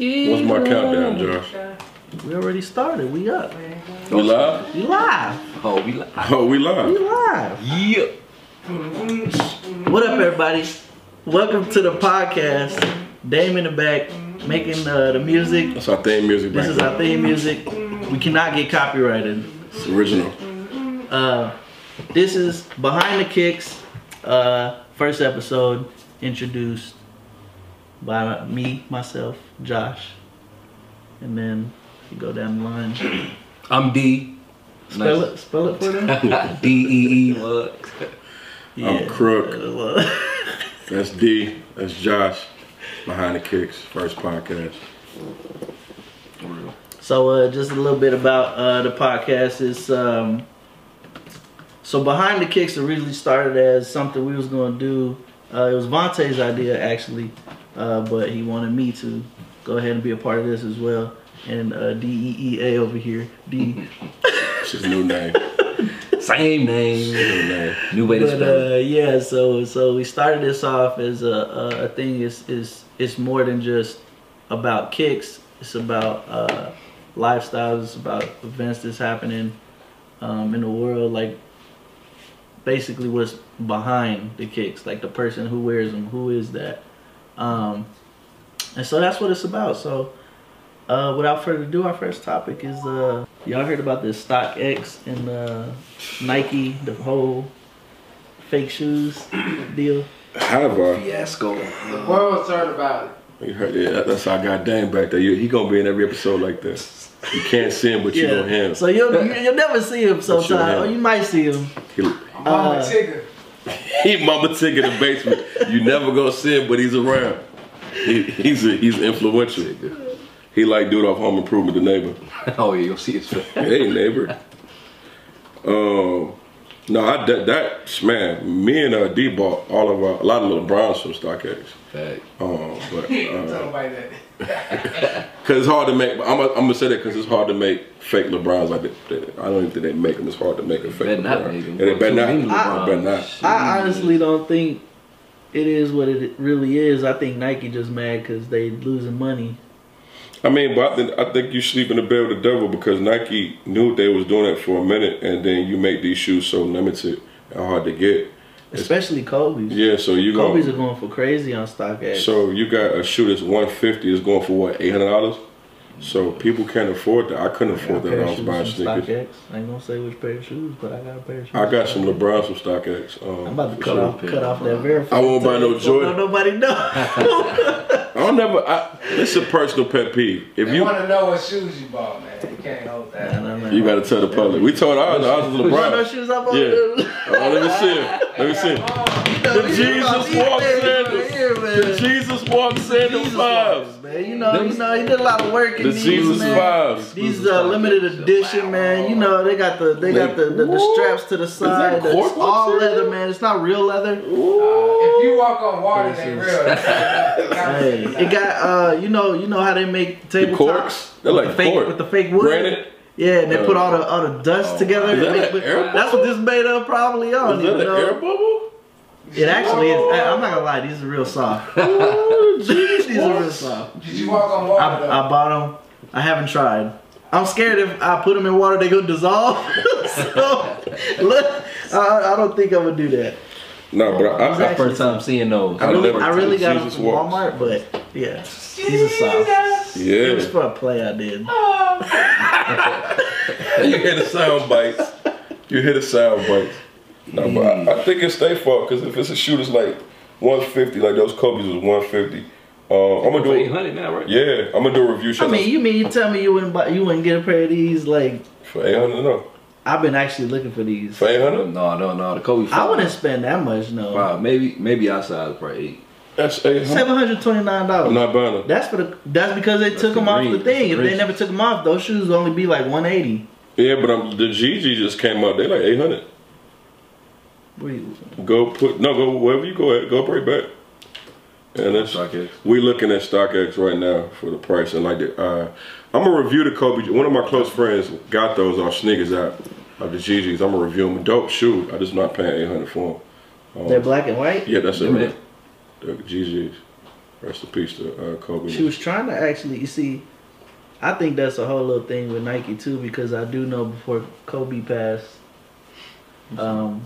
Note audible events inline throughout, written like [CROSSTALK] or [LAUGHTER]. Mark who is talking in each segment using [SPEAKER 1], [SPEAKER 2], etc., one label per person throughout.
[SPEAKER 1] What's my countdown, Josh?
[SPEAKER 2] We already started. We up.
[SPEAKER 1] We live?
[SPEAKER 2] We live.
[SPEAKER 3] Oh, we
[SPEAKER 1] [LAUGHS]
[SPEAKER 3] like.
[SPEAKER 1] Oh,
[SPEAKER 2] We
[SPEAKER 1] we live.
[SPEAKER 2] live.
[SPEAKER 3] Yeah.
[SPEAKER 2] What up, everybody? Welcome to the podcast. Dame in the back, making uh, the music.
[SPEAKER 1] That's our theme music
[SPEAKER 2] This is
[SPEAKER 1] back.
[SPEAKER 2] our theme music. We cannot get copyrighted.
[SPEAKER 1] It's original.
[SPEAKER 2] Uh, this is Behind the Kicks. Uh, first episode introduced by me, myself, Josh, and then you go down the line.
[SPEAKER 3] I'm D.
[SPEAKER 2] Spell it. Spell it for them.
[SPEAKER 3] D E E. What?
[SPEAKER 1] I'm Crook.
[SPEAKER 2] Yeah.
[SPEAKER 1] That's D. That's Josh. Behind the Kicks, first podcast.
[SPEAKER 2] [LAUGHS] So uh, just a little bit about uh, the podcast. It's um, so behind the kicks originally started as something we was gonna do. Uh, it was Vontae's idea actually, uh, but he wanted me to go ahead and be a part of this as well. And uh, DEEA over here, D.
[SPEAKER 1] It's his new name.
[SPEAKER 3] Same name.
[SPEAKER 1] New name.
[SPEAKER 3] New way to
[SPEAKER 2] but
[SPEAKER 3] spell it.
[SPEAKER 2] uh, yeah, so so we started this off as a, a, a thing. It's is it's more than just about kicks. It's about uh, lifestyles. It's about events that's happening um, in the world. Like basically, what's behind the kicks? Like the person who wears them. Who is that? Um, and so that's what it's about. So. Uh, without further ado, our first topic is uh, y'all heard about this Stock X and uh, Nike, the whole fake
[SPEAKER 1] [CLEARS THROAT]
[SPEAKER 2] shoes deal.
[SPEAKER 1] Have I?
[SPEAKER 3] Fiasco.
[SPEAKER 4] The world's heard about it.
[SPEAKER 1] You heard it. That's our goddamn back there. You- He gonna be in every episode like this. You can't see him, but you know him.
[SPEAKER 2] So you'll you- you'll never see him
[SPEAKER 1] you'll
[SPEAKER 2] sometime,
[SPEAKER 1] have
[SPEAKER 2] or
[SPEAKER 1] him.
[SPEAKER 2] you might see him.
[SPEAKER 1] He,
[SPEAKER 4] I'm on
[SPEAKER 2] Uh,
[SPEAKER 4] the ticker.
[SPEAKER 1] he mama tick in the basement. You never gonna see him, but he's around. He, he's a, he's influential. He like dude off Home Improvement, the neighbor.
[SPEAKER 3] Oh yeah, you'll see his face.
[SPEAKER 1] hey neighbor. Um, no, I that, that man, me and uh, D bought all of our a lot of LeBron's from StockX.
[SPEAKER 3] Fact.
[SPEAKER 1] Um, but uh,
[SPEAKER 4] Don't Tell nobody that.
[SPEAKER 1] cause it's hard to make. I'm gonna- I'm gonna say that cause it's hard to make fake LeBrons like that. that- I don't even think they make them. It's hard to make a fake
[SPEAKER 3] Better
[SPEAKER 1] LeBron.
[SPEAKER 3] not make him.
[SPEAKER 1] Yeah, they better
[SPEAKER 3] Too many
[SPEAKER 1] not.
[SPEAKER 3] LeBrons.
[SPEAKER 1] better not.
[SPEAKER 3] Shit.
[SPEAKER 2] I honestly don't think it is what it really is. I think Nike just mad because they losing money.
[SPEAKER 1] I mean, but I think, I think you sleep in the bed with the devil because Nike knew they was doing it for a minute, and then you make these shoes so limited and hard to get.
[SPEAKER 2] Especially Kobe's.
[SPEAKER 1] Yeah, so you go.
[SPEAKER 2] Kobe's are going for crazy on StockX.
[SPEAKER 1] So you got a shoe that's one fifty is going for what eight hundred dollars. So people can't afford that. I couldn't
[SPEAKER 2] I got a
[SPEAKER 1] afford that.
[SPEAKER 2] pair of
[SPEAKER 1] when I was
[SPEAKER 2] shoes
[SPEAKER 1] buying
[SPEAKER 2] from
[SPEAKER 1] sneakers.
[SPEAKER 2] StockX. I ain't gonna say which pair of shoes, but I got a pair of shoes.
[SPEAKER 1] I got some
[SPEAKER 2] from
[SPEAKER 1] LeBron some StockX.
[SPEAKER 2] I'm
[SPEAKER 1] Um,
[SPEAKER 2] about to cut
[SPEAKER 3] Sure,
[SPEAKER 2] off,
[SPEAKER 3] Pete.
[SPEAKER 2] cut off that verified.
[SPEAKER 1] I won't buy no
[SPEAKER 2] tape, so
[SPEAKER 1] Jordan.
[SPEAKER 2] don't nobody
[SPEAKER 1] [LAUGHS]
[SPEAKER 2] know.
[SPEAKER 1] I don't never. I, this is a personal pet peeve. If
[SPEAKER 4] They
[SPEAKER 1] you
[SPEAKER 4] want to know what shoes you bought, man. You can't hold that.
[SPEAKER 2] Nah, nah, nah.
[SPEAKER 1] you got to tell the public. We told ours. Ours was
[SPEAKER 2] You want those
[SPEAKER 1] LeBron.
[SPEAKER 2] shoes up on [LAUGHS]
[SPEAKER 1] Yeah.
[SPEAKER 2] dude?
[SPEAKER 1] Oh, let me see him. Let me see him.
[SPEAKER 4] Oh,
[SPEAKER 2] No, these
[SPEAKER 1] Jesus
[SPEAKER 2] are these
[SPEAKER 1] walks
[SPEAKER 2] things
[SPEAKER 1] in.
[SPEAKER 2] right here, man.
[SPEAKER 1] The Jesus walks sandal
[SPEAKER 2] Jesus
[SPEAKER 1] vibes.
[SPEAKER 2] walks, man. You know, you
[SPEAKER 3] Those-
[SPEAKER 2] know, he did a lot of work in
[SPEAKER 1] The
[SPEAKER 2] these,
[SPEAKER 1] Jesus
[SPEAKER 2] man.
[SPEAKER 1] vibes.
[SPEAKER 2] These are limited edition, man. You know, they got the they got the, the, the straps to the side.
[SPEAKER 1] that
[SPEAKER 2] It's
[SPEAKER 1] cork
[SPEAKER 2] all
[SPEAKER 1] material?
[SPEAKER 2] leather, man. It's not real leather.
[SPEAKER 4] If you walk on water, they real.
[SPEAKER 2] Hey, it got uh, you know, you know how they make
[SPEAKER 1] The
[SPEAKER 2] tabletops
[SPEAKER 1] corks. They're
[SPEAKER 2] with
[SPEAKER 1] like
[SPEAKER 2] the fake
[SPEAKER 1] cork.
[SPEAKER 2] with the fake wood.
[SPEAKER 1] Granite.
[SPEAKER 2] Yeah, and they put
[SPEAKER 1] Uh,
[SPEAKER 2] all the all the dust together.
[SPEAKER 1] Is that
[SPEAKER 2] Make-
[SPEAKER 1] an air
[SPEAKER 2] that's what this made up probably. I don't
[SPEAKER 1] Is that
[SPEAKER 2] even
[SPEAKER 1] an air
[SPEAKER 2] know.
[SPEAKER 1] bubble?
[SPEAKER 2] It actually is. I- I'm not gonna lie, these are real soft. [LAUGHS] these are real soft.
[SPEAKER 4] Did you walk on
[SPEAKER 2] I,
[SPEAKER 4] water, though?
[SPEAKER 2] I bought them. I haven't tried. I'm scared if I put them in water, they gonna dissolve. [LAUGHS] so look, I, I don't think I'm gonna do that.
[SPEAKER 1] No, but I,
[SPEAKER 2] These
[SPEAKER 1] I,
[SPEAKER 3] That's the first time seeing those.
[SPEAKER 2] I really,
[SPEAKER 1] never
[SPEAKER 2] I really got
[SPEAKER 1] touched
[SPEAKER 2] them
[SPEAKER 1] Jesus
[SPEAKER 2] from
[SPEAKER 1] walks.
[SPEAKER 2] Walmart, but yeah, these are soft. It was
[SPEAKER 1] yeah.
[SPEAKER 2] for a play I did.
[SPEAKER 1] you hear the sound bites. You hear the sound bites. No, but I, I think it's their fault because if it's a shoot, it's like 150. Like those Kobe's was 150. Uh, I'm gonna do
[SPEAKER 3] Eight
[SPEAKER 1] it.
[SPEAKER 3] hundred now, right?
[SPEAKER 1] Yeah, I'm gonna do a review.
[SPEAKER 2] I
[SPEAKER 1] Shut
[SPEAKER 2] mean, you mean you tell me you wouldn't buy, you wouldn't get a pair of these? Like
[SPEAKER 1] up. for 800, no,
[SPEAKER 2] I've been actually looking for these.
[SPEAKER 1] for 800.
[SPEAKER 3] No, no, no. The Kobe.
[SPEAKER 2] I
[SPEAKER 3] five.
[SPEAKER 2] wouldn't spend that much, no.
[SPEAKER 3] Five. Maybe, maybe outside is probably eight.
[SPEAKER 1] That's 800.
[SPEAKER 2] Seven hundred twenty nine
[SPEAKER 1] I'm
[SPEAKER 2] dollars.
[SPEAKER 1] not buying them.
[SPEAKER 2] That's for the. That's because they took
[SPEAKER 3] the
[SPEAKER 2] them off
[SPEAKER 3] green.
[SPEAKER 2] the thing. If
[SPEAKER 3] That's the
[SPEAKER 2] they
[SPEAKER 3] green.
[SPEAKER 2] never took them off, those shoes would only be like one eighty.
[SPEAKER 1] Yeah, but i the GG just came out. They like 800. Go put no go wherever you go at. Go right back. And that's
[SPEAKER 3] Stock X.
[SPEAKER 1] we looking at StockX right now for the price and like the. Uh, I'm gonna review the Kobe. One of my close friends got those off sneakers out of the GGs. I'm gonna review them. Dope shoe. I just not paying 800 for Um, them.
[SPEAKER 2] They're black and white.
[SPEAKER 1] Yeah, that's it.
[SPEAKER 3] Yeah, man.
[SPEAKER 1] The GGs. Rest in peace to uh, Kobe.
[SPEAKER 2] She was trying to actually, you see, I think that's a whole little thing with Nike too, because I do know before Kobe passed, um,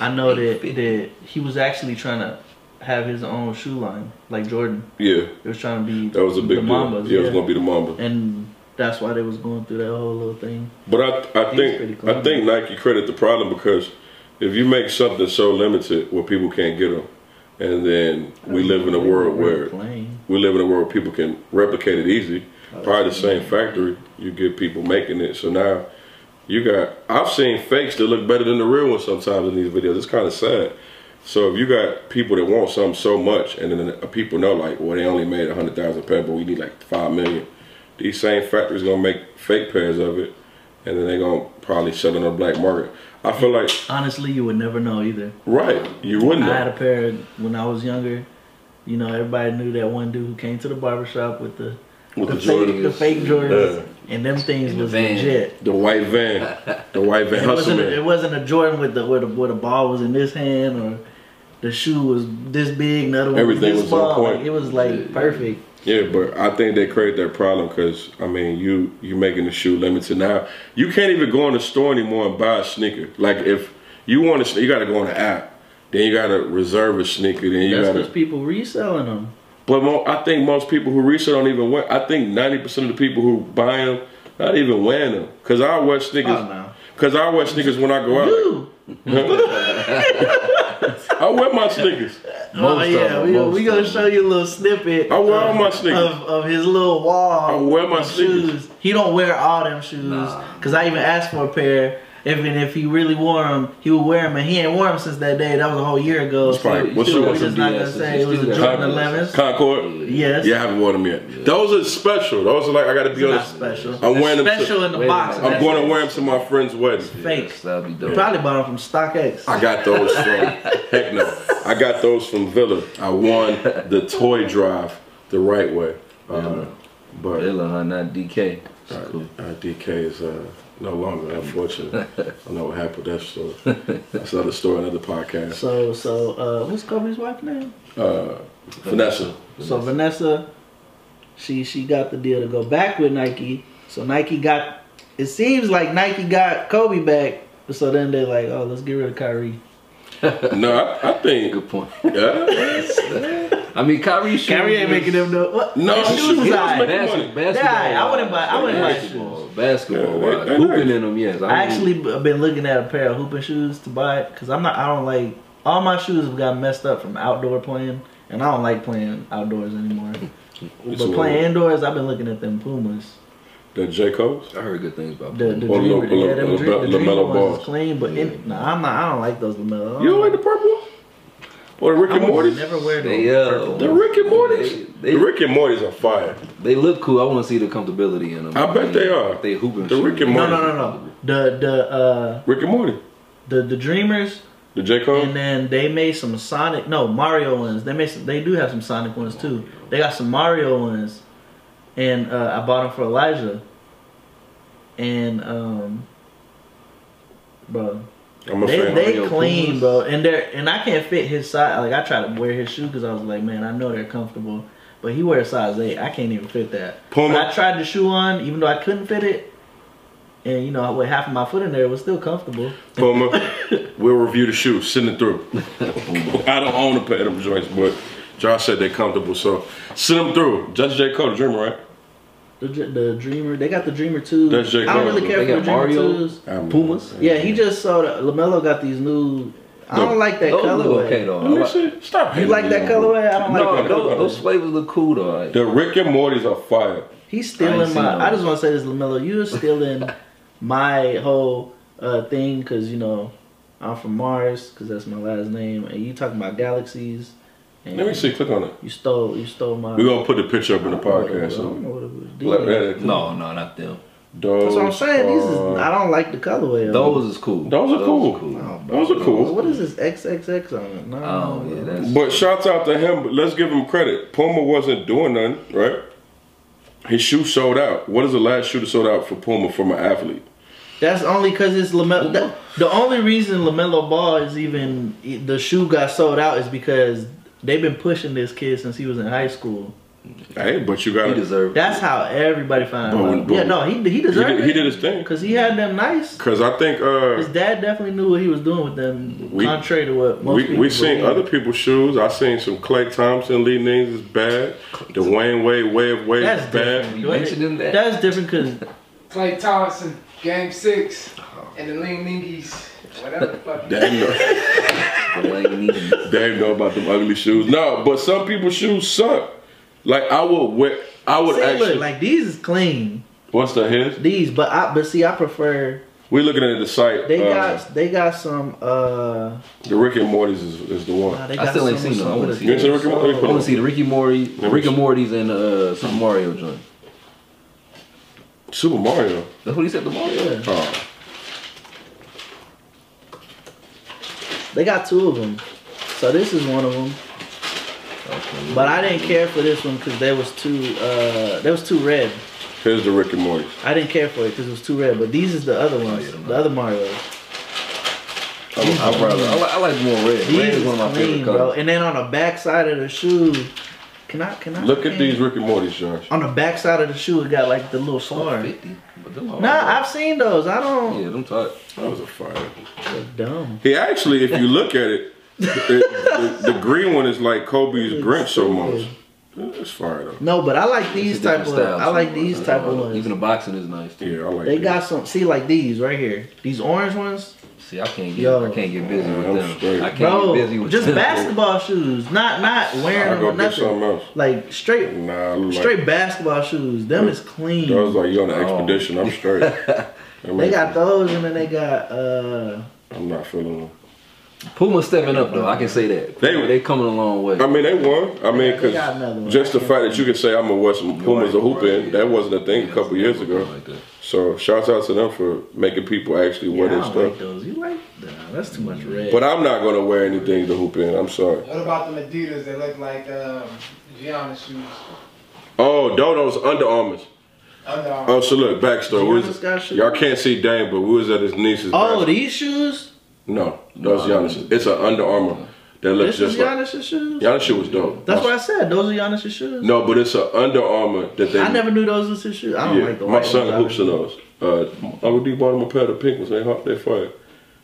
[SPEAKER 2] I know that, that he was actually trying to have his own shoe line, like Jordan.
[SPEAKER 1] yeah,
[SPEAKER 2] It was trying to be
[SPEAKER 1] that was a big
[SPEAKER 2] the
[SPEAKER 1] deal.
[SPEAKER 2] Mambas,
[SPEAKER 1] yeah, it was
[SPEAKER 2] yeah.
[SPEAKER 1] gonna be the Mamba.
[SPEAKER 2] and that's why they was going through that whole little thing.
[SPEAKER 1] But I, I
[SPEAKER 2] He's pretty
[SPEAKER 1] think
[SPEAKER 2] cool.
[SPEAKER 1] I think Nike credit the problem because if you make something so limited where people can't get them, and then we live in a world where
[SPEAKER 2] Plain.
[SPEAKER 1] we live in a world where people can replicate it easy. Probably the same factory, you get people making it. So now you got I've seen fakes that look better than the real ones sometimes in these videos. It's kind of sad. So if you got people that want something so much, and then the people know like, well, they only made a hundred thousand pair, but we need like five million. These same factories gonna make fake pairs of it, and then they gonna probably sell it on the black market. I feel like
[SPEAKER 2] Honestly, you would never know either.
[SPEAKER 1] right, you wouldn't.
[SPEAKER 2] I had
[SPEAKER 1] Know.
[SPEAKER 2] a pair when I was younger. You know, everybody knew that one dude who came to the barbershop with the
[SPEAKER 1] With the
[SPEAKER 2] the, fake, the
[SPEAKER 1] Jordans,
[SPEAKER 2] fake Jordans,
[SPEAKER 1] Yeah.
[SPEAKER 2] and them things
[SPEAKER 3] In the
[SPEAKER 2] was
[SPEAKER 3] van.
[SPEAKER 2] legit.
[SPEAKER 1] the white van, the white
[SPEAKER 2] [LAUGHS]
[SPEAKER 1] van
[SPEAKER 2] It
[SPEAKER 1] hustle
[SPEAKER 2] wasn't, a,
[SPEAKER 1] man.
[SPEAKER 2] it wasn't a Jordan with the where the where the ball was in this hand or the shoe was this big, and the other one
[SPEAKER 1] Everything
[SPEAKER 2] was
[SPEAKER 1] was
[SPEAKER 2] this
[SPEAKER 1] on
[SPEAKER 2] ball.
[SPEAKER 1] point.
[SPEAKER 2] Like, it was like
[SPEAKER 3] Yeah.
[SPEAKER 2] perfect.
[SPEAKER 1] Yeah, but I think they create that problem because I mean, you you making the shoe limited now. You can't even go in the store anymore and buy a sneaker. Like if you want to, you got to go on the app. Then you got to reserve a sneaker. Then you
[SPEAKER 2] That's
[SPEAKER 1] got
[SPEAKER 2] because
[SPEAKER 1] to.
[SPEAKER 2] people reselling them.
[SPEAKER 1] But mo- I think most people who resell don't even wear. I think ninety percent of the people who buy them not even wearing them. Cause I wear
[SPEAKER 2] Oh,
[SPEAKER 1] sneakers.
[SPEAKER 2] no.
[SPEAKER 1] Cause I wear sneakers when I go out.
[SPEAKER 2] Dude.
[SPEAKER 1] I wear my sneakers.
[SPEAKER 2] Oh
[SPEAKER 3] Most of
[SPEAKER 2] yeah,
[SPEAKER 3] them,
[SPEAKER 2] we
[SPEAKER 3] most
[SPEAKER 2] we
[SPEAKER 3] of
[SPEAKER 2] gonna
[SPEAKER 3] them.
[SPEAKER 2] show you a little snippet.
[SPEAKER 1] I wear all
[SPEAKER 2] of-
[SPEAKER 1] my sneakers.
[SPEAKER 2] of, of his little wall.
[SPEAKER 1] I wear my
[SPEAKER 2] of
[SPEAKER 1] sneakers.
[SPEAKER 2] shoes. He don't wear all them shoes
[SPEAKER 3] Nah.
[SPEAKER 2] because I even asked for a pair. Even if he really wore them, he would wear them, and he ain't worn them since that day. That was a whole year ago.
[SPEAKER 1] It's probably-
[SPEAKER 2] so
[SPEAKER 1] what's
[SPEAKER 2] we
[SPEAKER 1] your-
[SPEAKER 2] just not gonna say it was a
[SPEAKER 3] Still got
[SPEAKER 2] Jordan
[SPEAKER 3] Concord.
[SPEAKER 2] 11s.
[SPEAKER 1] Concord.
[SPEAKER 2] Yes.
[SPEAKER 1] Yeah, I haven't worn them yet. Those are special. Those are like I got to
[SPEAKER 2] It's
[SPEAKER 1] be
[SPEAKER 2] not
[SPEAKER 1] honest.
[SPEAKER 2] special.
[SPEAKER 1] I'm wearing them to-
[SPEAKER 2] It's special in the
[SPEAKER 3] Wait a
[SPEAKER 2] box.
[SPEAKER 3] minute.
[SPEAKER 1] I'm
[SPEAKER 2] That's
[SPEAKER 1] going to wear them to my friend's wedding.
[SPEAKER 2] fake.
[SPEAKER 3] Yes, that'd be
[SPEAKER 2] You
[SPEAKER 3] dope.
[SPEAKER 2] probably bought them from StockX.
[SPEAKER 1] I got those from
[SPEAKER 3] [LAUGHS]
[SPEAKER 1] heck no. I got those from Villa. I won the toy drive the right way. Uh, but uh,
[SPEAKER 3] Villa, huh? Not DK. It's cool.
[SPEAKER 1] DK is uh, no longer,
[SPEAKER 3] [LAUGHS]
[SPEAKER 1] unfortunately. I don't know what happened to that story. That's another story, another podcast.
[SPEAKER 2] So so uh, what's Kobe's wife name?
[SPEAKER 1] Uh, Vanessa.
[SPEAKER 2] So Vanessa, she she got the deal to go back with Nike. So Nike got. It seems like Nike got Kobe back. So then they're like, oh, let's get rid of Kyrie.
[SPEAKER 1] No, I, I think.
[SPEAKER 3] Good point.
[SPEAKER 1] Yeah.
[SPEAKER 3] I mean, Kyrie. shoes
[SPEAKER 2] Kyrie ain't
[SPEAKER 3] was-
[SPEAKER 2] making them no. What?
[SPEAKER 1] No,
[SPEAKER 2] His
[SPEAKER 1] she-
[SPEAKER 2] shoes
[SPEAKER 1] he
[SPEAKER 2] is
[SPEAKER 1] was
[SPEAKER 2] all right.
[SPEAKER 1] making-
[SPEAKER 3] Basket-
[SPEAKER 1] money.
[SPEAKER 3] Basketball.
[SPEAKER 2] Yeah, I wouldn't buy- I wouldn't buy
[SPEAKER 3] basketball. Basketball.
[SPEAKER 1] Yeah,
[SPEAKER 3] wise.
[SPEAKER 1] they- they
[SPEAKER 3] Hooping
[SPEAKER 1] nice.
[SPEAKER 3] in them, yes.
[SPEAKER 2] I
[SPEAKER 1] Oh.
[SPEAKER 3] would.
[SPEAKER 2] actually b- been looking at a pair of hooping shoes to buy it because I'm not. I don't like all my shoes have got messed up from outdoor playing, and I don't like playing outdoors anymore.
[SPEAKER 1] It's
[SPEAKER 2] but
[SPEAKER 1] a-
[SPEAKER 2] playing indoors, I've been looking at them Pumas.
[SPEAKER 1] The J. Cole's?
[SPEAKER 3] I heard good things about
[SPEAKER 2] The, the
[SPEAKER 3] them.
[SPEAKER 1] Or
[SPEAKER 2] dreamer,
[SPEAKER 1] Lo-
[SPEAKER 2] yeah, them
[SPEAKER 1] Lo-
[SPEAKER 2] dream-
[SPEAKER 1] Lo-
[SPEAKER 2] the dreamer
[SPEAKER 1] Lamelo
[SPEAKER 2] ones is
[SPEAKER 1] balls.
[SPEAKER 2] clean, but in, nah, I'm not. I don't like those Lamelo. I
[SPEAKER 1] You don't like the purple one? Or the Rick
[SPEAKER 2] I
[SPEAKER 1] and
[SPEAKER 2] would
[SPEAKER 1] Morty's?
[SPEAKER 2] never wear them.
[SPEAKER 3] They, uh,
[SPEAKER 1] The Rick and Morty's?
[SPEAKER 3] They- they-
[SPEAKER 1] the Rick and Morty's are fire.
[SPEAKER 3] They look cool. I want to see the comfortability in them.
[SPEAKER 1] I bet they are.
[SPEAKER 3] They hooping.
[SPEAKER 1] The Rick and
[SPEAKER 2] no,
[SPEAKER 1] Morty.
[SPEAKER 2] no, no, no. The the uh
[SPEAKER 1] Rick and Morty.
[SPEAKER 2] the the Dreamers,
[SPEAKER 1] The J. Cole?
[SPEAKER 2] and then they made some Sonic. No Mario ones. They made some. They do have some Sonic ones too. They got some Mario ones, and uh, I bought them for Elijah. And um, bro,
[SPEAKER 1] I'm a
[SPEAKER 2] they
[SPEAKER 1] fan.
[SPEAKER 2] they
[SPEAKER 3] Mario
[SPEAKER 2] clean,
[SPEAKER 3] Pumas.
[SPEAKER 2] bro, and they're and I can't fit his size. Like I tried to wear his shoe because I was like, man, I know they're comfortable, but he wears size eight. I can't even fit that.
[SPEAKER 1] Puma.
[SPEAKER 2] When I tried the shoe on, even though I couldn't fit it, and you know, with half of my foot in there, it was still comfortable.
[SPEAKER 1] Puma, we'll review the shoe, send
[SPEAKER 2] [LAUGHS]
[SPEAKER 1] it through. I don't own a pair of them joints, but Josh said they're comfortable, so send them through. That's J. Cole, the dreamer, right?
[SPEAKER 2] The, Dr- the Dreamer, they got the Dreamer twos.
[SPEAKER 1] That's
[SPEAKER 2] I
[SPEAKER 1] J.
[SPEAKER 2] don't
[SPEAKER 1] Cole.
[SPEAKER 2] really care
[SPEAKER 3] They
[SPEAKER 2] for the
[SPEAKER 3] got
[SPEAKER 2] Dreamer
[SPEAKER 3] Mario.
[SPEAKER 2] twos.
[SPEAKER 3] Pumas?
[SPEAKER 2] Yeah, he just sold. A, Lamelo got these new. I
[SPEAKER 1] No,
[SPEAKER 2] don't like that
[SPEAKER 3] Those look
[SPEAKER 2] colorway.
[SPEAKER 3] okay though. I
[SPEAKER 1] Let me
[SPEAKER 3] like-
[SPEAKER 1] see. Stop
[SPEAKER 2] You
[SPEAKER 1] hating
[SPEAKER 2] like
[SPEAKER 1] me,
[SPEAKER 2] that
[SPEAKER 1] bro.
[SPEAKER 2] colorway? I don't like
[SPEAKER 3] No,
[SPEAKER 2] that.
[SPEAKER 3] those, those flavors look cool though. Like,
[SPEAKER 1] The Rick and Morty's are fire.
[SPEAKER 2] He's
[SPEAKER 3] I ain't
[SPEAKER 2] stealing
[SPEAKER 3] seen
[SPEAKER 2] my.
[SPEAKER 3] no
[SPEAKER 2] I just want to say this, Lamelo. You're
[SPEAKER 3] [LAUGHS]
[SPEAKER 2] stealing my whole uh, thing because you know I'm from Mars because that's my last name, and you talking about galaxies. And
[SPEAKER 1] Let me see, click on it.
[SPEAKER 2] You stole. You stole my.
[SPEAKER 1] We're gonna put the picture up in the
[SPEAKER 2] I don't know what it
[SPEAKER 1] podcast.
[SPEAKER 2] was. I don't
[SPEAKER 1] So.
[SPEAKER 2] know what it was.
[SPEAKER 1] Let- let uh, it-
[SPEAKER 3] no, no, not them.
[SPEAKER 2] That's
[SPEAKER 1] Those
[SPEAKER 2] what I'm saying. These is.
[SPEAKER 1] are-
[SPEAKER 2] I don't like the colorway. of them.
[SPEAKER 3] Those is cool.
[SPEAKER 1] Those are cool.
[SPEAKER 2] Oh,
[SPEAKER 1] Those are
[SPEAKER 2] bro.
[SPEAKER 1] cool.
[SPEAKER 2] What is this XXX on it? No,
[SPEAKER 3] Oh yeah, that's.
[SPEAKER 1] But shouts out to him. But let's give him credit. Puma wasn't doing nothing, right? His shoe sold out. What is the last shoe that sold out for Puma from an athlete?
[SPEAKER 2] that's only because it's Lamelo. e, that- the only reason Lamelo Ball is even the shoe got sold out is because they've been pushing this kid since he was in high school.
[SPEAKER 1] Hey, but you got
[SPEAKER 3] He
[SPEAKER 1] to.
[SPEAKER 3] deserved.
[SPEAKER 2] That's how everybody found
[SPEAKER 1] But
[SPEAKER 2] out.
[SPEAKER 1] when-
[SPEAKER 2] about him. yeah,
[SPEAKER 1] but-
[SPEAKER 2] no, he he
[SPEAKER 1] Oh, He
[SPEAKER 2] deserved
[SPEAKER 1] did,
[SPEAKER 2] it.
[SPEAKER 1] he did his thing.
[SPEAKER 2] Cause he had them nice.
[SPEAKER 1] Cause I think
[SPEAKER 2] His
[SPEAKER 1] uh,
[SPEAKER 2] dad definitely knew what he was doing with them,
[SPEAKER 1] We-
[SPEAKER 2] contrary to what most
[SPEAKER 1] we
[SPEAKER 2] people
[SPEAKER 1] we seen
[SPEAKER 2] believe.
[SPEAKER 1] other people's shoes. I seen some Clay Thompson, Lee Nings is bad. Dwayne Wade, way of Wade is
[SPEAKER 2] That's
[SPEAKER 1] bad.
[SPEAKER 2] different.
[SPEAKER 3] You mentioning that?
[SPEAKER 2] That's different because
[SPEAKER 4] Clay Thompson, game six,
[SPEAKER 2] Oh.
[SPEAKER 4] and the Lean Ningies, whatever the fuck.
[SPEAKER 1] They ain't know,
[SPEAKER 3] the way he needed it.
[SPEAKER 1] they ain't know about them ugly shoes. No, but some people's shoes suck. Like I would wear, I would
[SPEAKER 2] See,
[SPEAKER 1] actually.
[SPEAKER 2] look, like these is clean.
[SPEAKER 1] what's the his?
[SPEAKER 2] These, but I but see, I prefer
[SPEAKER 1] We looking at the site.
[SPEAKER 2] they
[SPEAKER 1] uh,
[SPEAKER 2] got they got some uh.
[SPEAKER 1] the Rick and Morty's is, is the one.
[SPEAKER 2] nah, they
[SPEAKER 3] I
[SPEAKER 2] got
[SPEAKER 3] still ain't
[SPEAKER 2] some-
[SPEAKER 3] seen them. I
[SPEAKER 2] some
[SPEAKER 3] wanna
[SPEAKER 2] with
[SPEAKER 3] see
[SPEAKER 2] a-
[SPEAKER 1] You ain't seen Rick and Morty?
[SPEAKER 2] Oh.
[SPEAKER 1] Put
[SPEAKER 3] I want to see the Ricky Morty, the Rick and Morty's, and uh, some Mario joint.
[SPEAKER 1] Super Mario.
[SPEAKER 3] That's what he said. The Mario.
[SPEAKER 2] Yeah,
[SPEAKER 1] Oh,
[SPEAKER 2] they got two of them. So this is one of them. But I didn't care for this one because there was too uh there was too red.
[SPEAKER 1] here's the Rick and Morty's.
[SPEAKER 2] I didn't care for it because it was too red. But these is the other ones, the other Mario.
[SPEAKER 3] I, I, rather, I, like, I like more red.
[SPEAKER 2] These
[SPEAKER 3] Red is
[SPEAKER 2] is
[SPEAKER 3] one of my
[SPEAKER 2] clean,
[SPEAKER 3] favorite
[SPEAKER 2] bro.
[SPEAKER 3] colors.
[SPEAKER 2] And then on the back side of the shoe, can I can I
[SPEAKER 1] Look at
[SPEAKER 2] can-
[SPEAKER 1] these Rick and Morty's, Josh.
[SPEAKER 2] On the back side of the shoe, it got like the little star.
[SPEAKER 3] 50. But them all
[SPEAKER 2] Nah,
[SPEAKER 3] right.
[SPEAKER 2] I've seen those. I don't.
[SPEAKER 3] yeah, them tight.
[SPEAKER 1] That was a fire.
[SPEAKER 2] They're dumb.
[SPEAKER 1] He actually, if you look at it, the, the, the green one is like Kobe's Grinch almost. It's fire though.
[SPEAKER 2] No, but I like these
[SPEAKER 3] It's a different
[SPEAKER 2] type of.
[SPEAKER 3] style,
[SPEAKER 2] I like
[SPEAKER 3] so,
[SPEAKER 2] these
[SPEAKER 3] uh,
[SPEAKER 2] type of ones.
[SPEAKER 3] Even the boxing is nice too.
[SPEAKER 1] Yeah, I like
[SPEAKER 2] They
[SPEAKER 1] it.
[SPEAKER 2] got some. See, like these right here. These orange ones,
[SPEAKER 3] See, I can't get,
[SPEAKER 2] Yo.
[SPEAKER 3] I can't get busy
[SPEAKER 1] Man,
[SPEAKER 3] with
[SPEAKER 1] I'm
[SPEAKER 3] them.
[SPEAKER 1] straight.
[SPEAKER 3] I can't
[SPEAKER 2] bro.
[SPEAKER 3] get busy with
[SPEAKER 2] Just
[SPEAKER 3] them.
[SPEAKER 2] basketball shoes, not not wearing
[SPEAKER 1] I'll
[SPEAKER 2] them
[SPEAKER 1] go
[SPEAKER 2] or
[SPEAKER 1] get something
[SPEAKER 2] nothing.
[SPEAKER 1] else.
[SPEAKER 2] Like straight
[SPEAKER 1] Nah, I look
[SPEAKER 2] straight basketball shoes. Them is
[SPEAKER 1] Like, I was
[SPEAKER 2] clean.
[SPEAKER 1] like, you on an
[SPEAKER 3] Oh.
[SPEAKER 1] expedition? I'm straight. I
[SPEAKER 2] They got those, and then they got uh.
[SPEAKER 1] I'm not feeling them.
[SPEAKER 3] Puma stepping up though. I can say that.
[SPEAKER 1] They-
[SPEAKER 3] They they coming a long way.
[SPEAKER 1] I mean, they won. I mean,
[SPEAKER 2] They got another one.
[SPEAKER 1] because just the fact that you could say I'm a West Pumas a hoop in, that wasn't a thing a couple years ago.
[SPEAKER 3] Like that.
[SPEAKER 1] So, shouts out to them for making people actually
[SPEAKER 2] Yeah, I
[SPEAKER 1] wear their
[SPEAKER 2] don't like
[SPEAKER 1] stuff.
[SPEAKER 2] those. You like? Nah, that's too much red.
[SPEAKER 1] But I'm not gonna wear anything to hoop in. I'm sorry.
[SPEAKER 4] What about the Adidas that look like um, Gianna shoes?
[SPEAKER 1] Oh, Dodo's Under Armours.
[SPEAKER 4] Under Armour.
[SPEAKER 1] Oh, so look, backstory. We was-
[SPEAKER 2] Giannis got shoes?
[SPEAKER 1] y'all can't see Dame, but we was at his niece's.
[SPEAKER 2] oh,
[SPEAKER 1] bachelor-
[SPEAKER 2] these shoes.
[SPEAKER 1] no, those Giannis. It's an Under Armour that looks
[SPEAKER 2] This is
[SPEAKER 1] just like
[SPEAKER 2] Giannis' shoes.
[SPEAKER 1] Giannis. Shit was dope.
[SPEAKER 2] That's what I said. Those are Giannis' shoes.
[SPEAKER 1] No, but it's an Under Armour that they.
[SPEAKER 2] I never knew those was his shoes. I don't
[SPEAKER 1] yeah,
[SPEAKER 2] like the
[SPEAKER 1] my
[SPEAKER 2] white
[SPEAKER 1] son
[SPEAKER 2] ones.
[SPEAKER 1] hoops in those. Uh, Uncle D bought him a pair of the pink ones. They hot, they fire.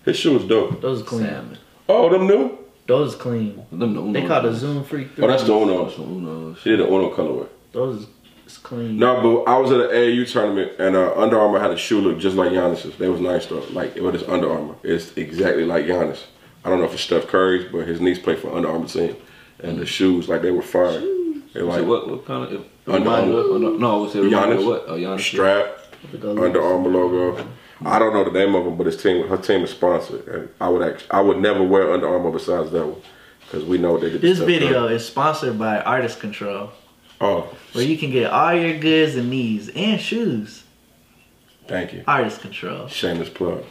[SPEAKER 1] His shoe was dope.
[SPEAKER 2] Those are clean.
[SPEAKER 3] Salmon.
[SPEAKER 1] Oh, them new?
[SPEAKER 2] Those is clean.
[SPEAKER 3] Them the Uno.
[SPEAKER 2] They call the Zoom Freak.
[SPEAKER 1] Oh, that's the
[SPEAKER 3] That's
[SPEAKER 1] Unos.
[SPEAKER 3] the Unos.
[SPEAKER 1] She did the Uno colorway.
[SPEAKER 2] Those is it's clean.
[SPEAKER 1] No, but I was at an AAU tournament and uh, Under Armour had a shoe look just like Giannis's. They was nice though. Like, but it's Under Armour. It's exactly like Giannis. I don't know if it's Steph Curry's, but his niece played for Under Armour team, and the shoes like they were fire. They
[SPEAKER 3] So
[SPEAKER 1] like
[SPEAKER 3] what, what kind of? It,
[SPEAKER 1] Under
[SPEAKER 3] remind you
[SPEAKER 1] Armour.
[SPEAKER 3] of- no, I would say remind you of
[SPEAKER 1] Giannis.
[SPEAKER 3] what? Oh, Giannis.
[SPEAKER 1] strap,
[SPEAKER 2] Look at those.
[SPEAKER 1] Under Armour logo. I don't know the name of them, but his team, her team is sponsored. And I would act, I would never wear Under Armour besides that one, because we know they did. to
[SPEAKER 2] This
[SPEAKER 1] Steph
[SPEAKER 2] video
[SPEAKER 1] Curry.
[SPEAKER 2] is sponsored by Artist Control,
[SPEAKER 1] Oh,
[SPEAKER 2] where you can get all your goods and needs and shoes.
[SPEAKER 1] thank you.
[SPEAKER 2] Artist Control.
[SPEAKER 1] Shameless plug.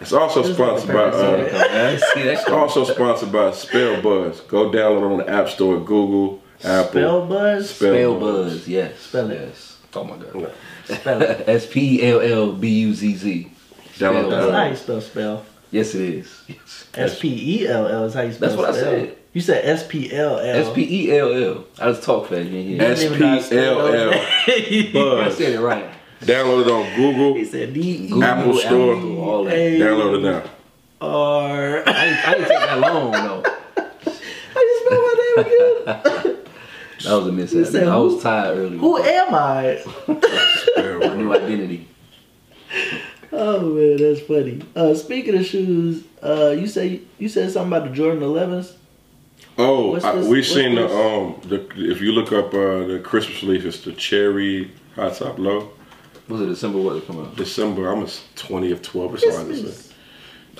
[SPEAKER 1] It's also
[SPEAKER 2] This is
[SPEAKER 1] sponsored by.
[SPEAKER 2] the first
[SPEAKER 1] Uh,
[SPEAKER 2] one.
[SPEAKER 3] I
[SPEAKER 1] [LAUGHS]
[SPEAKER 3] see that.
[SPEAKER 1] It's also sponsored by Spell Buzz. Go download on the App Store, Google, Apple.
[SPEAKER 2] Spell Buzz.
[SPEAKER 1] Spell
[SPEAKER 3] Spell
[SPEAKER 1] Buzz.
[SPEAKER 3] Buzz, yes.
[SPEAKER 2] Spell it.
[SPEAKER 3] Yes. Oh my god.
[SPEAKER 1] No.
[SPEAKER 2] Spell it.
[SPEAKER 3] [LAUGHS] S P E L L B U Z Z.
[SPEAKER 1] Download
[SPEAKER 2] That's
[SPEAKER 1] that.
[SPEAKER 2] how you spell spell.
[SPEAKER 3] Yes, it is. Yes.
[SPEAKER 2] S P E L L is how you spell.
[SPEAKER 3] That's what I
[SPEAKER 2] spell.
[SPEAKER 3] said.
[SPEAKER 2] You said S P L L.
[SPEAKER 3] S P E L L. I just talk fast. You didn't hear.
[SPEAKER 1] S P L L
[SPEAKER 3] I
[SPEAKER 1] Buzz.
[SPEAKER 3] said it right.
[SPEAKER 1] Download it on
[SPEAKER 2] [LAUGHS] He
[SPEAKER 1] Google.
[SPEAKER 2] said D E
[SPEAKER 3] Google,
[SPEAKER 1] Apple Store.
[SPEAKER 3] Apple, all that.
[SPEAKER 2] A
[SPEAKER 1] Download it now.
[SPEAKER 2] R.
[SPEAKER 3] I didn't, I didn't take that long though.
[SPEAKER 2] How you spell my name again?
[SPEAKER 3] That was a
[SPEAKER 2] You
[SPEAKER 3] mishap.
[SPEAKER 2] said
[SPEAKER 3] I
[SPEAKER 2] who?
[SPEAKER 3] was tired earlier.
[SPEAKER 2] Who am I?
[SPEAKER 1] Spell
[SPEAKER 3] I
[SPEAKER 1] Buzz.
[SPEAKER 3] knew identity.
[SPEAKER 2] Oh man, that's funny. Uh, speaking of shoes, uh, you say you said something about the Jordan Elevens.
[SPEAKER 1] Oh,
[SPEAKER 2] What's
[SPEAKER 1] I,
[SPEAKER 2] this-
[SPEAKER 1] we
[SPEAKER 2] what's
[SPEAKER 1] seen
[SPEAKER 2] this?
[SPEAKER 1] the um. The, if you look up uh, the Christmas leaf, it's the cherry high top low.
[SPEAKER 3] Was it December what it come out?
[SPEAKER 1] December. I'm a twentieth, twelve or something. like that.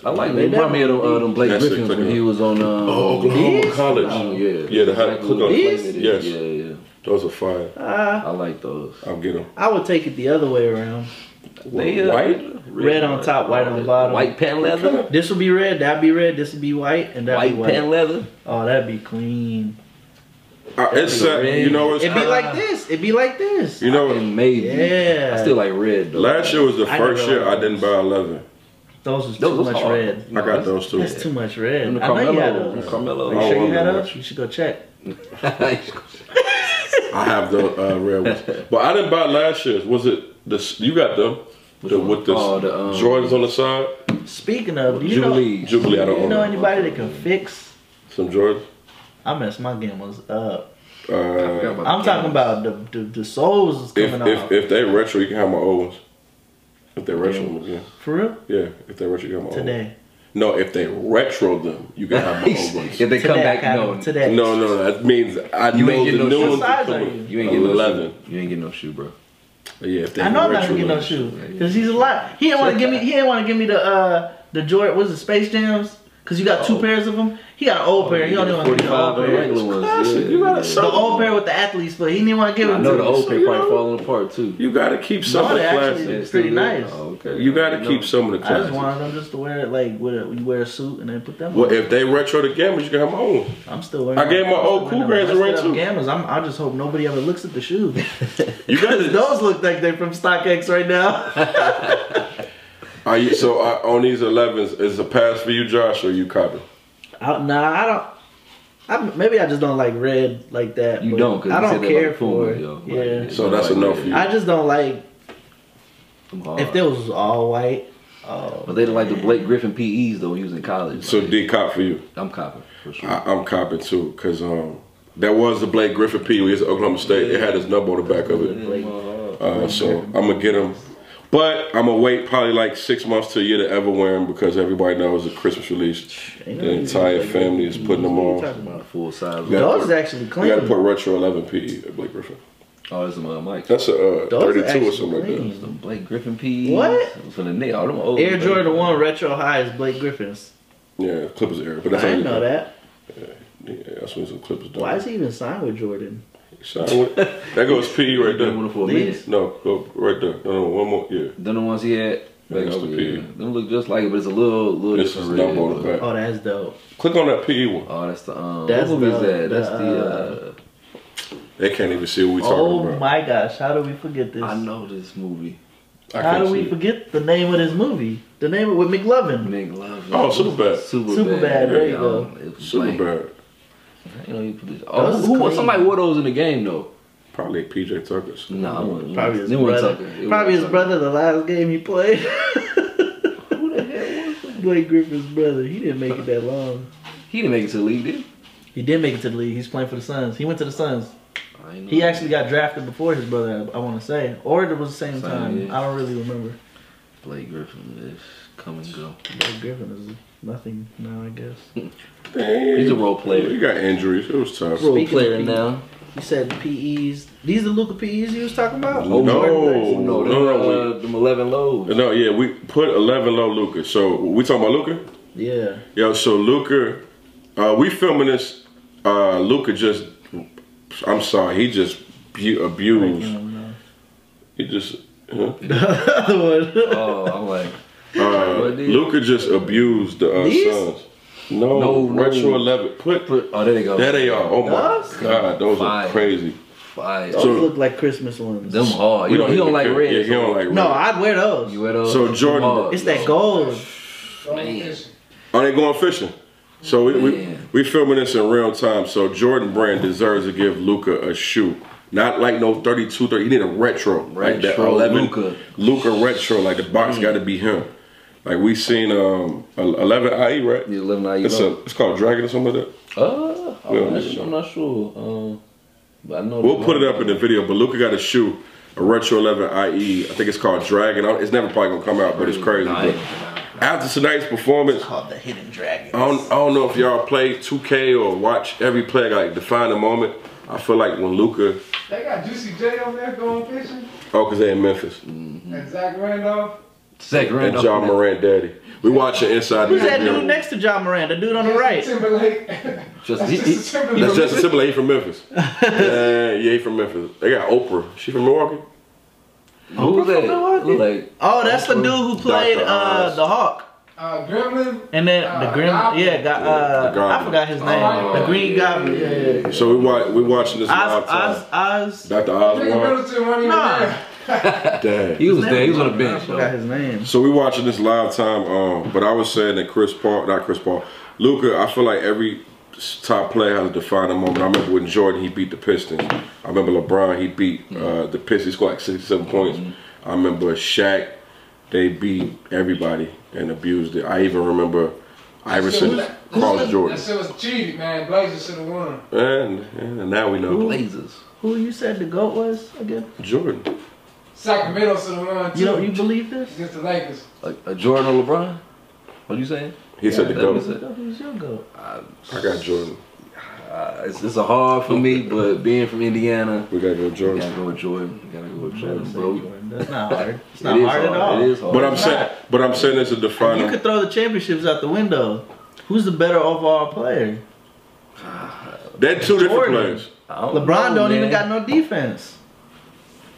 [SPEAKER 3] I like
[SPEAKER 2] They
[SPEAKER 3] that. Remind me of them, uh, them Blake
[SPEAKER 1] That's it,
[SPEAKER 3] Griffins
[SPEAKER 1] click
[SPEAKER 3] when
[SPEAKER 1] it.
[SPEAKER 3] he was on. Uh,
[SPEAKER 1] Oh,
[SPEAKER 2] These?
[SPEAKER 1] Oklahoma
[SPEAKER 3] Oh,
[SPEAKER 1] College.
[SPEAKER 3] yeah.
[SPEAKER 1] Yeah, the high
[SPEAKER 3] Exactly
[SPEAKER 1] click
[SPEAKER 3] what
[SPEAKER 1] on.
[SPEAKER 3] the
[SPEAKER 2] These?
[SPEAKER 3] plate it
[SPEAKER 1] Yes.
[SPEAKER 3] is. Yeah, yeah.
[SPEAKER 1] Those are fire.
[SPEAKER 2] Uh,
[SPEAKER 3] I like those.
[SPEAKER 1] I'll get them.
[SPEAKER 2] I would take it the other way around. uh,
[SPEAKER 1] White?
[SPEAKER 3] red,
[SPEAKER 2] on top, white on bottom.
[SPEAKER 3] White pan leather.
[SPEAKER 2] This would be red, that'd be red, this would be white, and that'd
[SPEAKER 3] White
[SPEAKER 2] be white.
[SPEAKER 3] pan leather.
[SPEAKER 2] oh, that'd be clean.
[SPEAKER 1] Uh, it's uh, you know it's
[SPEAKER 2] It'd be like this. It'd be like this.
[SPEAKER 1] you know
[SPEAKER 3] And maybe.
[SPEAKER 2] Yeah.
[SPEAKER 3] I still like red though.
[SPEAKER 1] Last year was the
[SPEAKER 2] I
[SPEAKER 1] first
[SPEAKER 2] never
[SPEAKER 1] year I
[SPEAKER 2] liked
[SPEAKER 1] didn't buy 11.
[SPEAKER 2] Those was
[SPEAKER 3] Those
[SPEAKER 2] too
[SPEAKER 3] was
[SPEAKER 2] much
[SPEAKER 3] hard.
[SPEAKER 2] red.
[SPEAKER 1] I got those too.
[SPEAKER 2] That's too much red.
[SPEAKER 3] Them
[SPEAKER 2] I know you had
[SPEAKER 3] Carmelo.
[SPEAKER 2] those.
[SPEAKER 1] I
[SPEAKER 3] Them
[SPEAKER 2] Are
[SPEAKER 1] don't
[SPEAKER 2] you sure
[SPEAKER 1] want
[SPEAKER 2] you had
[SPEAKER 1] them
[SPEAKER 2] those? You should go check. [LAUGHS]
[SPEAKER 3] Carmelo.
[SPEAKER 1] I have the uh, red ones, but I didn't buy last year's. Was it the you got them? The, with the,
[SPEAKER 3] Oh, the, um,
[SPEAKER 1] Jordans on the side,
[SPEAKER 2] Speaking of, do you
[SPEAKER 3] Jubilee.
[SPEAKER 1] Jubilee. I
[SPEAKER 2] know,
[SPEAKER 1] don't
[SPEAKER 2] do you
[SPEAKER 1] own
[SPEAKER 2] know
[SPEAKER 1] them.
[SPEAKER 2] anybody that can fix?
[SPEAKER 1] some Jordans.
[SPEAKER 2] I messed my gambles up.
[SPEAKER 1] Uh,
[SPEAKER 2] I'm talking about the the, the souls is
[SPEAKER 1] if
[SPEAKER 2] coming off.
[SPEAKER 1] if if they retro, you can have my old ones. If they retro them again,
[SPEAKER 2] For real?
[SPEAKER 1] yeah. If they retro, you got my old ones.
[SPEAKER 2] Today.
[SPEAKER 1] No, if they retro them, you
[SPEAKER 3] [LAUGHS]
[SPEAKER 1] can
[SPEAKER 2] [LAUGHS]
[SPEAKER 1] have my old ones.
[SPEAKER 3] if they come
[SPEAKER 2] Today,
[SPEAKER 3] back,
[SPEAKER 2] I got
[SPEAKER 3] no,
[SPEAKER 2] them today.
[SPEAKER 1] No, no, that means I
[SPEAKER 3] You
[SPEAKER 1] know
[SPEAKER 3] ain't
[SPEAKER 1] the
[SPEAKER 3] getting no
[SPEAKER 1] new
[SPEAKER 3] shoes.
[SPEAKER 1] ones.
[SPEAKER 2] What size
[SPEAKER 1] coming.
[SPEAKER 2] are you?
[SPEAKER 3] you ain't getting no
[SPEAKER 1] Oh, Eleven.
[SPEAKER 3] shoe. You ain't getting no shoe, bro.
[SPEAKER 1] Yeah, if they
[SPEAKER 2] I know I'm not
[SPEAKER 1] retro
[SPEAKER 2] gonna get no
[SPEAKER 1] them.
[SPEAKER 2] shoe because he's a lot. He didn't want to give me. He didn't want to give me the uh the Jordan. Was it Space Jams? Because you got two
[SPEAKER 3] Oh.
[SPEAKER 2] pairs of them. He got an old pair. He
[SPEAKER 3] You
[SPEAKER 2] don't
[SPEAKER 3] get
[SPEAKER 2] even
[SPEAKER 3] the
[SPEAKER 2] want to give me the old
[SPEAKER 3] and
[SPEAKER 2] pair.
[SPEAKER 3] regular ones.
[SPEAKER 1] Classic.
[SPEAKER 3] yeah,
[SPEAKER 1] You gotta
[SPEAKER 3] yeah.
[SPEAKER 1] sell
[SPEAKER 2] The old pair with the athletes, but he didn't want to give
[SPEAKER 3] I
[SPEAKER 2] them.
[SPEAKER 3] know
[SPEAKER 2] to
[SPEAKER 3] the
[SPEAKER 2] me.
[SPEAKER 3] old pair
[SPEAKER 1] you
[SPEAKER 3] probably
[SPEAKER 1] know.
[SPEAKER 3] falling apart too.
[SPEAKER 1] You gotta keep some
[SPEAKER 2] No,
[SPEAKER 1] of the
[SPEAKER 2] they actually-
[SPEAKER 1] classic.
[SPEAKER 2] It's pretty
[SPEAKER 3] Still good?
[SPEAKER 2] nice.
[SPEAKER 3] Oh, okay.
[SPEAKER 1] You gotta
[SPEAKER 3] No.
[SPEAKER 1] keep some of the
[SPEAKER 2] I just
[SPEAKER 1] classic.
[SPEAKER 2] wanted them just to wear it like with a, you wear a suit and then put them.
[SPEAKER 1] Well,
[SPEAKER 2] on.
[SPEAKER 1] if they retro the gamers, you can have my own.
[SPEAKER 2] I'm still wearing.
[SPEAKER 1] I gave my old Cool Grants a ring, too.
[SPEAKER 2] Gammas. I'm, I just hope nobody ever looks at the
[SPEAKER 3] [LAUGHS]
[SPEAKER 2] shoes. [LAUGHS]
[SPEAKER 1] You got it.
[SPEAKER 2] Those look like they're from StockX right now. [LAUGHS]
[SPEAKER 1] Are you so uh, on these 11s? Is a pass for you, Josh, or you copy?
[SPEAKER 2] I, nah, I don't. I, maybe I just don't like red like that.
[SPEAKER 3] You
[SPEAKER 2] but
[SPEAKER 3] don't, 'cause
[SPEAKER 2] I
[SPEAKER 3] you
[SPEAKER 2] don't
[SPEAKER 3] said they
[SPEAKER 2] care
[SPEAKER 3] like
[SPEAKER 2] for
[SPEAKER 3] Puma,
[SPEAKER 2] it.
[SPEAKER 3] yo. Like,
[SPEAKER 2] yeah,
[SPEAKER 1] So that's
[SPEAKER 3] Like,
[SPEAKER 1] enough for you.
[SPEAKER 2] I just don't like
[SPEAKER 3] them hard.
[SPEAKER 1] Uh,
[SPEAKER 2] if there was all white. Oh,
[SPEAKER 3] But they didn't like the Blake Griffin PEs though. When he was in college.
[SPEAKER 1] So Ah.
[SPEAKER 3] Like,
[SPEAKER 1] D cop for you.
[SPEAKER 3] I'm copping for sure.
[SPEAKER 1] I, I'm copping too, cause um, that was the Blake Griffin P. He was at Oklahoma State. It had his number on the back of it.
[SPEAKER 2] Blake.
[SPEAKER 1] Uh, so I'm gonna get him, but I'm gonna wait probably like six months to a year to ever wear them because everybody knows it's a Christmas release.
[SPEAKER 2] Ain't
[SPEAKER 1] The
[SPEAKER 2] nobody
[SPEAKER 1] entire
[SPEAKER 2] like
[SPEAKER 1] family is putting them
[SPEAKER 2] What you
[SPEAKER 1] on.
[SPEAKER 2] talking
[SPEAKER 3] Not a
[SPEAKER 2] about?
[SPEAKER 3] full size.
[SPEAKER 1] Yeah.
[SPEAKER 2] Those is actually
[SPEAKER 1] You gotta
[SPEAKER 2] clean.
[SPEAKER 1] put retro 11 PE at Blake Griffin.
[SPEAKER 3] Oh, that's some uh, Mike.
[SPEAKER 1] That's a uh,
[SPEAKER 2] Those are
[SPEAKER 1] 32 or
[SPEAKER 2] actually
[SPEAKER 1] something like
[SPEAKER 2] clean.
[SPEAKER 1] that.
[SPEAKER 3] Some Blake Griffin PEs.
[SPEAKER 2] What?
[SPEAKER 3] It was in the nail. All them old
[SPEAKER 2] Air
[SPEAKER 3] Blake-
[SPEAKER 2] Jordan One retro high is Blake Griffin's.
[SPEAKER 1] Yeah, Clippers era, but
[SPEAKER 2] I
[SPEAKER 1] that's how
[SPEAKER 2] didn't
[SPEAKER 1] you
[SPEAKER 2] know that.
[SPEAKER 1] Yeah, that's when some Clippers done.
[SPEAKER 2] Why is he even signed with Jordan?
[SPEAKER 1] Sign with- that goes PE right
[SPEAKER 3] Them
[SPEAKER 1] there.
[SPEAKER 3] one for a
[SPEAKER 2] These-
[SPEAKER 3] minute.
[SPEAKER 1] No, go right there. No, no, one more. Yeah,
[SPEAKER 3] Them the ones he had.
[SPEAKER 1] Yeah,
[SPEAKER 3] Back
[SPEAKER 1] that's
[SPEAKER 3] over
[SPEAKER 1] the
[SPEAKER 3] here.
[SPEAKER 1] P. E.
[SPEAKER 3] Them look just like it, but it's a little, little
[SPEAKER 1] this is
[SPEAKER 3] different.
[SPEAKER 1] number
[SPEAKER 3] red,
[SPEAKER 1] on
[SPEAKER 3] but-
[SPEAKER 1] the back.
[SPEAKER 2] Oh, that's dope.
[SPEAKER 1] Click on that PE one.
[SPEAKER 3] Oh, that's the um.
[SPEAKER 2] That's
[SPEAKER 3] what movie is
[SPEAKER 2] the-
[SPEAKER 3] that? That's
[SPEAKER 2] the, uh,
[SPEAKER 3] the.
[SPEAKER 1] They can't even see what we talking
[SPEAKER 2] Oh
[SPEAKER 1] about.
[SPEAKER 2] my gosh, how do we forget
[SPEAKER 3] uh,
[SPEAKER 2] this?
[SPEAKER 3] I know this movie.
[SPEAKER 1] I
[SPEAKER 2] How
[SPEAKER 1] can't
[SPEAKER 2] do we
[SPEAKER 1] see it.
[SPEAKER 2] forget the name of this movie? The name of with McLovin.
[SPEAKER 3] Nigga love. um,
[SPEAKER 1] Oh, Superbad.
[SPEAKER 3] Super,
[SPEAKER 2] Superbad, there you go.
[SPEAKER 1] Super bad.
[SPEAKER 3] You know, you put this. Oh,
[SPEAKER 2] Those is
[SPEAKER 3] who, who,
[SPEAKER 2] clean.
[SPEAKER 3] somebody wore those in the game though.
[SPEAKER 1] Probably PJ Tucker's.
[SPEAKER 3] Nah, I wouldn't.
[SPEAKER 2] Probably his
[SPEAKER 3] They weren't
[SPEAKER 2] brother.
[SPEAKER 3] Tucker. They
[SPEAKER 2] Probably
[SPEAKER 3] weren't
[SPEAKER 2] his
[SPEAKER 3] Tucker.
[SPEAKER 2] brother. The last game he played. [LAUGHS] Who the hell was that? Blake Griffin's brother. He didn't make it that long.
[SPEAKER 3] He didn't make it to the league, did he?
[SPEAKER 2] He did make it to the league. He's playing for the Suns. He went to the Suns.
[SPEAKER 3] I ain't know.
[SPEAKER 2] He actually got drafted before his brother. I want to say, or it was the same
[SPEAKER 3] Same,
[SPEAKER 2] time.
[SPEAKER 3] yeah.
[SPEAKER 2] I don't really remember.
[SPEAKER 3] Blake Griffin is come and go.
[SPEAKER 2] Blake Griffin is nothing now, I guess.
[SPEAKER 3] He's a role player.
[SPEAKER 1] You got injuries. It was tough.
[SPEAKER 2] Role
[SPEAKER 3] Role player
[SPEAKER 2] Speaking of
[SPEAKER 3] now.
[SPEAKER 2] You said PEs. These are Luca PEs you was talking about. Oh,
[SPEAKER 1] No.
[SPEAKER 2] Jordan
[SPEAKER 3] no,
[SPEAKER 1] no, no,
[SPEAKER 3] no, uh, them eleven lows.
[SPEAKER 1] No, yeah, we put 11 low Luca. So we talking about Luca?
[SPEAKER 2] threes? Yeah.
[SPEAKER 1] Yo, so Luca, uh, we filming this. Uh, Luca just, I'm sorry, he just bu-
[SPEAKER 2] Mm-hmm.
[SPEAKER 1] abused.
[SPEAKER 2] [LAUGHS]
[SPEAKER 1] He just, huh?
[SPEAKER 2] Other one.
[SPEAKER 3] Oh, I'm like,
[SPEAKER 1] uh,
[SPEAKER 3] What did-
[SPEAKER 1] Luca just abused the uh,
[SPEAKER 2] These?
[SPEAKER 1] Suns. No,
[SPEAKER 3] No, no.
[SPEAKER 1] retro 11. Put,
[SPEAKER 3] put, oh, there they go.
[SPEAKER 1] there they are. Oh my
[SPEAKER 2] Those?
[SPEAKER 1] god, those are
[SPEAKER 3] Fire.
[SPEAKER 1] crazy.
[SPEAKER 3] Five.
[SPEAKER 2] Those
[SPEAKER 1] So-
[SPEAKER 2] look like Christmas ones.
[SPEAKER 3] them hard. You don't, he
[SPEAKER 1] even
[SPEAKER 3] don't like
[SPEAKER 1] care.
[SPEAKER 3] red.
[SPEAKER 1] Yeah, he don't like red.
[SPEAKER 2] No, I'd wear those.
[SPEAKER 3] You wear those?
[SPEAKER 1] So
[SPEAKER 3] Them
[SPEAKER 1] Jordan-
[SPEAKER 3] hard,
[SPEAKER 2] it's that
[SPEAKER 3] yo.
[SPEAKER 2] gold.
[SPEAKER 3] Man.
[SPEAKER 1] Are they going fishing? So we, we
[SPEAKER 3] Man.
[SPEAKER 1] we filming this in real time. So Jordan Brand deserves to give Luca a shoe. Not like no 32, 30. You need a retro. like that
[SPEAKER 3] Retro
[SPEAKER 1] 11.
[SPEAKER 3] Luka. Mm.
[SPEAKER 1] Luca retro. Like the box got to be him. Like we seen um 11 IE, right?
[SPEAKER 3] The eleven I
[SPEAKER 1] It's, a, it's called Dragon or something like that.
[SPEAKER 3] Uh,
[SPEAKER 1] Yeah,
[SPEAKER 3] I'm, not,
[SPEAKER 1] yeah.
[SPEAKER 3] I'm not sure. Um, but I know
[SPEAKER 1] We'll put it up in the video, but Luca got a shoe, a retro 11 IE. I think it's called Dragon. I don't- It's never probably gonna come out, but it's crazy.
[SPEAKER 3] Nah, I
[SPEAKER 1] But
[SPEAKER 3] ain't-
[SPEAKER 1] after tonight's performance,
[SPEAKER 2] Called the Hidden Dragon.
[SPEAKER 1] I don't, I don't know if y'all play 2K or watch every play like define the moment. I feel like when Luca,
[SPEAKER 4] They got Juicy J on there going fishing
[SPEAKER 1] oh, cause they in Memphis
[SPEAKER 4] and Zach Randolph.
[SPEAKER 3] Zach
[SPEAKER 1] and
[SPEAKER 3] Randolph.
[SPEAKER 1] John Morant daddy, we watching inside.
[SPEAKER 2] Who's
[SPEAKER 1] the
[SPEAKER 2] that dude
[SPEAKER 1] Nba.
[SPEAKER 2] next to John Moran? The dude on the
[SPEAKER 4] Justin
[SPEAKER 2] right.
[SPEAKER 4] Timberlake.
[SPEAKER 3] Just,
[SPEAKER 4] That's
[SPEAKER 3] he, he,
[SPEAKER 4] Justin Timberlake.
[SPEAKER 1] That's Justin Timberlake. He
[SPEAKER 2] [LAUGHS]
[SPEAKER 1] from Memphis. yeah, yeah, he from Memphis. They got Oprah. She from Milwaukee.
[SPEAKER 3] who's that? Look like
[SPEAKER 2] Oh, that's the dude who played
[SPEAKER 1] Dr.
[SPEAKER 2] uh,
[SPEAKER 1] Oz.
[SPEAKER 2] the Hawk.
[SPEAKER 4] Uh, Gremlin.
[SPEAKER 2] And then the
[SPEAKER 4] Uh,
[SPEAKER 2] Grim,
[SPEAKER 4] Goblin.
[SPEAKER 2] yeah, got, uh,
[SPEAKER 1] The Goblin.
[SPEAKER 2] I forgot his name.
[SPEAKER 4] Oh,
[SPEAKER 2] the Green
[SPEAKER 3] yeah,
[SPEAKER 2] Goblin. Yeah, yeah, yeah.
[SPEAKER 1] So we watch, we watching this live
[SPEAKER 2] Oz,
[SPEAKER 1] time.
[SPEAKER 2] Oz, Oz.
[SPEAKER 1] Dr.
[SPEAKER 4] Nigga
[SPEAKER 1] Osborne.
[SPEAKER 4] Middleton running
[SPEAKER 2] Nah.
[SPEAKER 4] there.
[SPEAKER 1] Dang.
[SPEAKER 3] He was there. He was on the bench.
[SPEAKER 2] I forgot his name.
[SPEAKER 1] So we watching this live time, um, but I was saying that Chris Paul, not Chris Paul, Luca. I feel like every s- top player has a defining moment. I remember when Jordan he beat the Pistons. I remember LeBron he beat uh, the Pistons. He scored like sixty-seven points. I remember Shaq. They beat everybody and abused it. I even remember Iverson,
[SPEAKER 4] That shit was-
[SPEAKER 1] Carl Jordan,
[SPEAKER 4] That shit was cheated, man. Blazers should have won.
[SPEAKER 1] and, and now we know
[SPEAKER 3] Blazers.
[SPEAKER 2] Who you said the goat was again?
[SPEAKER 1] Jordan.
[SPEAKER 4] Sacramento should have won too.
[SPEAKER 2] You know, you believe this?
[SPEAKER 4] against the Lakers.
[SPEAKER 3] A, a Jordan or LeBron? What you saying?
[SPEAKER 1] He said the
[SPEAKER 3] that was
[SPEAKER 1] goat.
[SPEAKER 3] it.
[SPEAKER 2] Who's your goat?
[SPEAKER 1] I got Jordan.
[SPEAKER 3] Uh, it's, it's a hard for me, but being from Indiana,
[SPEAKER 1] We gotta go
[SPEAKER 3] you
[SPEAKER 1] Jordan.
[SPEAKER 3] gotta go with Jordan. You gotta go with Jordan, bro.
[SPEAKER 2] That's not hard. It's
[SPEAKER 3] It
[SPEAKER 2] not
[SPEAKER 3] is
[SPEAKER 2] hard, at all.
[SPEAKER 3] It is hard.
[SPEAKER 1] But I'm saying, but I'm saying it's a
[SPEAKER 2] You
[SPEAKER 1] defining.
[SPEAKER 2] could throw the championships out the window. Who's the better overall player?
[SPEAKER 1] They're two different
[SPEAKER 2] Jordan.
[SPEAKER 1] players.
[SPEAKER 3] I don't
[SPEAKER 2] LeBron
[SPEAKER 3] know,
[SPEAKER 2] don't even
[SPEAKER 3] Oh, man.
[SPEAKER 2] got no defense.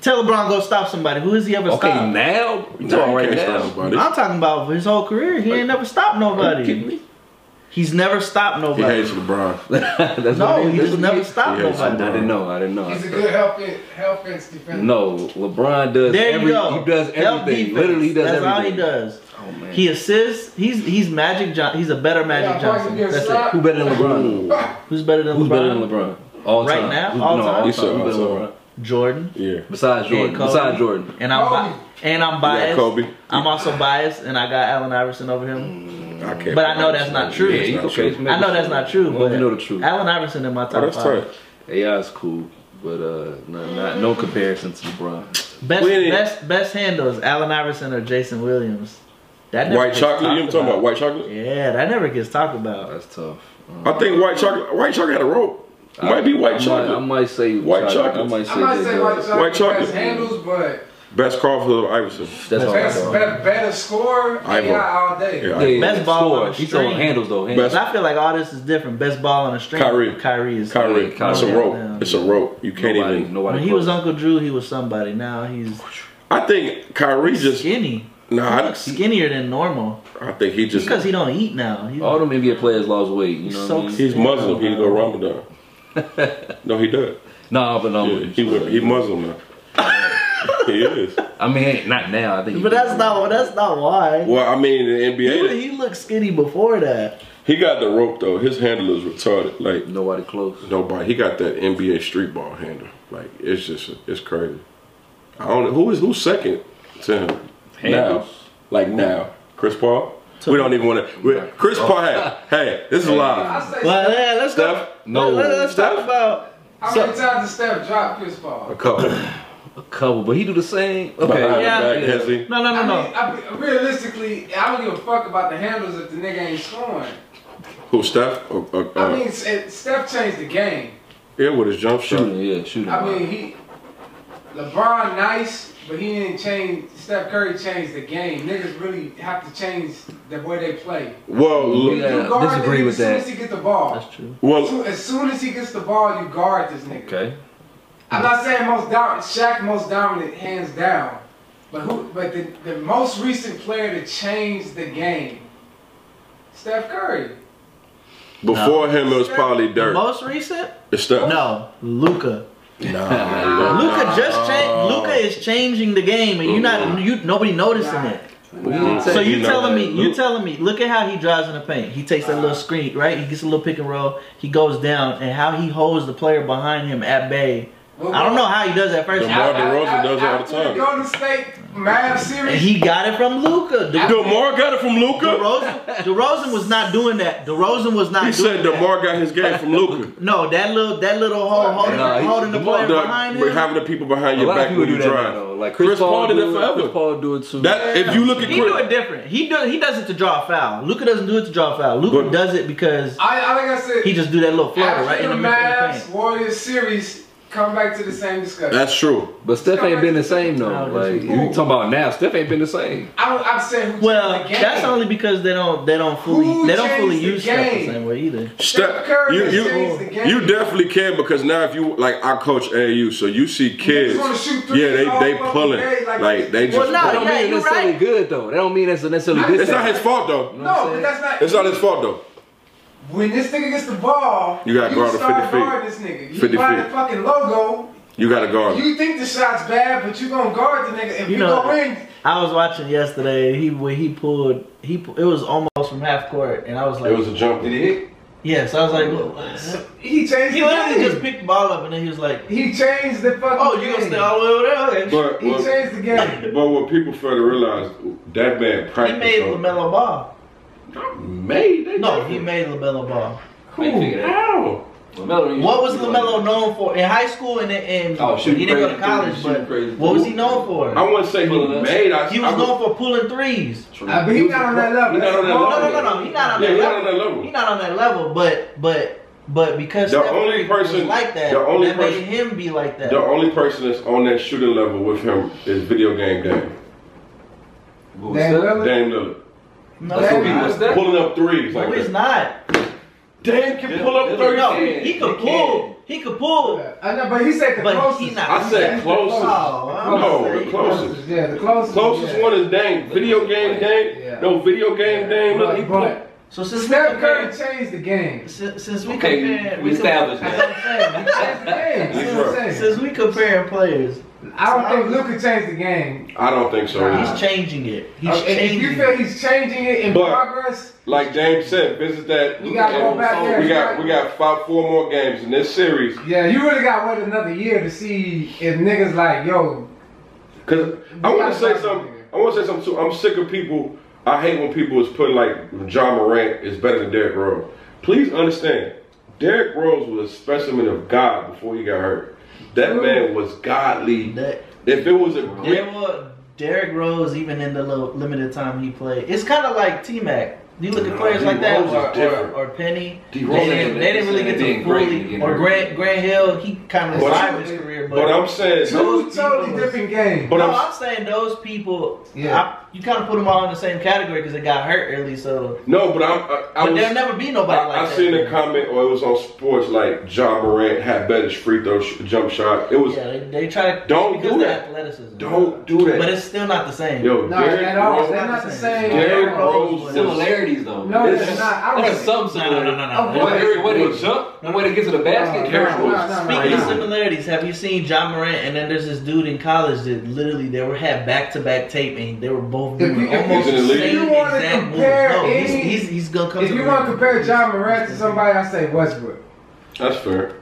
[SPEAKER 2] Tell LeBron go stop somebody. Who has he ever
[SPEAKER 3] Okay,
[SPEAKER 2] stopped?
[SPEAKER 3] now you
[SPEAKER 1] Nah,
[SPEAKER 3] talking
[SPEAKER 1] you
[SPEAKER 3] right
[SPEAKER 1] can't stop
[SPEAKER 3] now.
[SPEAKER 1] nobody.
[SPEAKER 2] I'm talking about his whole career. He ain't never stopped
[SPEAKER 3] Are you kidding
[SPEAKER 2] nobody.
[SPEAKER 3] me? [LAUGHS]
[SPEAKER 2] He's never stopped
[SPEAKER 1] He hates
[SPEAKER 2] nobody.
[SPEAKER 1] LeBron.
[SPEAKER 3] That's what
[SPEAKER 2] No,
[SPEAKER 3] it
[SPEAKER 2] he just
[SPEAKER 3] is. That's what it
[SPEAKER 2] never
[SPEAKER 3] is.
[SPEAKER 2] stopped
[SPEAKER 1] He hates
[SPEAKER 2] nobody.
[SPEAKER 1] LeBron.
[SPEAKER 3] I didn't know. I didn't know.
[SPEAKER 4] He's a good health fit- health fence defender.
[SPEAKER 3] No, LeBron does
[SPEAKER 2] There
[SPEAKER 3] every.
[SPEAKER 2] you go.
[SPEAKER 3] He does
[SPEAKER 2] Help
[SPEAKER 3] everything.
[SPEAKER 2] defense.
[SPEAKER 3] Literally, he does
[SPEAKER 2] That's all he
[SPEAKER 3] everything.
[SPEAKER 2] does.
[SPEAKER 3] Oh man.
[SPEAKER 2] He assists. He's he's Magic Johnson. He's a better Magic
[SPEAKER 4] Yeah, Barkley
[SPEAKER 2] Johnson.
[SPEAKER 4] gets
[SPEAKER 2] That's it.
[SPEAKER 4] slapped.
[SPEAKER 3] Who better than LeBron?
[SPEAKER 1] Ooh,
[SPEAKER 2] Who's better than
[SPEAKER 3] Who's
[SPEAKER 2] LeBron?
[SPEAKER 3] better than LeBron? All
[SPEAKER 2] Right
[SPEAKER 3] time.
[SPEAKER 2] now?
[SPEAKER 3] Who-
[SPEAKER 2] All
[SPEAKER 3] no,
[SPEAKER 2] time?
[SPEAKER 3] All
[SPEAKER 1] You said
[SPEAKER 3] time. Who
[SPEAKER 1] all
[SPEAKER 3] better than
[SPEAKER 1] time.
[SPEAKER 3] LeBron?
[SPEAKER 2] Jordan.
[SPEAKER 1] yeah.
[SPEAKER 3] Besides Jordan.
[SPEAKER 2] Kobe.
[SPEAKER 3] Besides Jordan.
[SPEAKER 2] And I'm
[SPEAKER 4] Kobe.
[SPEAKER 2] bi- and I'm biased.
[SPEAKER 1] Kobe.
[SPEAKER 2] I'm also biased, and I got Allen Iverson over him.
[SPEAKER 1] I can't.
[SPEAKER 2] But I know that's not true.
[SPEAKER 1] Yeah,
[SPEAKER 2] Yeah,
[SPEAKER 1] it's
[SPEAKER 2] you
[SPEAKER 1] not
[SPEAKER 3] okay.
[SPEAKER 1] true.
[SPEAKER 2] I know that's not true,
[SPEAKER 3] Well,
[SPEAKER 2] but
[SPEAKER 3] you know the truth.
[SPEAKER 2] Allen Iverson in my top
[SPEAKER 1] Oh, that's
[SPEAKER 2] five.
[SPEAKER 1] tight.
[SPEAKER 3] AI is cool, but uh, no, not, no comparison to LeBron.
[SPEAKER 2] Best
[SPEAKER 1] We didn't-
[SPEAKER 2] best best handles: Allen Iverson or Jason Williams. That never
[SPEAKER 1] White
[SPEAKER 2] gets
[SPEAKER 1] chocolate.
[SPEAKER 2] talked
[SPEAKER 1] You know what I'm talking about? White chocolate.
[SPEAKER 2] Yeah, that never gets talked about.
[SPEAKER 3] That's tough. Um,
[SPEAKER 1] I think white chocolate. White chocolate had a rope. It might be
[SPEAKER 3] I
[SPEAKER 1] white
[SPEAKER 3] Might, I
[SPEAKER 1] chocolate.
[SPEAKER 3] might say
[SPEAKER 1] White
[SPEAKER 3] I
[SPEAKER 1] chocolate.
[SPEAKER 3] might say,
[SPEAKER 4] I might say
[SPEAKER 3] that,
[SPEAKER 4] white
[SPEAKER 3] uh,
[SPEAKER 4] chocolate,
[SPEAKER 1] White chocolate.
[SPEAKER 4] best handles, but
[SPEAKER 1] Best Crawford or Iverson.
[SPEAKER 3] That's all.
[SPEAKER 4] best,
[SPEAKER 3] I
[SPEAKER 4] be-
[SPEAKER 3] know.
[SPEAKER 4] better, score.
[SPEAKER 1] Ivo.
[SPEAKER 4] AI all day.
[SPEAKER 1] Yeah.
[SPEAKER 3] Yeah, yeah,
[SPEAKER 2] Best
[SPEAKER 3] yeah,
[SPEAKER 2] ball
[SPEAKER 3] score.
[SPEAKER 2] on the
[SPEAKER 3] He's on
[SPEAKER 2] string.
[SPEAKER 3] handles though. Handles.
[SPEAKER 2] But I feel like all this is different. Best ball on the string.
[SPEAKER 1] Kyrie.
[SPEAKER 2] Kyrie is
[SPEAKER 1] Kyrie.
[SPEAKER 3] Kyrie.
[SPEAKER 1] It's a
[SPEAKER 2] Yeah.
[SPEAKER 1] rope. It's a rope. You can't
[SPEAKER 3] nobody,
[SPEAKER 1] even.
[SPEAKER 3] Nobody
[SPEAKER 2] When he
[SPEAKER 3] close.
[SPEAKER 2] was Uncle Drew, he was somebody. Now he's
[SPEAKER 1] I think Kyrie just.
[SPEAKER 2] skinny. He
[SPEAKER 1] Nah.
[SPEAKER 2] looks skinnier than normal.
[SPEAKER 1] I, I think he just.
[SPEAKER 2] because he don't eat now. He's,
[SPEAKER 3] all them NBA players lost weight. Oh, You know what I mean?
[SPEAKER 2] Sucks.
[SPEAKER 1] He's Muslim. He go
[SPEAKER 2] [LAUGHS]
[SPEAKER 1] Ramadan. No, he does.
[SPEAKER 3] Nah, but no,
[SPEAKER 1] Yeah, he went- he Muslim now.
[SPEAKER 2] [LAUGHS]
[SPEAKER 1] He is.
[SPEAKER 3] I mean, not now. I think. he-
[SPEAKER 2] but that's not that's not why.
[SPEAKER 1] Well, I mean, in the NBA,
[SPEAKER 2] He, he looked skinny before that.
[SPEAKER 1] He got the rope though. His handle is retarded. Like
[SPEAKER 3] nobody close.
[SPEAKER 1] nobody. He got that NBA street ball handle. Like it's just it's crazy. I don't know who is who's second to him now.
[SPEAKER 3] Handles.
[SPEAKER 1] Like now, Chris Paul. We don't even want to. Chris Paul. Hey, hey, this is
[SPEAKER 4] I
[SPEAKER 1] live.
[SPEAKER 4] say
[SPEAKER 2] Well, yeah, let's
[SPEAKER 1] Steph,
[SPEAKER 2] go.
[SPEAKER 3] no.
[SPEAKER 2] let, us talk about.
[SPEAKER 4] How
[SPEAKER 2] So-
[SPEAKER 4] many times did Steph drop Chris Paul?
[SPEAKER 1] A couple.
[SPEAKER 3] A couple, but he do the same. Okay.
[SPEAKER 1] Behind
[SPEAKER 2] yeah.
[SPEAKER 1] the back, Hezzy.
[SPEAKER 2] No, no, no,
[SPEAKER 4] I
[SPEAKER 2] no.
[SPEAKER 4] mean, I, mean, realistically, I don't give a fuck about the handles if the nigga ain't scoring.
[SPEAKER 1] Who Steph? Uh, uh,
[SPEAKER 4] I
[SPEAKER 1] uh,
[SPEAKER 4] mean, S- Steph changed the game.
[SPEAKER 1] yeah, with his jump shot.
[SPEAKER 3] Shooting, yeah, shooting.
[SPEAKER 4] I mean, he LeBron nice, but he didn't change. Steph Curry changed the game. Niggas really have to change the way they play.
[SPEAKER 1] Well, look,
[SPEAKER 3] Yeah,
[SPEAKER 4] you guard
[SPEAKER 3] disagree
[SPEAKER 4] the nigga
[SPEAKER 3] with
[SPEAKER 4] as soon
[SPEAKER 3] that.
[SPEAKER 4] as he get the ball.
[SPEAKER 2] That's true.
[SPEAKER 1] well,
[SPEAKER 4] Soon- As soon as he gets the ball, you guard this nigga.
[SPEAKER 3] okay.
[SPEAKER 4] I'm not saying most dominant, Shaq most dominant, hands down. But who? But the, the most recent player to change the game, Steph Curry.
[SPEAKER 1] before him it was probably
[SPEAKER 2] The
[SPEAKER 1] Dirk.
[SPEAKER 2] most recent?
[SPEAKER 1] It's Steph.
[SPEAKER 2] No, Luca.
[SPEAKER 1] Nah.
[SPEAKER 2] Luca just changed. Luca is changing the game, and you're not. You nobody noticing
[SPEAKER 4] Nah.
[SPEAKER 2] it.
[SPEAKER 4] Nah.
[SPEAKER 2] So you
[SPEAKER 1] You know
[SPEAKER 2] telling
[SPEAKER 1] that,
[SPEAKER 2] me? You
[SPEAKER 1] Luka.
[SPEAKER 2] telling me? Look at how he drives in the paint. He takes that little screen, right? He gets a little pick and roll. He goes down, and how he holds the player behind him at bay. I don't know how he does that first.
[SPEAKER 1] The DeMar DeRozan does it all the
[SPEAKER 4] After
[SPEAKER 1] time.
[SPEAKER 4] Golden State Mavs
[SPEAKER 2] And
[SPEAKER 4] series.
[SPEAKER 2] he got it from Luca. De-
[SPEAKER 1] Demar got it from Luca.
[SPEAKER 2] DeRozan, DeRozan was not doing that. DeRozan was not.
[SPEAKER 1] He
[SPEAKER 2] doing
[SPEAKER 1] said
[SPEAKER 2] that.
[SPEAKER 1] Demar got his game from Luca.
[SPEAKER 2] No, that little that little hole holding,
[SPEAKER 3] Nah, he-
[SPEAKER 2] holding the
[SPEAKER 3] DeMar-
[SPEAKER 2] player
[SPEAKER 1] Doug,
[SPEAKER 2] behind
[SPEAKER 1] with
[SPEAKER 2] him.
[SPEAKER 1] having the people behind
[SPEAKER 3] A
[SPEAKER 1] your
[SPEAKER 3] lot of
[SPEAKER 1] back
[SPEAKER 3] people
[SPEAKER 1] when you
[SPEAKER 3] do that now,
[SPEAKER 1] drive.
[SPEAKER 3] though. Like Chris, Paul,
[SPEAKER 1] did
[SPEAKER 3] do
[SPEAKER 1] it
[SPEAKER 3] it. Chris
[SPEAKER 1] forever.
[SPEAKER 3] Paul do it too.
[SPEAKER 1] That if you look at
[SPEAKER 2] he do it
[SPEAKER 1] Chris,
[SPEAKER 2] different. He do he does it to draw a foul. Luca doesn't do it to draw a foul. Luca
[SPEAKER 1] But-
[SPEAKER 2] does it because
[SPEAKER 4] I, I like I said.
[SPEAKER 2] he just do that little flutter
[SPEAKER 4] after
[SPEAKER 2] right in the
[SPEAKER 4] the
[SPEAKER 2] middle of the
[SPEAKER 4] Mavs
[SPEAKER 2] paint.
[SPEAKER 4] Warriors series, come back to the same discussion.
[SPEAKER 1] that's true.
[SPEAKER 3] but Steph ain't been the same though.
[SPEAKER 2] No, that's-
[SPEAKER 3] Like you talking about now, Steph ain't been the same.
[SPEAKER 4] I don't, I'm saying who
[SPEAKER 2] Well,
[SPEAKER 4] changed the game.
[SPEAKER 2] that's only because they don't they don't fully
[SPEAKER 4] Who
[SPEAKER 2] they don't fully
[SPEAKER 4] changed the
[SPEAKER 2] use stuff the
[SPEAKER 4] game?
[SPEAKER 2] same way either.
[SPEAKER 1] Step,
[SPEAKER 4] Curry
[SPEAKER 1] you
[SPEAKER 4] has
[SPEAKER 1] you
[SPEAKER 4] changed the game.
[SPEAKER 1] you definitely can because now if you like I coach AU, so you see kids,
[SPEAKER 4] wanna shoot threes
[SPEAKER 1] yeah, they
[SPEAKER 4] all
[SPEAKER 1] they
[SPEAKER 4] fucking
[SPEAKER 1] pulling,
[SPEAKER 4] day like
[SPEAKER 1] like they
[SPEAKER 4] this.
[SPEAKER 1] just.
[SPEAKER 2] Well, nah,
[SPEAKER 3] That don't
[SPEAKER 2] yeah,
[SPEAKER 3] mean
[SPEAKER 2] you
[SPEAKER 3] it's necessarily
[SPEAKER 2] right.
[SPEAKER 3] good though. That don't mean that's necessarily good.
[SPEAKER 1] it's
[SPEAKER 3] thing.
[SPEAKER 1] not his fault though.
[SPEAKER 4] No, but that's not.
[SPEAKER 1] It's not his fault though.
[SPEAKER 4] When this nigga gets the ball,
[SPEAKER 1] You gotta guard him
[SPEAKER 4] start
[SPEAKER 1] 50 feet.
[SPEAKER 4] guarding This nigga. You
[SPEAKER 1] 50
[SPEAKER 4] find
[SPEAKER 1] feet.
[SPEAKER 4] the fucking logo.
[SPEAKER 1] You got to guard him.
[SPEAKER 4] You think the shot's bad, but you gonna guard the nigga. If
[SPEAKER 2] You
[SPEAKER 4] you,
[SPEAKER 2] know-
[SPEAKER 4] go in,
[SPEAKER 2] I was watching yesterday. He when he pulled, he pu- it was almost from half court, and I was like,
[SPEAKER 1] It was a jump.
[SPEAKER 4] did he hit?
[SPEAKER 2] yes, I was like, what?
[SPEAKER 4] He changed
[SPEAKER 2] he
[SPEAKER 4] the
[SPEAKER 2] literally
[SPEAKER 4] game.
[SPEAKER 2] just picked the ball up, and then he was like,
[SPEAKER 4] he changed the fucking.
[SPEAKER 2] oh, you gonna
[SPEAKER 4] game.
[SPEAKER 2] stay all the way over there? Okay.
[SPEAKER 1] But
[SPEAKER 4] He
[SPEAKER 1] what,
[SPEAKER 4] changed the game.
[SPEAKER 1] but what people fail to realize, that man
[SPEAKER 2] He
[SPEAKER 1] practiced.
[SPEAKER 2] made
[SPEAKER 1] on-
[SPEAKER 2] Lamelo Ball.
[SPEAKER 1] Made? They
[SPEAKER 2] No,
[SPEAKER 1] different.
[SPEAKER 2] he made Lamelo Ball.
[SPEAKER 1] Who?
[SPEAKER 3] I figured it
[SPEAKER 1] How?
[SPEAKER 3] LaMelo, you-
[SPEAKER 2] What was
[SPEAKER 3] you
[SPEAKER 2] Lamelo
[SPEAKER 3] like-
[SPEAKER 2] known for in high school and and
[SPEAKER 3] Oh, shooting
[SPEAKER 2] he didn't go to
[SPEAKER 3] crazy
[SPEAKER 2] college,
[SPEAKER 3] threes,
[SPEAKER 2] but
[SPEAKER 3] shooting crazy
[SPEAKER 2] what was he
[SPEAKER 3] threes.
[SPEAKER 2] known for?
[SPEAKER 1] I wouldn't say
[SPEAKER 3] Pulling
[SPEAKER 1] he
[SPEAKER 3] up.
[SPEAKER 1] made. I,
[SPEAKER 2] he was
[SPEAKER 1] I would-
[SPEAKER 2] known for pulling threes.
[SPEAKER 3] True.
[SPEAKER 4] Uh, but he not on that level.
[SPEAKER 1] He not on that
[SPEAKER 4] That's
[SPEAKER 1] level.
[SPEAKER 2] No, no,
[SPEAKER 4] small.
[SPEAKER 2] no, no. He not on
[SPEAKER 1] Yeah,
[SPEAKER 2] that
[SPEAKER 1] he not
[SPEAKER 2] level.
[SPEAKER 1] on that level.
[SPEAKER 2] He not on that level. But but but because
[SPEAKER 1] The
[SPEAKER 2] Steph
[SPEAKER 1] only
[SPEAKER 2] Curry was
[SPEAKER 1] person-
[SPEAKER 2] like that,
[SPEAKER 1] the only
[SPEAKER 2] that
[SPEAKER 1] person-
[SPEAKER 2] made him be like that.
[SPEAKER 1] The only person that's on that shooting level with him is video game Dame.
[SPEAKER 3] Who was
[SPEAKER 4] Damn,
[SPEAKER 3] that?
[SPEAKER 4] brother.
[SPEAKER 1] Dame Lillard.
[SPEAKER 2] no,
[SPEAKER 3] That's
[SPEAKER 4] Dame
[SPEAKER 3] what he was that?
[SPEAKER 1] Pulling up threes
[SPEAKER 2] no,
[SPEAKER 1] like
[SPEAKER 2] he's
[SPEAKER 1] that.
[SPEAKER 2] not.
[SPEAKER 1] Dame can
[SPEAKER 3] Yeah,
[SPEAKER 1] pull up
[SPEAKER 3] Lillard
[SPEAKER 1] thirty.
[SPEAKER 2] No,
[SPEAKER 3] can.
[SPEAKER 2] he could
[SPEAKER 3] He
[SPEAKER 2] pull. He could pull.
[SPEAKER 4] I know, but he said the
[SPEAKER 2] But he
[SPEAKER 4] closest.
[SPEAKER 2] not-
[SPEAKER 1] I said closest.
[SPEAKER 2] Oh, I
[SPEAKER 4] was
[SPEAKER 1] no,
[SPEAKER 2] saying
[SPEAKER 1] the closest.
[SPEAKER 4] Yeah, the closest.
[SPEAKER 1] Closest
[SPEAKER 4] yeah.
[SPEAKER 1] one is Dame. Video game Dame.
[SPEAKER 4] Yeah.
[SPEAKER 1] No, video game Dame. Look, he
[SPEAKER 4] But- but
[SPEAKER 1] played.
[SPEAKER 2] So since
[SPEAKER 4] Steph
[SPEAKER 2] we
[SPEAKER 4] Curry
[SPEAKER 2] compared,
[SPEAKER 4] changed the game.
[SPEAKER 2] since, since we
[SPEAKER 3] Okay,
[SPEAKER 2] compared,
[SPEAKER 3] we established
[SPEAKER 2] com-
[SPEAKER 3] that.
[SPEAKER 4] Changed the game. That's what I'm
[SPEAKER 1] Right.
[SPEAKER 4] saying.
[SPEAKER 2] Since we comparing players,
[SPEAKER 4] I don't think Luca changed the game.
[SPEAKER 1] I don't think so.
[SPEAKER 4] Nah.
[SPEAKER 2] he's changing it. He's
[SPEAKER 4] Uh, if
[SPEAKER 2] changing.
[SPEAKER 4] you feel
[SPEAKER 2] it.
[SPEAKER 4] he's changing it in
[SPEAKER 1] But-
[SPEAKER 4] progress,
[SPEAKER 1] Like James said, visit that.
[SPEAKER 4] You gotta go back there.
[SPEAKER 1] We got we got five, four more games in this series.
[SPEAKER 4] yeah, you really got to wait another year to see if niggas like, yo,
[SPEAKER 1] Cause I want to say something. I want to say something too. I'm sick of people. I hate when people is putting like John Morant is better than Derrick Rose. Please understand, Derrick Rose was a specimen of God before he got hurt. That man was godly.
[SPEAKER 2] That-
[SPEAKER 1] If it was a
[SPEAKER 2] There
[SPEAKER 1] great,
[SPEAKER 2] were Derrick Rose, even in the little limited time he played, it's kind of like T Mac. You look at players
[SPEAKER 1] D.
[SPEAKER 2] like that,
[SPEAKER 1] Rose is
[SPEAKER 2] or,
[SPEAKER 1] different.
[SPEAKER 2] or, or Penny.
[SPEAKER 1] D.
[SPEAKER 2] They
[SPEAKER 1] Rose is
[SPEAKER 2] didn't, they didn't really get to
[SPEAKER 3] different. Being great,
[SPEAKER 2] fully.
[SPEAKER 3] getting
[SPEAKER 2] Or
[SPEAKER 3] hurt.
[SPEAKER 2] Grant Grant Hill, he kind of
[SPEAKER 1] But-
[SPEAKER 2] revived his career. But,
[SPEAKER 1] but I'm saying,
[SPEAKER 4] two
[SPEAKER 2] Those
[SPEAKER 4] totally
[SPEAKER 2] people-
[SPEAKER 4] different games.
[SPEAKER 1] but
[SPEAKER 2] no,
[SPEAKER 1] I'm-
[SPEAKER 2] I'm, saying those people.
[SPEAKER 4] Yeah.
[SPEAKER 2] I- you kind of put them all in the same category because they got hurt early. So,
[SPEAKER 1] no, but I'm. I, I
[SPEAKER 2] but
[SPEAKER 1] was,
[SPEAKER 2] there'll never be nobody
[SPEAKER 1] I,
[SPEAKER 2] like
[SPEAKER 1] I
[SPEAKER 2] that.
[SPEAKER 1] seen a comment, or it was on sports, like John Morant had better free throw sh- jump shot. It was
[SPEAKER 2] Yeah, they, they try to
[SPEAKER 1] Don't
[SPEAKER 2] because
[SPEAKER 1] do
[SPEAKER 2] of
[SPEAKER 1] that.
[SPEAKER 2] athleticism.
[SPEAKER 1] don't do that.
[SPEAKER 2] But it's still not the same.
[SPEAKER 1] Yo,
[SPEAKER 4] No,
[SPEAKER 1] Derrick
[SPEAKER 4] at all.
[SPEAKER 1] Rose,
[SPEAKER 4] They're not the same.
[SPEAKER 1] Derrick Rose
[SPEAKER 2] was-
[SPEAKER 3] Similarities though.
[SPEAKER 4] No,
[SPEAKER 1] It's-
[SPEAKER 4] it's not. I don't
[SPEAKER 3] There's
[SPEAKER 4] see-
[SPEAKER 3] some
[SPEAKER 2] No, no, no,
[SPEAKER 3] similarities.
[SPEAKER 2] no, no.
[SPEAKER 4] Avoid
[SPEAKER 3] What
[SPEAKER 1] Derrick
[SPEAKER 3] what
[SPEAKER 1] Wood.
[SPEAKER 3] it jump? And when it gets to the basket,
[SPEAKER 4] No,
[SPEAKER 1] Derrick
[SPEAKER 3] Derrick
[SPEAKER 4] no,
[SPEAKER 1] Rose.
[SPEAKER 3] Rose.
[SPEAKER 4] no, no,
[SPEAKER 2] Speaking of
[SPEAKER 4] no.
[SPEAKER 2] similarities, have you seen John Morant and then there's this dude in college that literally they were had back to back taping. They were both
[SPEAKER 4] If you-
[SPEAKER 2] doing
[SPEAKER 4] if
[SPEAKER 2] almost
[SPEAKER 1] you-
[SPEAKER 2] the
[SPEAKER 1] if
[SPEAKER 2] same
[SPEAKER 4] you wanna
[SPEAKER 2] exact moves.
[SPEAKER 4] compare
[SPEAKER 2] No, he's,
[SPEAKER 4] any-
[SPEAKER 2] he's, he's gonna come.
[SPEAKER 4] If
[SPEAKER 2] to
[SPEAKER 4] you
[SPEAKER 2] the
[SPEAKER 4] want to
[SPEAKER 2] rim.
[SPEAKER 4] compare John Morant to somebody, I say Westbrook.
[SPEAKER 1] That's fair.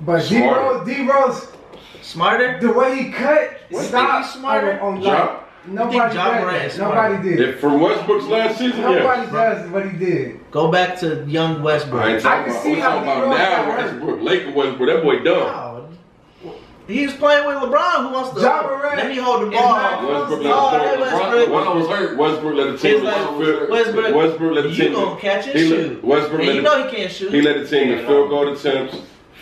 [SPEAKER 4] But D
[SPEAKER 1] Smarter.
[SPEAKER 4] Rose, D Rose,
[SPEAKER 2] smarter,
[SPEAKER 4] the way he cut,
[SPEAKER 2] What?
[SPEAKER 4] stop
[SPEAKER 2] Think he's smarter?
[SPEAKER 4] on, on
[SPEAKER 1] John-
[SPEAKER 4] like, nobody
[SPEAKER 2] John
[SPEAKER 4] did
[SPEAKER 2] Morant
[SPEAKER 4] that.
[SPEAKER 2] is
[SPEAKER 4] Nobody did.
[SPEAKER 1] If from Westbrook's last season, yeah.
[SPEAKER 4] Nobody does what he did.
[SPEAKER 2] go back to young
[SPEAKER 1] I ain't
[SPEAKER 2] Westbrook.
[SPEAKER 1] talking
[SPEAKER 4] I can
[SPEAKER 1] about,
[SPEAKER 4] see
[SPEAKER 1] we
[SPEAKER 4] how
[SPEAKER 1] talking about
[SPEAKER 4] D-Rose
[SPEAKER 1] now
[SPEAKER 4] got hurt.
[SPEAKER 1] Westbrook, Laker Westbrook. That boy dumb.
[SPEAKER 2] Wow. He was playing with LeBron, who wants to
[SPEAKER 4] John Morant
[SPEAKER 2] let me hold the
[SPEAKER 4] is
[SPEAKER 2] ball.
[SPEAKER 4] not-
[SPEAKER 1] Westbrook let
[SPEAKER 2] Oh, that
[SPEAKER 1] the team.
[SPEAKER 2] Westbrook.
[SPEAKER 1] Westbrook- was hurt. Westbrook let the
[SPEAKER 2] He's
[SPEAKER 1] team.
[SPEAKER 2] like,
[SPEAKER 1] Westbrook,
[SPEAKER 2] Westbrook,
[SPEAKER 1] Westbrook let the
[SPEAKER 2] You
[SPEAKER 1] team.
[SPEAKER 2] gonna catch and
[SPEAKER 1] He let-
[SPEAKER 2] shoot?
[SPEAKER 1] Westbrook
[SPEAKER 2] and
[SPEAKER 1] let
[SPEAKER 2] you
[SPEAKER 1] it-
[SPEAKER 2] know he can't shoot.
[SPEAKER 1] He led the team in field goal attempts,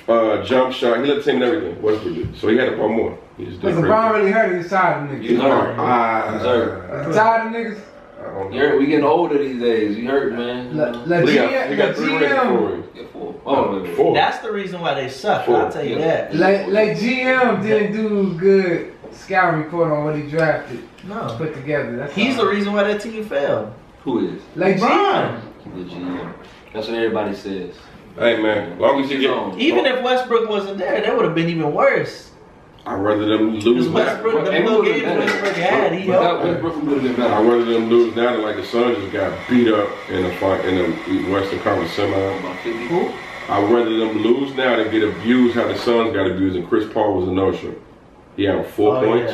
[SPEAKER 1] uh, jump shot. He led the team in everything. Westbrook did. So he had to put more. He just did
[SPEAKER 4] Because
[SPEAKER 1] great.
[SPEAKER 4] LeBron really hurt, he was tired of
[SPEAKER 1] He's
[SPEAKER 4] niggas.
[SPEAKER 1] hurt. Ah,
[SPEAKER 3] He's hurt.
[SPEAKER 4] Tired of niggas.
[SPEAKER 1] I don't
[SPEAKER 3] You're-
[SPEAKER 1] know.
[SPEAKER 3] We getting older these days. You hurt, man.
[SPEAKER 4] La,
[SPEAKER 3] You know?
[SPEAKER 4] la
[SPEAKER 1] He
[SPEAKER 4] GM,
[SPEAKER 1] got, he got
[SPEAKER 4] la
[SPEAKER 1] three rings for
[SPEAKER 4] GM,
[SPEAKER 1] him.
[SPEAKER 3] Get four. Oh, wait, wait.
[SPEAKER 1] Four.
[SPEAKER 2] That's the reason why they suck.
[SPEAKER 1] Four.
[SPEAKER 2] I'll tell you
[SPEAKER 3] Yeah.
[SPEAKER 2] that.
[SPEAKER 4] la, la GM didn't do good scouting report on what he drafted,
[SPEAKER 2] No.
[SPEAKER 4] put together. That's
[SPEAKER 2] He's
[SPEAKER 4] all.
[SPEAKER 2] the reason why that team failed.
[SPEAKER 3] Who is
[SPEAKER 4] La GM.
[SPEAKER 3] the GM? That's what everybody says.
[SPEAKER 1] Hey man, long as you get,
[SPEAKER 3] Long.
[SPEAKER 2] Even if Westbrook wasn't there, that would have been even worse.
[SPEAKER 1] I'd rather them
[SPEAKER 2] Because
[SPEAKER 1] lose. now.
[SPEAKER 2] Westbrook, the
[SPEAKER 3] Well,
[SPEAKER 2] little
[SPEAKER 3] it
[SPEAKER 2] games
[SPEAKER 3] would've been
[SPEAKER 2] Westbrook
[SPEAKER 3] better.
[SPEAKER 2] had, he helped.
[SPEAKER 3] Without Westbrook, we would have been
[SPEAKER 1] I'd
[SPEAKER 3] better.
[SPEAKER 1] rather them lose now than like the Suns just got beat up in the fi- in the Western Conference semi.
[SPEAKER 3] About 50.
[SPEAKER 1] I'd rather them lose now than get abused how the Suns got abused and Chris Paul was a no-show. He had four
[SPEAKER 2] Oh,
[SPEAKER 1] points.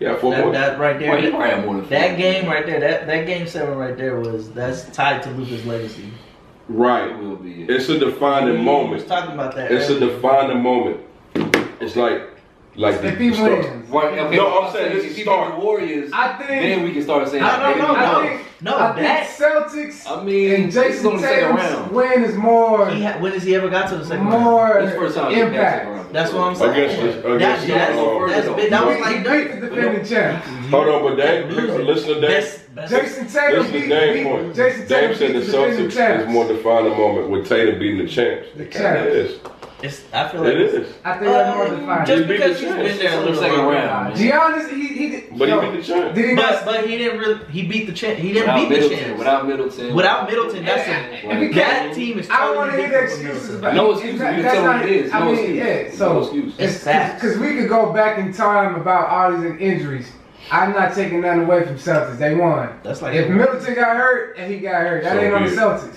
[SPEAKER 2] yeah.
[SPEAKER 1] Yeah, four
[SPEAKER 2] That,
[SPEAKER 1] points.
[SPEAKER 2] that right
[SPEAKER 3] Well, he
[SPEAKER 2] there.
[SPEAKER 3] probably had more than
[SPEAKER 2] That
[SPEAKER 3] four.
[SPEAKER 2] game right there, that, that game seven right there was that's tied to Luca's legacy.
[SPEAKER 3] It
[SPEAKER 1] Right.
[SPEAKER 3] will be.
[SPEAKER 1] It's a
[SPEAKER 2] We
[SPEAKER 1] defining
[SPEAKER 2] was
[SPEAKER 1] moment.
[SPEAKER 2] talking about that.
[SPEAKER 1] It's a
[SPEAKER 2] earlier.
[SPEAKER 1] defining moment. It's like, like
[SPEAKER 4] If
[SPEAKER 1] the
[SPEAKER 4] he
[SPEAKER 1] start-
[SPEAKER 4] wins.
[SPEAKER 3] Right, okay,
[SPEAKER 1] No, I'm saying this
[SPEAKER 3] if
[SPEAKER 1] is
[SPEAKER 3] he beat the
[SPEAKER 1] start.
[SPEAKER 3] Warriors.
[SPEAKER 4] I think-
[SPEAKER 3] then we can start saying.
[SPEAKER 2] I don't
[SPEAKER 3] hey,
[SPEAKER 2] know,
[SPEAKER 4] I
[SPEAKER 2] no.
[SPEAKER 4] think,
[SPEAKER 2] No,
[SPEAKER 4] I think
[SPEAKER 2] that-
[SPEAKER 4] Celtics
[SPEAKER 3] I mean,
[SPEAKER 4] and
[SPEAKER 3] this is
[SPEAKER 4] Jason
[SPEAKER 3] only the second
[SPEAKER 4] Tatum's
[SPEAKER 3] round.
[SPEAKER 4] win is more,
[SPEAKER 2] He ha- when has he ever got to the second round?
[SPEAKER 4] more
[SPEAKER 3] This is the first time he passed it
[SPEAKER 4] impact.
[SPEAKER 3] around.
[SPEAKER 2] That's what I'm saying.
[SPEAKER 1] Against the-
[SPEAKER 2] That's-
[SPEAKER 1] against the,
[SPEAKER 2] that's-
[SPEAKER 1] uh,
[SPEAKER 2] that's big- that
[SPEAKER 1] No,
[SPEAKER 2] was
[SPEAKER 4] He-
[SPEAKER 2] like
[SPEAKER 4] he
[SPEAKER 2] dirt.
[SPEAKER 4] beat the defending champs.
[SPEAKER 1] Hold on, but Dame,
[SPEAKER 2] Losing.
[SPEAKER 1] listen to Dame.
[SPEAKER 2] Best- best-
[SPEAKER 4] Jason Tatum
[SPEAKER 1] Listen
[SPEAKER 4] beat,
[SPEAKER 1] to Dame
[SPEAKER 4] beat
[SPEAKER 1] point.
[SPEAKER 4] Jason
[SPEAKER 1] Dame
[SPEAKER 4] Tatum
[SPEAKER 1] said
[SPEAKER 4] beat
[SPEAKER 1] the
[SPEAKER 4] the defending
[SPEAKER 1] Celtics is
[SPEAKER 4] champs.
[SPEAKER 1] more defining moment with Tatum beating the champs.
[SPEAKER 4] The
[SPEAKER 1] It kinda
[SPEAKER 4] champs.
[SPEAKER 1] is.
[SPEAKER 2] It's, I feel like
[SPEAKER 1] It is.
[SPEAKER 4] I think that's more
[SPEAKER 2] Um,
[SPEAKER 4] defining.
[SPEAKER 2] Just
[SPEAKER 1] He beat
[SPEAKER 2] because
[SPEAKER 1] the
[SPEAKER 2] he's
[SPEAKER 1] Jazz.
[SPEAKER 2] been there a
[SPEAKER 3] It's
[SPEAKER 2] little
[SPEAKER 3] only the second
[SPEAKER 2] longer.
[SPEAKER 3] round.
[SPEAKER 4] Giannis, he, he,
[SPEAKER 1] But
[SPEAKER 4] Yo,
[SPEAKER 1] he beat the champ.
[SPEAKER 4] Did he
[SPEAKER 2] But
[SPEAKER 4] not?
[SPEAKER 2] but he didn't really he beat the champ. He didn't
[SPEAKER 3] Without
[SPEAKER 2] beat the
[SPEAKER 3] Middleton,
[SPEAKER 2] champ.
[SPEAKER 3] without Middleton,
[SPEAKER 2] Without Middleton, that's
[SPEAKER 4] Yeah,
[SPEAKER 2] a,
[SPEAKER 4] and we
[SPEAKER 2] that
[SPEAKER 4] can't-
[SPEAKER 2] team is.
[SPEAKER 4] I don't want to
[SPEAKER 2] totally
[SPEAKER 4] hear the
[SPEAKER 2] different from Middleton.
[SPEAKER 4] excuses, but
[SPEAKER 3] No
[SPEAKER 4] it's
[SPEAKER 3] excuse.
[SPEAKER 4] not-
[SPEAKER 3] You
[SPEAKER 4] that's
[SPEAKER 3] tell
[SPEAKER 4] not-
[SPEAKER 3] what it is.
[SPEAKER 4] I
[SPEAKER 3] No
[SPEAKER 4] mean,
[SPEAKER 3] excuse.
[SPEAKER 4] yeah,
[SPEAKER 3] No
[SPEAKER 4] so
[SPEAKER 3] excuse.
[SPEAKER 2] It's facts.
[SPEAKER 4] because we could go back in time about all these injuries. I'm not taking nothing away from Celtics. They won.
[SPEAKER 2] That's like
[SPEAKER 4] If Middleton got hurt and he got hurt, that
[SPEAKER 1] So
[SPEAKER 4] ain't on the
[SPEAKER 1] be it.
[SPEAKER 4] Celtics.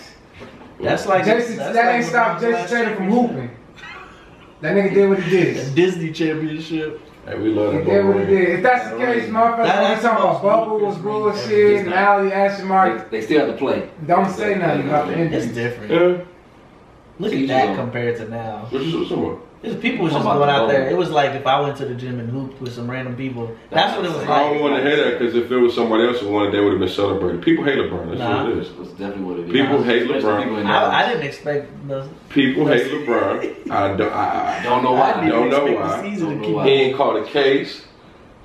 [SPEAKER 2] that's like
[SPEAKER 4] Jason,
[SPEAKER 2] that's
[SPEAKER 4] that
[SPEAKER 2] like
[SPEAKER 4] ain't
[SPEAKER 2] LeBron's
[SPEAKER 4] stopped Jason
[SPEAKER 2] last
[SPEAKER 4] Tatum from
[SPEAKER 2] championship.
[SPEAKER 4] hooping. That nigga did what he
[SPEAKER 2] A
[SPEAKER 4] did.
[SPEAKER 2] Disney championship.
[SPEAKER 1] Hey, we love
[SPEAKER 4] He
[SPEAKER 1] that
[SPEAKER 4] did what he
[SPEAKER 1] boy.
[SPEAKER 4] did. If that's the case,
[SPEAKER 2] That
[SPEAKER 4] motherfucker, we
[SPEAKER 2] ain't
[SPEAKER 4] talking about
[SPEAKER 2] supposed to
[SPEAKER 4] Bubble
[SPEAKER 2] be
[SPEAKER 4] was
[SPEAKER 2] Chris
[SPEAKER 4] bullshit and Alley Ashenmark.
[SPEAKER 3] They, they still have to play.
[SPEAKER 4] Don't say nothing about the
[SPEAKER 2] It's
[SPEAKER 4] injuries.
[SPEAKER 2] different.
[SPEAKER 1] Yeah.
[SPEAKER 2] Look
[SPEAKER 3] Teams
[SPEAKER 2] at that
[SPEAKER 3] are-
[SPEAKER 2] compared to now.
[SPEAKER 1] What you what you talking about?
[SPEAKER 2] It's people was
[SPEAKER 3] Talking
[SPEAKER 2] just
[SPEAKER 3] about
[SPEAKER 2] going
[SPEAKER 3] the
[SPEAKER 2] out there.
[SPEAKER 3] goal.
[SPEAKER 2] It was like if I went to the gym and hooped with some random people. That's what it was
[SPEAKER 1] I don't
[SPEAKER 2] like.
[SPEAKER 1] want to hear that because if it was somebody else who wanted, they would have been celebrated. People hate LeBron. That's
[SPEAKER 2] Nah.
[SPEAKER 1] what it
[SPEAKER 3] That's
[SPEAKER 1] is.
[SPEAKER 3] definitely what it is.
[SPEAKER 1] People hate
[SPEAKER 3] Especially
[SPEAKER 1] LeBron.
[SPEAKER 3] people in Dallas.
[SPEAKER 2] I, I didn't expect. The,
[SPEAKER 1] People hate
[SPEAKER 4] [LAUGHS]
[SPEAKER 1] LeBron. I don't. I,
[SPEAKER 3] don't know
[SPEAKER 2] I
[SPEAKER 3] why.
[SPEAKER 2] didn't
[SPEAKER 1] don't know
[SPEAKER 2] expect
[SPEAKER 1] why.
[SPEAKER 2] the season
[SPEAKER 3] Don't
[SPEAKER 2] to
[SPEAKER 3] know
[SPEAKER 2] keep
[SPEAKER 1] I,
[SPEAKER 3] why.
[SPEAKER 1] he ain't caught a case.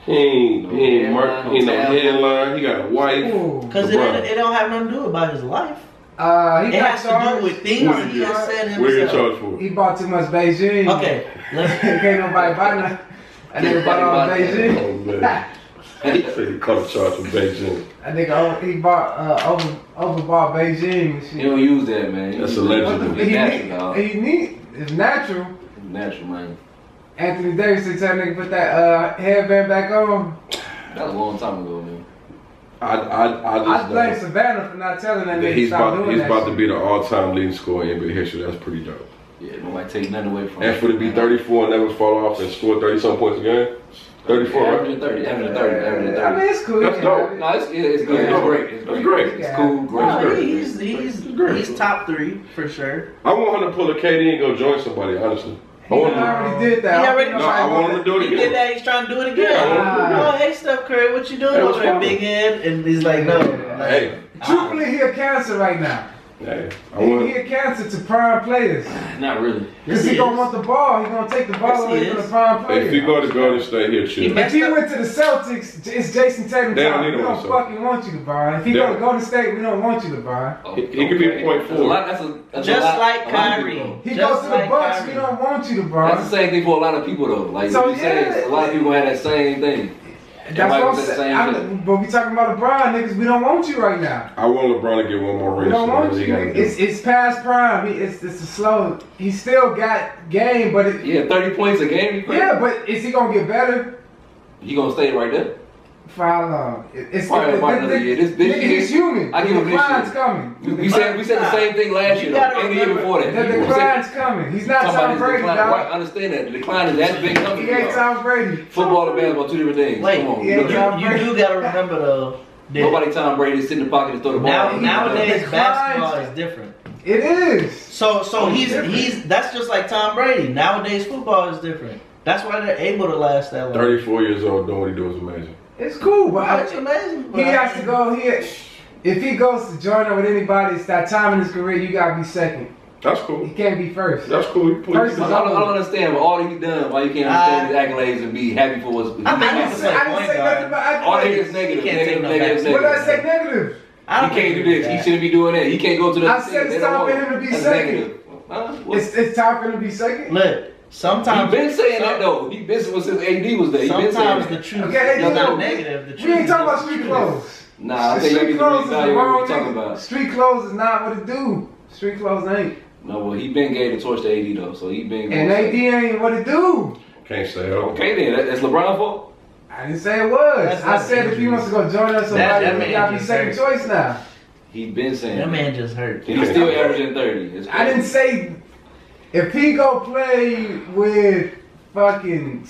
[SPEAKER 1] He ain't. He ain't marked. He ain't no headline. He got a wife.
[SPEAKER 4] Ooh.
[SPEAKER 2] Because it,
[SPEAKER 1] LeBron.
[SPEAKER 2] ain't- it don't have nothing to do about his life.
[SPEAKER 4] Uh, he
[SPEAKER 2] It
[SPEAKER 4] got
[SPEAKER 2] has to
[SPEAKER 4] charged.
[SPEAKER 2] do with
[SPEAKER 1] Who
[SPEAKER 2] things
[SPEAKER 1] did
[SPEAKER 2] he
[SPEAKER 1] you-
[SPEAKER 2] has said
[SPEAKER 1] What are you in
[SPEAKER 2] himself.
[SPEAKER 1] charge for?
[SPEAKER 4] He bought too much Beijing.
[SPEAKER 2] Okay, let's.
[SPEAKER 4] [LAUGHS] Can't nobody buy nothing. That nigga bought all
[SPEAKER 3] Everybody bought
[SPEAKER 4] Beijing.
[SPEAKER 1] Oh
[SPEAKER 4] [LAUGHS]
[SPEAKER 1] man. Said he caught a charge from Beijing.
[SPEAKER 4] That nigga over, he bought uh, over overbought Beijing and
[SPEAKER 3] You
[SPEAKER 4] shit.
[SPEAKER 3] don't use that, man. You
[SPEAKER 1] That's
[SPEAKER 3] use
[SPEAKER 1] a
[SPEAKER 3] that.
[SPEAKER 1] legend.
[SPEAKER 3] It's
[SPEAKER 4] He
[SPEAKER 3] natural, dog.
[SPEAKER 4] need, he need, it's natural.
[SPEAKER 3] Natural, man.
[SPEAKER 4] Anthony Davis said that nigga put that uh, headband back on.
[SPEAKER 3] That was a long time ago, man.
[SPEAKER 1] I I I
[SPEAKER 4] I
[SPEAKER 1] just.
[SPEAKER 4] blame
[SPEAKER 1] know
[SPEAKER 4] Savannah for not telling that
[SPEAKER 1] that
[SPEAKER 4] nigga to
[SPEAKER 1] he's
[SPEAKER 4] stop
[SPEAKER 1] about
[SPEAKER 4] doing
[SPEAKER 1] he's
[SPEAKER 4] that
[SPEAKER 1] about
[SPEAKER 4] shit.
[SPEAKER 1] to be the all time leading scorer in NBA history. That's pretty dope.
[SPEAKER 3] Yeah, nobody take nothing away from.
[SPEAKER 1] And for to be 34 and never fall off and score 30 some points a game, 34,
[SPEAKER 3] Yeah,
[SPEAKER 1] right?
[SPEAKER 3] averaging thirty, averaging thirty, averaging
[SPEAKER 4] I mean,
[SPEAKER 3] thirty.
[SPEAKER 4] it's cool.
[SPEAKER 1] That's
[SPEAKER 4] yeah.
[SPEAKER 1] dope.
[SPEAKER 3] No, it's, it- it's good. It's great. It's
[SPEAKER 1] That's
[SPEAKER 3] great.
[SPEAKER 1] great.
[SPEAKER 3] It's cool. Great.
[SPEAKER 1] That's
[SPEAKER 2] No,
[SPEAKER 1] great.
[SPEAKER 2] he's he's
[SPEAKER 1] great.
[SPEAKER 2] he's top three for sure.
[SPEAKER 1] I want him to pull a KD and go join somebody. Honestly, I
[SPEAKER 4] He
[SPEAKER 1] want him.
[SPEAKER 4] already did that.
[SPEAKER 2] He
[SPEAKER 4] I
[SPEAKER 2] already-
[SPEAKER 1] No, I want him to do it
[SPEAKER 2] He did
[SPEAKER 1] again.
[SPEAKER 2] that. He's trying to do it
[SPEAKER 1] Yeah,
[SPEAKER 2] again.
[SPEAKER 1] I want him to do it
[SPEAKER 4] Nah.
[SPEAKER 1] again.
[SPEAKER 2] Oh, hey, Steph Curry, what you doing
[SPEAKER 1] Hey, what's
[SPEAKER 2] over there,
[SPEAKER 1] wrong?
[SPEAKER 2] big head? And he's like, no.
[SPEAKER 4] Yeah.
[SPEAKER 1] Hey,
[SPEAKER 4] Truthfully, he a cancer right now.
[SPEAKER 1] hey, I
[SPEAKER 4] He,
[SPEAKER 1] want.
[SPEAKER 4] he a cancer to prime players.
[SPEAKER 3] Not really.
[SPEAKER 2] Yes,
[SPEAKER 4] Cause he
[SPEAKER 2] he
[SPEAKER 4] gonna
[SPEAKER 2] is.
[SPEAKER 4] want the ball. He gonna take the ball
[SPEAKER 2] Yes, he
[SPEAKER 4] away from the
[SPEAKER 2] is.
[SPEAKER 4] prime player.
[SPEAKER 1] If you go to Golden State, he'll chill.
[SPEAKER 2] He-
[SPEAKER 4] If he went to the Celtics, j- it's Jason Tatum.
[SPEAKER 1] They don't
[SPEAKER 4] time.
[SPEAKER 1] need
[SPEAKER 4] we
[SPEAKER 1] him on
[SPEAKER 4] don't
[SPEAKER 1] the Celtics.
[SPEAKER 4] fucking want you, LeBron. If he
[SPEAKER 1] They
[SPEAKER 4] go to
[SPEAKER 1] don't.
[SPEAKER 4] Golden State, we don't want you, LeBron.
[SPEAKER 3] Oh,
[SPEAKER 1] He- he could be
[SPEAKER 3] okay.
[SPEAKER 1] point
[SPEAKER 3] That's a
[SPEAKER 1] four.
[SPEAKER 3] lot- that's a- that's a
[SPEAKER 2] Just
[SPEAKER 3] lot-
[SPEAKER 2] like
[SPEAKER 3] a lot of
[SPEAKER 2] Kyrie.
[SPEAKER 3] people don't.
[SPEAKER 4] He
[SPEAKER 2] Just
[SPEAKER 4] goes to the
[SPEAKER 2] like
[SPEAKER 4] Bucks,
[SPEAKER 2] Kyrie.
[SPEAKER 4] we don't want you,
[SPEAKER 3] That's
[SPEAKER 4] LeBron.
[SPEAKER 3] the same thing for a lot of people though. Like
[SPEAKER 4] So,
[SPEAKER 3] what you said,
[SPEAKER 4] yeah.
[SPEAKER 3] a lot of people had that same thing.
[SPEAKER 4] That's
[SPEAKER 3] Everybody
[SPEAKER 4] what I'm
[SPEAKER 3] was the
[SPEAKER 4] saying.
[SPEAKER 3] same
[SPEAKER 4] I'm- But we talking about LeBron, niggas. We don't want you right now.
[SPEAKER 1] I want LeBron to get one more
[SPEAKER 4] We
[SPEAKER 1] ring. so
[SPEAKER 4] don't want
[SPEAKER 1] whatever he
[SPEAKER 4] you.
[SPEAKER 1] gotta do.
[SPEAKER 4] It's it's past prime. He, it's it's a slow. He still got game, but it,
[SPEAKER 3] Yeah, thirty points a game.
[SPEAKER 4] yeah. But is he gonna get better?
[SPEAKER 3] He gonna stay right there.
[SPEAKER 4] For how long? It- It's
[SPEAKER 3] Probably
[SPEAKER 4] it-
[SPEAKER 3] about
[SPEAKER 4] it-
[SPEAKER 3] another
[SPEAKER 4] it-
[SPEAKER 3] year. This bitch
[SPEAKER 4] nigga,
[SPEAKER 3] year-
[SPEAKER 4] he's human.
[SPEAKER 3] I
[SPEAKER 4] The
[SPEAKER 3] give him this
[SPEAKER 4] decline's
[SPEAKER 3] year.
[SPEAKER 4] coming.
[SPEAKER 3] We, we said we said the same thing last year
[SPEAKER 2] You
[SPEAKER 3] though,
[SPEAKER 2] gotta
[SPEAKER 3] and the year
[SPEAKER 2] remember
[SPEAKER 3] before
[SPEAKER 4] The
[SPEAKER 3] that. We said-
[SPEAKER 4] decline's coming. He's not
[SPEAKER 3] Talking about
[SPEAKER 4] Tom
[SPEAKER 3] this
[SPEAKER 4] Brady,
[SPEAKER 3] decline. Right, I
[SPEAKER 4] dog.
[SPEAKER 3] understand that the decline is that big
[SPEAKER 4] He
[SPEAKER 3] coming.
[SPEAKER 4] ain't Tom Brady.
[SPEAKER 3] Football and basketball, two different things.
[SPEAKER 2] Wait,
[SPEAKER 3] Come on,
[SPEAKER 4] he
[SPEAKER 2] you,
[SPEAKER 4] ain't
[SPEAKER 3] nobody,
[SPEAKER 4] Tom
[SPEAKER 2] you
[SPEAKER 4] Brady.
[SPEAKER 2] do gotta remember though. That
[SPEAKER 3] nobody Tom Brady to sit in the pocket and throw the ball.
[SPEAKER 2] now,
[SPEAKER 4] He-
[SPEAKER 2] nowadays
[SPEAKER 4] he-
[SPEAKER 2] basketball is different.
[SPEAKER 4] It is.
[SPEAKER 2] So so
[SPEAKER 4] Oh,
[SPEAKER 2] he's
[SPEAKER 4] different.
[SPEAKER 2] he's that's just like Tom Brady. Nowadays football is different. That's why they're able to last that long.
[SPEAKER 1] 34 years old, doing what he do is amazing.
[SPEAKER 4] It's cool, but
[SPEAKER 2] That's
[SPEAKER 4] I,
[SPEAKER 2] amazing. but
[SPEAKER 4] he
[SPEAKER 2] I
[SPEAKER 4] has to
[SPEAKER 2] mean-
[SPEAKER 4] go here. If he goes to join up with anybody, it's that time in his career. You gotta be second.
[SPEAKER 1] That's
[SPEAKER 4] He
[SPEAKER 1] cool.
[SPEAKER 4] can't be first.
[SPEAKER 1] That's cool. You put-
[SPEAKER 3] I don't, I don't understand all that he done. Why you can't understand his accolades and be happy for what's
[SPEAKER 2] Uh, I
[SPEAKER 4] I
[SPEAKER 2] think
[SPEAKER 4] didn't
[SPEAKER 2] it's
[SPEAKER 4] say, I
[SPEAKER 2] like
[SPEAKER 4] didn't say
[SPEAKER 2] point
[SPEAKER 4] nothing about.
[SPEAKER 3] all
[SPEAKER 4] I
[SPEAKER 3] they is
[SPEAKER 4] didn't,
[SPEAKER 3] negative,
[SPEAKER 2] Can't take
[SPEAKER 3] negative,
[SPEAKER 2] no
[SPEAKER 3] negative,
[SPEAKER 2] back.
[SPEAKER 3] negative.
[SPEAKER 4] what did I say negative?
[SPEAKER 2] I
[SPEAKER 3] He
[SPEAKER 2] don't
[SPEAKER 3] can't do
[SPEAKER 2] agree
[SPEAKER 3] this.
[SPEAKER 2] with
[SPEAKER 3] He
[SPEAKER 2] that.
[SPEAKER 3] shouldn't be doing that. He can't go to the.
[SPEAKER 4] I said it's time for him to be second.
[SPEAKER 3] Huh? Well,
[SPEAKER 4] It's, it's time for him to be second.
[SPEAKER 2] Look,
[SPEAKER 3] he
[SPEAKER 2] sometimes
[SPEAKER 3] been saying that though. He been since AD was there. He been saying
[SPEAKER 2] Sometimes the
[SPEAKER 3] that.
[SPEAKER 2] truth
[SPEAKER 4] Okay,
[SPEAKER 2] is
[SPEAKER 4] they
[SPEAKER 2] not
[SPEAKER 4] know.
[SPEAKER 2] negative. The truth
[SPEAKER 4] We ain't
[SPEAKER 2] is
[SPEAKER 4] talking about
[SPEAKER 2] just
[SPEAKER 4] street
[SPEAKER 2] truth.
[SPEAKER 4] clothes.
[SPEAKER 3] Nah, I think
[SPEAKER 4] street
[SPEAKER 3] maybe you can
[SPEAKER 4] clothes is
[SPEAKER 3] value
[SPEAKER 4] the
[SPEAKER 3] what
[SPEAKER 4] wrong
[SPEAKER 3] we're talking
[SPEAKER 4] nigga.
[SPEAKER 3] about.
[SPEAKER 4] Street clothes is not what it do. Street clothes ain't.
[SPEAKER 3] No, well, he been gave the torch to AD though, so he been.
[SPEAKER 4] And AD ain't what it do.
[SPEAKER 1] Can't say that.
[SPEAKER 3] Okay then, that, that's LeBron's fault.
[SPEAKER 4] I didn't say it was.
[SPEAKER 2] That's
[SPEAKER 4] I
[SPEAKER 2] not
[SPEAKER 4] said if he
[SPEAKER 2] injuries.
[SPEAKER 4] wants to go join us,
[SPEAKER 2] That-
[SPEAKER 4] somebody
[SPEAKER 2] that
[SPEAKER 4] we
[SPEAKER 2] man
[SPEAKER 4] gotta be
[SPEAKER 2] just
[SPEAKER 4] second choice now.
[SPEAKER 3] He been saying.
[SPEAKER 2] That
[SPEAKER 3] that.
[SPEAKER 2] man just hurt.
[SPEAKER 3] And He's still averaging thirty. It's
[SPEAKER 4] I didn't
[SPEAKER 3] crazy.
[SPEAKER 4] say if he go play with fucking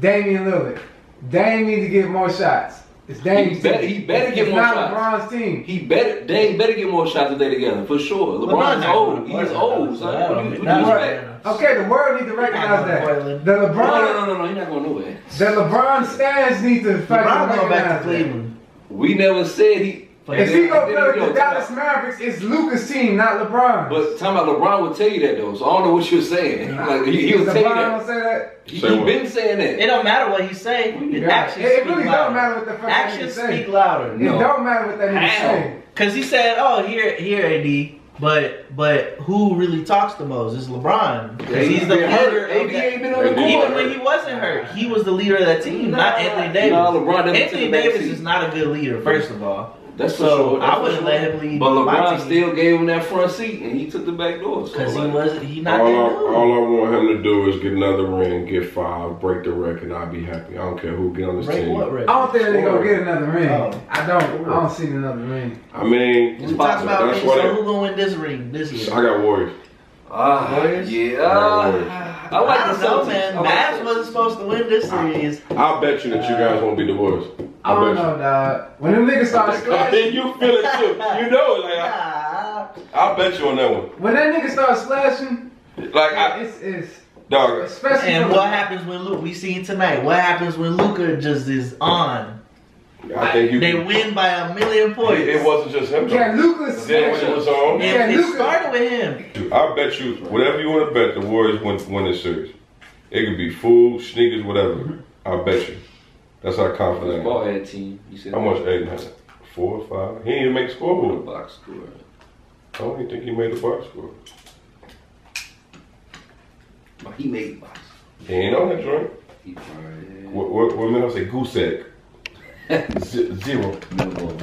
[SPEAKER 4] Damian Lillard, Dame need to get more shots. It's Dame's
[SPEAKER 3] He better-
[SPEAKER 4] team.
[SPEAKER 3] he better get
[SPEAKER 4] it's
[SPEAKER 3] more
[SPEAKER 4] not
[SPEAKER 3] shots.
[SPEAKER 4] LeBron's team.
[SPEAKER 3] He better, Dame better get more shots if they together for sure. LeBron's old. He's old. Son. What do you- what do you expect?
[SPEAKER 4] Okay, the world need to recognize that. The
[SPEAKER 3] No,
[SPEAKER 4] LeBron,
[SPEAKER 3] no, no, no, no. He's not going nowhere.
[SPEAKER 4] the LeBron stands need to fucking
[SPEAKER 2] LeBron going back to
[SPEAKER 4] recognize that.
[SPEAKER 2] Cleveland.
[SPEAKER 3] We never said he.
[SPEAKER 4] If he go play with the
[SPEAKER 3] Yo,
[SPEAKER 4] Dallas Mavericks, it's Luca's team, not LeBron.
[SPEAKER 3] But time out, LeBron would tell you that though. So I don't know what you're saying. [LAUGHS] Like he, he would
[SPEAKER 4] LeBron
[SPEAKER 3] tell you
[SPEAKER 4] don't
[SPEAKER 3] that.
[SPEAKER 4] say that.
[SPEAKER 3] He,
[SPEAKER 1] Say
[SPEAKER 3] he
[SPEAKER 1] what?
[SPEAKER 3] been saying that.
[SPEAKER 2] It don't matter what he say. It
[SPEAKER 4] Yeah.
[SPEAKER 2] actually
[SPEAKER 4] It- it
[SPEAKER 2] speak
[SPEAKER 4] really don't
[SPEAKER 2] louder.
[SPEAKER 4] matter what the fuck
[SPEAKER 2] Actions
[SPEAKER 4] he say.
[SPEAKER 2] speak louder.
[SPEAKER 3] No.
[SPEAKER 4] It don't matter what that nigga
[SPEAKER 3] How?
[SPEAKER 4] say.
[SPEAKER 2] Cause he said, "Oh, here, here, AD, But but who really talks the most is LeBron because he's the
[SPEAKER 3] been
[SPEAKER 2] leader.
[SPEAKER 3] hurt.
[SPEAKER 2] of
[SPEAKER 3] AD
[SPEAKER 2] that-
[SPEAKER 3] ain't been on the
[SPEAKER 1] Even
[SPEAKER 2] Even
[SPEAKER 3] court.
[SPEAKER 2] when he wasn't hurt, he was the leader of that team, not Anthony Davis.
[SPEAKER 3] Nah, LeBron doesn't
[SPEAKER 2] Anthony
[SPEAKER 3] take the back
[SPEAKER 2] Davis
[SPEAKER 3] seat.
[SPEAKER 2] is not a good leader, first of all.
[SPEAKER 3] That's for
[SPEAKER 2] so
[SPEAKER 3] sure. That's
[SPEAKER 2] I
[SPEAKER 3] for
[SPEAKER 2] wouldn't
[SPEAKER 3] sure.
[SPEAKER 2] let him lead.
[SPEAKER 3] But
[SPEAKER 2] my
[SPEAKER 3] LeBron
[SPEAKER 2] team.
[SPEAKER 3] still gave him that front seat, and he took the back door. So,
[SPEAKER 2] Cause he
[SPEAKER 3] like,
[SPEAKER 2] wasn't, he not
[SPEAKER 1] All
[SPEAKER 2] that
[SPEAKER 1] I,
[SPEAKER 2] dude.
[SPEAKER 1] all I want him to do is get another ring, get five, break the record. I'll be happy. I don't care who get on this
[SPEAKER 2] Break
[SPEAKER 1] team.
[SPEAKER 2] what record?
[SPEAKER 4] I don't think they're gonna get another ring.
[SPEAKER 2] Oh.
[SPEAKER 4] I don't. I don't see another ring.
[SPEAKER 1] I mean,
[SPEAKER 2] We talking about
[SPEAKER 1] That's
[SPEAKER 2] rings,
[SPEAKER 1] what I-
[SPEAKER 2] so who gonna win this ring this year?
[SPEAKER 1] I got Warriors.
[SPEAKER 3] Ah,
[SPEAKER 2] Warriors?
[SPEAKER 3] yeah. Ah.
[SPEAKER 1] Warriors.
[SPEAKER 3] I
[SPEAKER 2] I,
[SPEAKER 3] like
[SPEAKER 2] don't
[SPEAKER 3] the
[SPEAKER 2] know,
[SPEAKER 3] Celtics.
[SPEAKER 2] man.
[SPEAKER 3] I like
[SPEAKER 2] Mavs
[SPEAKER 3] the-
[SPEAKER 2] wasn't supposed to win this series.
[SPEAKER 1] I bet you that you guys won't be the Warriors.
[SPEAKER 4] I
[SPEAKER 1] I
[SPEAKER 4] don't
[SPEAKER 1] bet
[SPEAKER 4] know, dog. When them niggas started
[SPEAKER 1] you. [LAUGHS] I mean,
[SPEAKER 4] splashing,
[SPEAKER 1] you feel it too. You know it. Like,
[SPEAKER 2] Ah,
[SPEAKER 1] I, I bet you on that one.
[SPEAKER 4] when that nigga started splashing,
[SPEAKER 1] Like, I,
[SPEAKER 4] it's it's
[SPEAKER 1] dog,
[SPEAKER 4] especially
[SPEAKER 2] and
[SPEAKER 4] from-
[SPEAKER 2] what happens when Luke? We seen tonight. What happens when Luca just is on?
[SPEAKER 1] I think you.
[SPEAKER 2] They
[SPEAKER 1] It,
[SPEAKER 2] win by a million points.
[SPEAKER 1] it wasn't just him.
[SPEAKER 4] Yeah,
[SPEAKER 1] though.
[SPEAKER 4] Lucas.
[SPEAKER 1] Then when it was on,
[SPEAKER 2] And
[SPEAKER 4] Yeah,
[SPEAKER 2] it
[SPEAKER 4] Luka-
[SPEAKER 2] started with him.
[SPEAKER 1] I bet you whatever you want to bet, the Warriors win win this series. It could be food, sneakers, whatever. I bet you. That's how confident I am.
[SPEAKER 3] Ballhead team. You said
[SPEAKER 1] How much Aiden had? Four, five. He didn't even make the
[SPEAKER 3] The
[SPEAKER 1] scoreboard.
[SPEAKER 3] box score.
[SPEAKER 1] I don't even think he made the box score.
[SPEAKER 3] But he made box.
[SPEAKER 1] He ain't on that joint.
[SPEAKER 3] He fine.
[SPEAKER 1] What what what man I say goose egg. [LAUGHS] Z- zero.
[SPEAKER 3] No.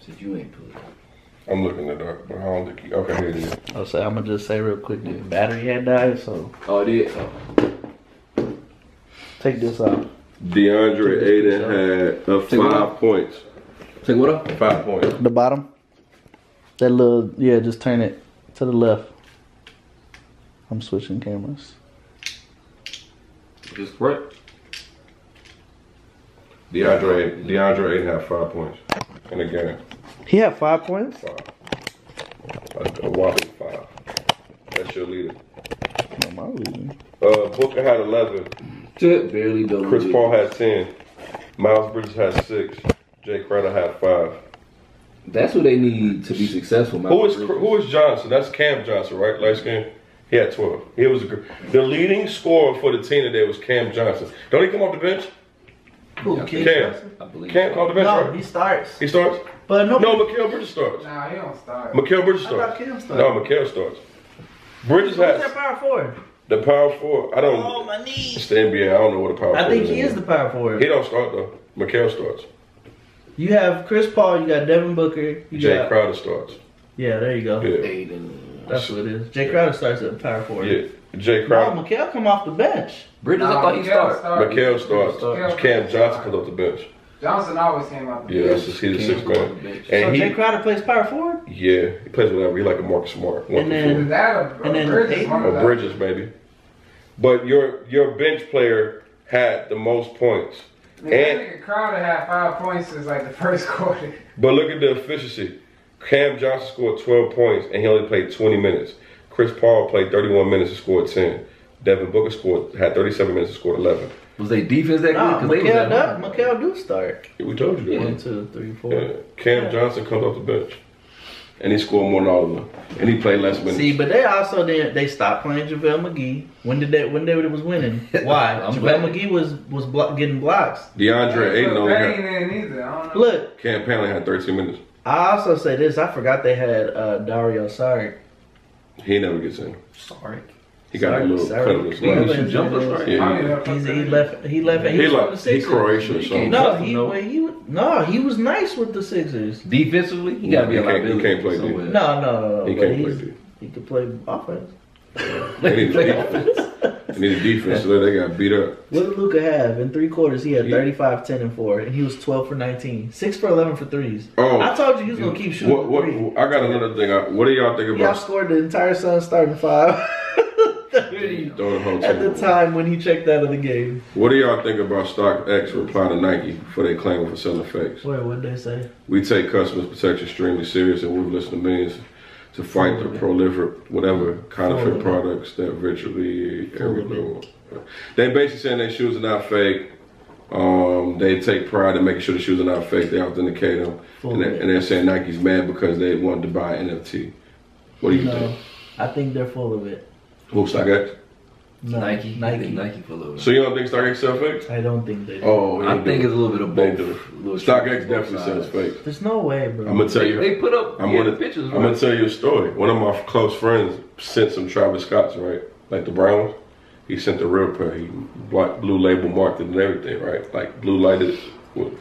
[SPEAKER 3] Said you ain't put it.
[SPEAKER 1] I'm looking at that, but I don't think he, okay, here it is.
[SPEAKER 5] I'll say, I'm gonna just say real quick, the battery had died, so
[SPEAKER 3] Oh, it is. Oh.
[SPEAKER 5] take this off.
[SPEAKER 1] DeAndre Aiden had uh, five points.
[SPEAKER 3] Take what up?
[SPEAKER 1] Five points.
[SPEAKER 5] The bottom, that little yeah, just turn it to the left. I'm switching cameras.
[SPEAKER 3] Just right.
[SPEAKER 1] DeAndre DeAndre Aiden had five points in a game.
[SPEAKER 5] He had five points.
[SPEAKER 1] Five. Like a whopping five. That's your leader.
[SPEAKER 5] No, my reason.
[SPEAKER 1] Uh, Booker had 11.
[SPEAKER 3] Just barely double.
[SPEAKER 1] Chris
[SPEAKER 3] digits.
[SPEAKER 1] Paul had 10. Miles Bridges had 6. Jay Crowder had 5.
[SPEAKER 3] That's what they need to be successful. man.
[SPEAKER 1] Who is who is Johnson? That's Cam Johnson, right? Light skin. He had 12. He was a gr- the leading scorer for the team today was Cam Johnson. Don't he come off the bench?
[SPEAKER 2] Who
[SPEAKER 3] Okay.
[SPEAKER 2] Kid?
[SPEAKER 1] Cam.
[SPEAKER 3] I believe.
[SPEAKER 1] Cam off the bench,
[SPEAKER 2] No,
[SPEAKER 1] right?
[SPEAKER 2] he starts,
[SPEAKER 1] He starts?
[SPEAKER 2] but no.
[SPEAKER 1] No, Mikael Bridges starts.
[SPEAKER 4] Nah, he don't start.
[SPEAKER 1] Mikael Bridges
[SPEAKER 2] I thought
[SPEAKER 1] starts.
[SPEAKER 2] Cam started.
[SPEAKER 1] No, Mikael starts. Bridges
[SPEAKER 2] Who's their
[SPEAKER 1] has
[SPEAKER 2] power forward?
[SPEAKER 1] the power four. I
[SPEAKER 2] Oh
[SPEAKER 1] don't.
[SPEAKER 2] my knees!
[SPEAKER 1] It's the NBA. I don't know what a power
[SPEAKER 2] I
[SPEAKER 1] forward
[SPEAKER 2] think he is the power forward.
[SPEAKER 1] He don't start though. Mikael starts.
[SPEAKER 2] You have Chris Paul, you got Devin Booker, you
[SPEAKER 1] Jay
[SPEAKER 2] got
[SPEAKER 1] Crowder starts.
[SPEAKER 2] yeah, there you go.
[SPEAKER 1] Yeah.
[SPEAKER 3] Aiden.
[SPEAKER 2] That's what it is. Jay Crowder starts at power forward.
[SPEAKER 1] Yeah. Jay
[SPEAKER 2] No,
[SPEAKER 1] Crowder.
[SPEAKER 2] Mikael come off the bench.
[SPEAKER 3] Bridges, I
[SPEAKER 4] Nah,
[SPEAKER 3] thought he
[SPEAKER 4] Mikael
[SPEAKER 3] started.
[SPEAKER 4] started.
[SPEAKER 1] Mikael starts. Cam Johnson comes off the bench.
[SPEAKER 4] Johnson always came out. the
[SPEAKER 1] Yeah,
[SPEAKER 4] bench.
[SPEAKER 1] that's just he's a
[SPEAKER 3] Cam
[SPEAKER 1] sixth
[SPEAKER 3] come off
[SPEAKER 1] man.
[SPEAKER 3] the bench.
[SPEAKER 2] so
[SPEAKER 1] And
[SPEAKER 2] Jay
[SPEAKER 1] he,
[SPEAKER 2] Crowder plays power forward.
[SPEAKER 1] yeah, he plays whatever. He like a Marcus Smart. One
[SPEAKER 2] And
[SPEAKER 1] through
[SPEAKER 2] then-
[SPEAKER 4] Is that a, a
[SPEAKER 2] And then
[SPEAKER 4] Bridges
[SPEAKER 2] Peyton-
[SPEAKER 4] one
[SPEAKER 1] four.
[SPEAKER 4] of
[SPEAKER 1] or
[SPEAKER 4] the-
[SPEAKER 1] Bridges maybe. But your your bench player had the most points.
[SPEAKER 4] Nigga, that
[SPEAKER 1] And-
[SPEAKER 4] nigga Crowder had five points since like the first [LAUGHS] quarter.
[SPEAKER 1] But look at the efficiency. Cam Johnson scored 12 points and he only played 20 minutes. Chris Paul played 31 minutes and scored 10. Devin Booker scored had 37 minutes and scored 11.
[SPEAKER 3] Was they defense that good?
[SPEAKER 2] Nah,
[SPEAKER 3] they was
[SPEAKER 2] Mikael,
[SPEAKER 3] at
[SPEAKER 2] do,
[SPEAKER 3] home.
[SPEAKER 2] Mikael do start.
[SPEAKER 1] Yeah, we told you that.
[SPEAKER 2] One, two, three, four.
[SPEAKER 1] Yeah. Cam Johnson comes off the bench. And he scored more than all of them. And he played less minutes.
[SPEAKER 2] See, but they also did they stopped playing JaVale McGee. When did they when they was
[SPEAKER 1] [LAUGHS]
[SPEAKER 2] winning? Why?
[SPEAKER 3] I'm
[SPEAKER 2] JaVale
[SPEAKER 3] glad.
[SPEAKER 2] McGee was was blo- getting blocks.
[SPEAKER 1] DeAndre Ayton
[SPEAKER 4] But
[SPEAKER 1] only
[SPEAKER 4] that
[SPEAKER 1] had
[SPEAKER 4] ain't in either. I don't know.
[SPEAKER 2] Look,
[SPEAKER 1] Cam Panther had 13 minutes.
[SPEAKER 2] I also say this, I forgot they had uh, Dario Saric.
[SPEAKER 1] He never gets in.
[SPEAKER 2] Saric.
[SPEAKER 1] He got a little cut of his
[SPEAKER 3] He was
[SPEAKER 1] legs.
[SPEAKER 3] some jumpers, right?
[SPEAKER 1] Yeah.
[SPEAKER 4] I don't even know if
[SPEAKER 2] He's,
[SPEAKER 4] I
[SPEAKER 2] he
[SPEAKER 4] said
[SPEAKER 2] left he left he,
[SPEAKER 1] He
[SPEAKER 2] was from
[SPEAKER 1] like
[SPEAKER 2] the
[SPEAKER 1] he
[SPEAKER 2] Sixers.
[SPEAKER 1] Croatian or
[SPEAKER 3] You
[SPEAKER 1] something.
[SPEAKER 3] can't-
[SPEAKER 2] No, he,
[SPEAKER 3] No.
[SPEAKER 2] well, he was- no, he was nice with the Sixers.
[SPEAKER 3] Defensively, he gotta be
[SPEAKER 1] He
[SPEAKER 3] a
[SPEAKER 1] can't- he
[SPEAKER 3] liability.
[SPEAKER 1] can't play
[SPEAKER 3] somewhere.
[SPEAKER 2] No, no, no, no.
[SPEAKER 1] He
[SPEAKER 2] but
[SPEAKER 1] can't
[SPEAKER 2] [LAUGHS]
[SPEAKER 1] play
[SPEAKER 2] he's-
[SPEAKER 1] D.
[SPEAKER 2] He could play offense.
[SPEAKER 1] They need a defense. They need a defense. So they got beat up.
[SPEAKER 2] What did Luca have in three quarters? He had
[SPEAKER 1] He-
[SPEAKER 2] 35, 10, and four, and he was 12 for 19, six for 11 for threes.
[SPEAKER 1] Oh.
[SPEAKER 2] I told you he was gonna keep shooting.
[SPEAKER 1] What, what,
[SPEAKER 2] three.
[SPEAKER 1] I got another thing. I- What do y'all
[SPEAKER 2] He
[SPEAKER 1] think about
[SPEAKER 2] outscored the entire Sun starting five [LAUGHS]
[SPEAKER 1] throwing the whole
[SPEAKER 2] at the
[SPEAKER 1] team?
[SPEAKER 2] time when he checked out of the game.
[SPEAKER 1] What do y'all think about StockX reply to Nike for their claim for selling fakes?
[SPEAKER 2] Wait, what did they say?
[SPEAKER 1] We take customer protection extremely serious and we've listened to millions to fight the proliferate whatever
[SPEAKER 2] Forward.
[SPEAKER 1] counterfeit products that virtually every
[SPEAKER 2] Forward.
[SPEAKER 1] little They basically saying their shoes are not fake. Um, they take pride in making sure the shoes are not fake. They authenticate them, and, they,
[SPEAKER 2] Forward.
[SPEAKER 1] and they're saying Nike's mad because they wanted to buy NFT. What do you
[SPEAKER 2] No,
[SPEAKER 1] think?
[SPEAKER 2] I think they're full of it.
[SPEAKER 1] Who StockX?
[SPEAKER 2] No,
[SPEAKER 3] Nike. I
[SPEAKER 2] Nike.
[SPEAKER 3] think Nike for a little bit.
[SPEAKER 1] So you don't think StockX sells fakes?
[SPEAKER 2] I don't think they. Do.
[SPEAKER 1] Oh, they
[SPEAKER 3] I
[SPEAKER 1] do.
[SPEAKER 3] think it's a little bit of
[SPEAKER 1] They
[SPEAKER 3] both.
[SPEAKER 1] do.
[SPEAKER 3] Little
[SPEAKER 1] StockX
[SPEAKER 3] shit,
[SPEAKER 1] definitely
[SPEAKER 3] both
[SPEAKER 1] sells
[SPEAKER 3] sides.
[SPEAKER 1] fakes.
[SPEAKER 2] There's no way, bro.
[SPEAKER 1] I'm gonna tell
[SPEAKER 3] They,
[SPEAKER 1] you.
[SPEAKER 3] they put up
[SPEAKER 1] I'm
[SPEAKER 3] yeah,
[SPEAKER 1] gonna-
[SPEAKER 3] the pictures.
[SPEAKER 1] I'm gonna
[SPEAKER 3] Right?
[SPEAKER 1] tell you a story. One of my close friends sent some Travis Scotts, right? Like the brown ones. He sent the real pair. He black blue label marked it and everything, right? Like blue lighted. with-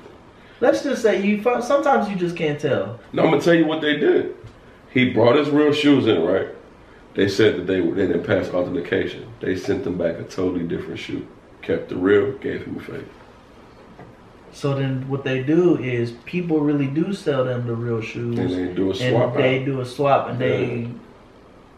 [SPEAKER 2] Let's just say you. fi- Sometimes you just can't tell.
[SPEAKER 1] Now I'm gonna tell you what they did. He brought his real shoes in, right? They said that they they didn't pass authentication. They sent them back a totally different shoe. Kept the real, gave him a fake.
[SPEAKER 2] So then, what they do is people really do sell them the real shoes,
[SPEAKER 1] And they do a
[SPEAKER 2] and
[SPEAKER 1] swap out.
[SPEAKER 2] they do a swap, and they.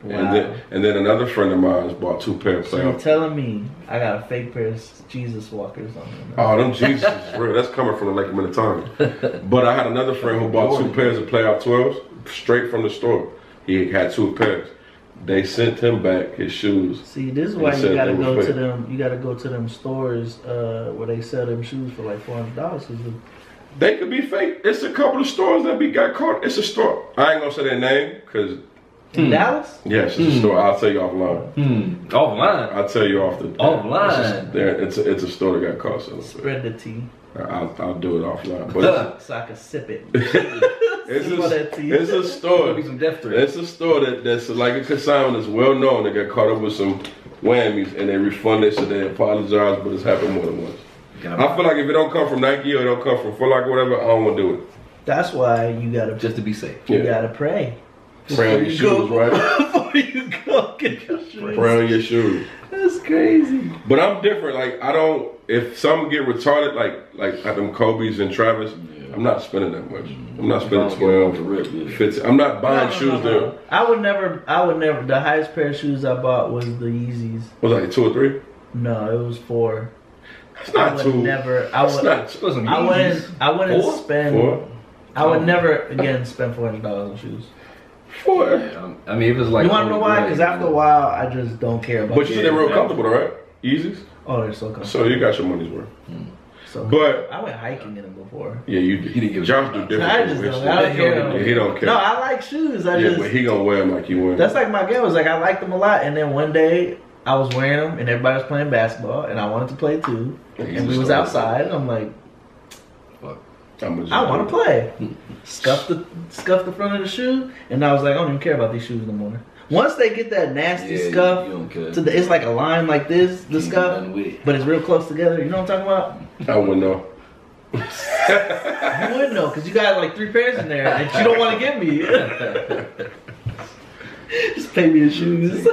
[SPEAKER 2] Wow.
[SPEAKER 1] And then and then another friend of mine bought two pair of
[SPEAKER 2] so you're
[SPEAKER 1] playoff
[SPEAKER 2] telling me I got a fake pair of Jesus walkers on me? now.
[SPEAKER 1] Oh, them Jesus is real. That's coming from the Lake of Minnetonka. But I had another friend who bought two pairs of playoff 12s straight from the store. He had two pairs. They sent him back his shoes.
[SPEAKER 2] See, this is
[SPEAKER 1] You
[SPEAKER 2] why you,
[SPEAKER 1] said
[SPEAKER 2] gotta
[SPEAKER 1] they were
[SPEAKER 2] go to
[SPEAKER 1] fake.
[SPEAKER 2] them. You gotta go to them stores uh, where they sell them shoes for like four hundred dollars.
[SPEAKER 1] They could be fake. It's a couple of stores that be got caught. It's a store. I ain't gonna say their name because Hmm.
[SPEAKER 2] In Dallas,
[SPEAKER 1] yes, it's a store. I'll tell you offline.
[SPEAKER 3] Hmm. Offline.
[SPEAKER 1] I'll tell you off the
[SPEAKER 3] Offline.
[SPEAKER 1] There, it's a, it's a store that got caught selling. fake.
[SPEAKER 2] spread the tea
[SPEAKER 1] I'll, I'll do it
[SPEAKER 2] [LAUGHS]
[SPEAKER 1] offline. But
[SPEAKER 2] so I can sip it. [LAUGHS]
[SPEAKER 1] it's,
[SPEAKER 2] Sip all
[SPEAKER 1] a,
[SPEAKER 2] that tea.
[SPEAKER 1] it's a store.
[SPEAKER 3] Be some death threats.
[SPEAKER 1] That's a store that, that's like a consignment that's well known that got caught up with some whammies and they refunded so they apologize, but it's happened more than once.
[SPEAKER 3] Gotta-
[SPEAKER 1] I feel like if it don't come from Nike or it don't come from Foot Locker or whatever, I don't want to do it.
[SPEAKER 2] That's why you gotta
[SPEAKER 3] Just to be safe.
[SPEAKER 2] you
[SPEAKER 1] Yeah.
[SPEAKER 2] gotta pray
[SPEAKER 1] Pray on your shoes, right?
[SPEAKER 2] [LAUGHS] before you go get your shoes.
[SPEAKER 1] Pray on your shoes.
[SPEAKER 2] That's crazy.
[SPEAKER 1] But I'm different. Like I don't. If some get retarded, like like at them Kobe's and Travis, I'm not spending that much. I'm not spending
[SPEAKER 3] If I
[SPEAKER 1] 12,
[SPEAKER 3] don't get off the rip, yeah.
[SPEAKER 1] 15. I'm not buying
[SPEAKER 2] No, no,
[SPEAKER 1] shoes
[SPEAKER 2] no,
[SPEAKER 1] there.
[SPEAKER 2] no. I would never. I would never. The highest pair of shoes I bought was the Yeezys.
[SPEAKER 1] Was it like two or three?
[SPEAKER 2] No, it was four.
[SPEAKER 1] It's
[SPEAKER 2] I
[SPEAKER 1] not
[SPEAKER 2] would
[SPEAKER 1] two.
[SPEAKER 2] never. I
[SPEAKER 1] It's
[SPEAKER 2] would.
[SPEAKER 1] not two.
[SPEAKER 3] Listen,
[SPEAKER 2] I wouldn't. I wouldn't
[SPEAKER 3] Four?
[SPEAKER 2] spend.
[SPEAKER 1] Four.
[SPEAKER 2] I would never again spend four hundred dollars on shoes.
[SPEAKER 1] Four.
[SPEAKER 3] Yeah, I'm- I mean, if it's like
[SPEAKER 2] you want to know
[SPEAKER 3] Kobe
[SPEAKER 2] why?
[SPEAKER 3] Bryant,
[SPEAKER 2] Because after a while, I just don't care about.
[SPEAKER 1] But you said they
[SPEAKER 3] Yeah,
[SPEAKER 1] were real
[SPEAKER 3] exactly.
[SPEAKER 1] comfortable, though, right? Yeezys.
[SPEAKER 2] oh, they're so comfortable.
[SPEAKER 1] So you got your money's worth.
[SPEAKER 2] So,
[SPEAKER 1] But
[SPEAKER 2] I went hiking in them
[SPEAKER 1] [LAUGHS]
[SPEAKER 2] before.
[SPEAKER 1] yeah, you
[SPEAKER 3] He didn't give a
[SPEAKER 1] Josh
[SPEAKER 3] shit
[SPEAKER 1] do
[SPEAKER 3] about
[SPEAKER 1] different.
[SPEAKER 2] I
[SPEAKER 1] than
[SPEAKER 2] just
[SPEAKER 1] Rich
[SPEAKER 2] don't.
[SPEAKER 1] do.
[SPEAKER 2] I don't care.
[SPEAKER 1] Yeah, he don't care.
[SPEAKER 2] No, I like shoes. I
[SPEAKER 1] yeah,
[SPEAKER 2] just
[SPEAKER 1] but he gonna wear them like you wear.
[SPEAKER 2] that's
[SPEAKER 1] Them.
[SPEAKER 2] like my girl was like I liked them a lot, and then one day I was wearing them, and everybody was playing basketball, and I wanted to play too, and we was outside, and I'm like
[SPEAKER 1] I'm
[SPEAKER 2] I want to play. Scuff the scuff the front of the shoe, and I was like I don't even care about these shoes no more. Once they get that nasty
[SPEAKER 3] yeah, you-
[SPEAKER 2] scuff,
[SPEAKER 3] You don't care.
[SPEAKER 2] to the, it's like a line like this, the
[SPEAKER 3] Can't do
[SPEAKER 2] scuff.
[SPEAKER 3] nothing with it.
[SPEAKER 2] But it's real close together. You know what I'm talking about?
[SPEAKER 1] play. I wouldn't know.
[SPEAKER 2] You would know because you got like three pairs in there that you don't want to give [LAUGHS] me. Just pay me the shoes.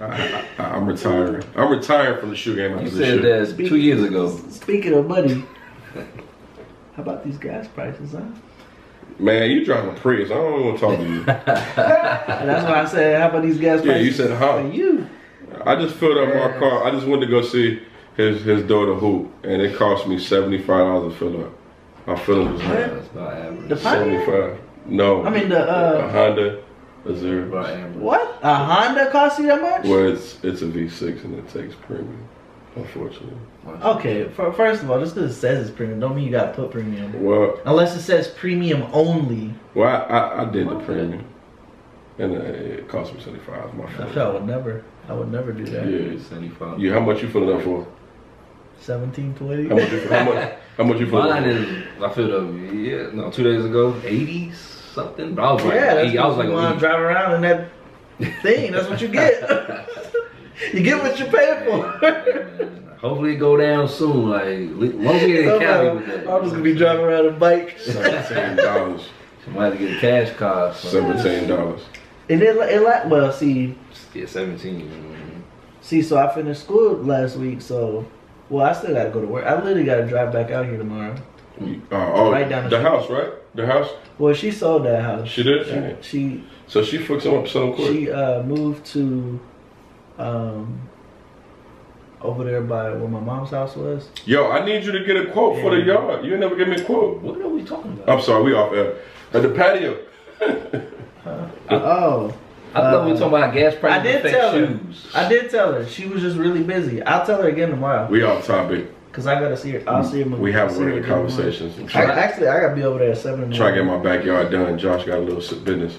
[SPEAKER 1] I, I'm retiring. I'm retiring from the shoe game
[SPEAKER 3] You
[SPEAKER 1] after this
[SPEAKER 3] said
[SPEAKER 1] year.
[SPEAKER 3] that two years ago.
[SPEAKER 2] Speaking of money, how about these gas prices, [LAUGHS] huh?
[SPEAKER 1] Man, you driving a Prius. I don't even want to talk to you.
[SPEAKER 2] [LAUGHS] And that's why I said, how about these gas
[SPEAKER 1] Yeah,
[SPEAKER 2] prices?
[SPEAKER 1] you said
[SPEAKER 2] for
[SPEAKER 1] how?
[SPEAKER 2] you.
[SPEAKER 1] I just filled up my car. I just went to go see his his daughter hoop, and it cost me seventy five dollars to fill up. My filling was
[SPEAKER 3] Yeah, it's about average.
[SPEAKER 2] The
[SPEAKER 1] seventy
[SPEAKER 2] Pioneer?
[SPEAKER 1] five. No,
[SPEAKER 2] I mean the
[SPEAKER 1] a
[SPEAKER 2] uh,
[SPEAKER 1] Honda, a zero.
[SPEAKER 3] About average.
[SPEAKER 2] what? A Honda cost you that much?
[SPEAKER 1] Well, it's it's a V6 and it takes premium, unfortunately.
[SPEAKER 2] Okay, for, first of all, just because it says it's premium, don't mean you gotta put premium.
[SPEAKER 1] Well,
[SPEAKER 2] Unless it says premium only,
[SPEAKER 1] well, I, I, I did the
[SPEAKER 2] Okay.
[SPEAKER 1] premium, and uh, it cost me seventy five. My
[SPEAKER 2] I
[SPEAKER 1] fault.
[SPEAKER 2] feel I would never, I would never do that.
[SPEAKER 1] Yeah.
[SPEAKER 3] Seventy-five.
[SPEAKER 1] Yeah, how much you filling up for?
[SPEAKER 2] Seventeen twenty.
[SPEAKER 1] How much? You, how much? How much you filling
[SPEAKER 3] Mine
[SPEAKER 1] up? For?
[SPEAKER 3] is. I feel the yeah. No, two days ago, eighty something. But I was like,
[SPEAKER 2] Yeah, that's
[SPEAKER 3] eight, I was
[SPEAKER 2] what
[SPEAKER 3] like,
[SPEAKER 2] you want to
[SPEAKER 3] on
[SPEAKER 2] drive around in that thing. That's what you
[SPEAKER 3] [LAUGHS]
[SPEAKER 2] get. you get what you pay for.
[SPEAKER 3] eight. Hopefully, it go down soon. Like, long as we get in Cali with that.
[SPEAKER 2] I'm just gonna be driving around a bike.
[SPEAKER 1] Seventeen dollars.
[SPEAKER 3] Somebody have to get a cash card. So.
[SPEAKER 1] Seventeen dollars.
[SPEAKER 2] And it, it like well, see,
[SPEAKER 3] Yeah, seventeen. mm.
[SPEAKER 2] see. So I finished school last week. So, well, I still gotta go to work. I literally gotta drive back out here tomorrow.
[SPEAKER 1] Uh, oh,
[SPEAKER 2] Right down the
[SPEAKER 1] the
[SPEAKER 2] street.
[SPEAKER 1] house, right? The house.
[SPEAKER 2] Well, she sold that house.
[SPEAKER 1] She did.
[SPEAKER 2] She
[SPEAKER 1] So she fucks him up so quick.
[SPEAKER 2] she uh, moved to, um, over there by where my mom's house was.
[SPEAKER 1] Yo, I need you to get a quote for the
[SPEAKER 2] Yeah.
[SPEAKER 1] yard. You ain't never give me a quote.
[SPEAKER 3] What are we talking about?
[SPEAKER 1] I'm sorry, we off air. At the patio. [LAUGHS]
[SPEAKER 2] Oh.
[SPEAKER 3] I thought we were talking about gas prices.
[SPEAKER 2] I did
[SPEAKER 3] affect
[SPEAKER 2] tell her.
[SPEAKER 3] shoes.
[SPEAKER 2] I did tell her. She was just really busy. I'll tell her again tomorrow
[SPEAKER 1] We off topic.
[SPEAKER 2] because I gotta see her. I'll see her.
[SPEAKER 1] We have
[SPEAKER 2] I'll see her
[SPEAKER 1] regular
[SPEAKER 2] again tomorrow.
[SPEAKER 1] conversations.
[SPEAKER 2] I, actually, I gotta be over there at seven. in the
[SPEAKER 1] Try to get
[SPEAKER 2] morning.
[SPEAKER 1] my backyard done. Josh got a little business.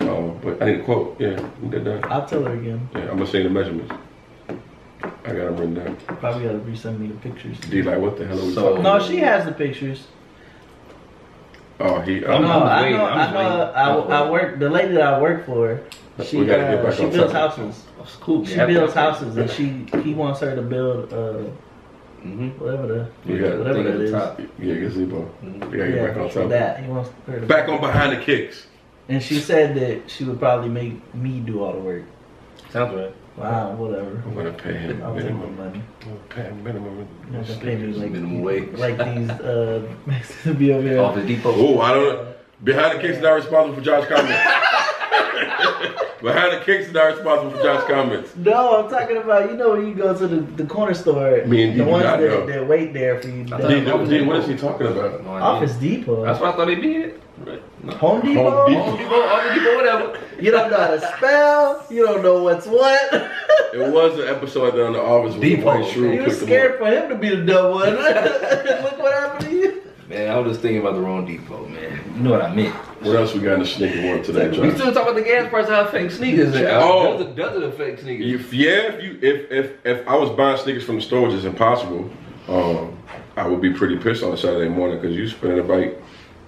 [SPEAKER 1] Um, quote, but I need a quote. Yeah, you did that.
[SPEAKER 2] I'll tell her again.
[SPEAKER 1] Yeah, I'm gonna see the measurements. I got them written down.
[SPEAKER 2] Probably gotta resend me the pictures.
[SPEAKER 1] D like, what the hell are we
[SPEAKER 3] So-
[SPEAKER 1] talking?
[SPEAKER 2] No, she has the pictures.
[SPEAKER 1] Oh, he.
[SPEAKER 2] No,
[SPEAKER 1] I'm,
[SPEAKER 3] not- just
[SPEAKER 2] I
[SPEAKER 3] waiting,
[SPEAKER 2] know.
[SPEAKER 3] I'm
[SPEAKER 2] I
[SPEAKER 3] just
[SPEAKER 2] know. I,
[SPEAKER 3] waiting.
[SPEAKER 2] I work. The lady that I work for,
[SPEAKER 1] We
[SPEAKER 2] she
[SPEAKER 1] gotta get
[SPEAKER 2] uh,
[SPEAKER 1] back
[SPEAKER 2] she
[SPEAKER 1] on
[SPEAKER 2] builds
[SPEAKER 1] topic.
[SPEAKER 2] houses. Cool. She
[SPEAKER 3] Yeah.
[SPEAKER 2] builds houses, and she he wants her to build uh
[SPEAKER 3] Mm-hmm.
[SPEAKER 2] whatever the
[SPEAKER 1] we got.
[SPEAKER 2] whatever that is.
[SPEAKER 1] Yeah, gazebo. We
[SPEAKER 3] Mhm.
[SPEAKER 1] gotta get back on
[SPEAKER 2] for
[SPEAKER 1] top.
[SPEAKER 2] that he wants her to
[SPEAKER 1] Back on behind the kicks.
[SPEAKER 2] And she said that she would probably make me do all the work.
[SPEAKER 3] Sounds right.
[SPEAKER 2] Wow, whatever.
[SPEAKER 1] I'm gonna pay him
[SPEAKER 2] I'll take my
[SPEAKER 1] minimum.
[SPEAKER 2] money.
[SPEAKER 1] I'm gonna pay him minimum.
[SPEAKER 2] You're not gonna pay me like
[SPEAKER 3] Minimum wage.
[SPEAKER 2] [LAUGHS] like these uh [LAUGHS] Mexicans be over
[SPEAKER 3] Off
[SPEAKER 2] here.
[SPEAKER 3] the depot.
[SPEAKER 1] Oh, I don't. Behind the kicks not responsible for Josh's comments. [LAUGHS] behind the kicks not responsible for Josh's comments.
[SPEAKER 2] No, I'm talking about you know when you go to the, the corner store,
[SPEAKER 1] Me and
[SPEAKER 2] the
[SPEAKER 1] you do
[SPEAKER 2] ones
[SPEAKER 1] not
[SPEAKER 2] that,
[SPEAKER 1] know.
[SPEAKER 2] that wait there for you.
[SPEAKER 3] I
[SPEAKER 1] D,
[SPEAKER 2] down-
[SPEAKER 3] thought-
[SPEAKER 1] D, D, what is he talking about?
[SPEAKER 3] No idea.
[SPEAKER 2] Office Depot,
[SPEAKER 3] That's what I thought they did.
[SPEAKER 2] Home Depot.
[SPEAKER 1] Home Depot.
[SPEAKER 3] Home Depot, Office Depot, whatever.
[SPEAKER 2] You don't know how to spell. You don't know what's what.
[SPEAKER 1] It was an episode down the office with the
[SPEAKER 3] Depot.
[SPEAKER 1] white
[SPEAKER 2] [LAUGHS]
[SPEAKER 1] shrew
[SPEAKER 2] You were
[SPEAKER 1] picked him
[SPEAKER 2] scared for him to be the dumb
[SPEAKER 1] [LAUGHS]
[SPEAKER 2] one. [LAUGHS] Look what happened to you.
[SPEAKER 3] Man, I was just thinking about the wrong depot, man. You know what I meant.
[SPEAKER 1] up. What else we got in the sneaker world today,
[SPEAKER 3] We
[SPEAKER 1] Josh?
[SPEAKER 3] still talk about the gas price, how fake sneakers are.
[SPEAKER 1] Oh.
[SPEAKER 3] Does it, does it affect sneakers?
[SPEAKER 1] If yeah, if you if if if I was buying sneakers from the store, which is impossible, um, I would be pretty pissed on a Saturday morning because you spending about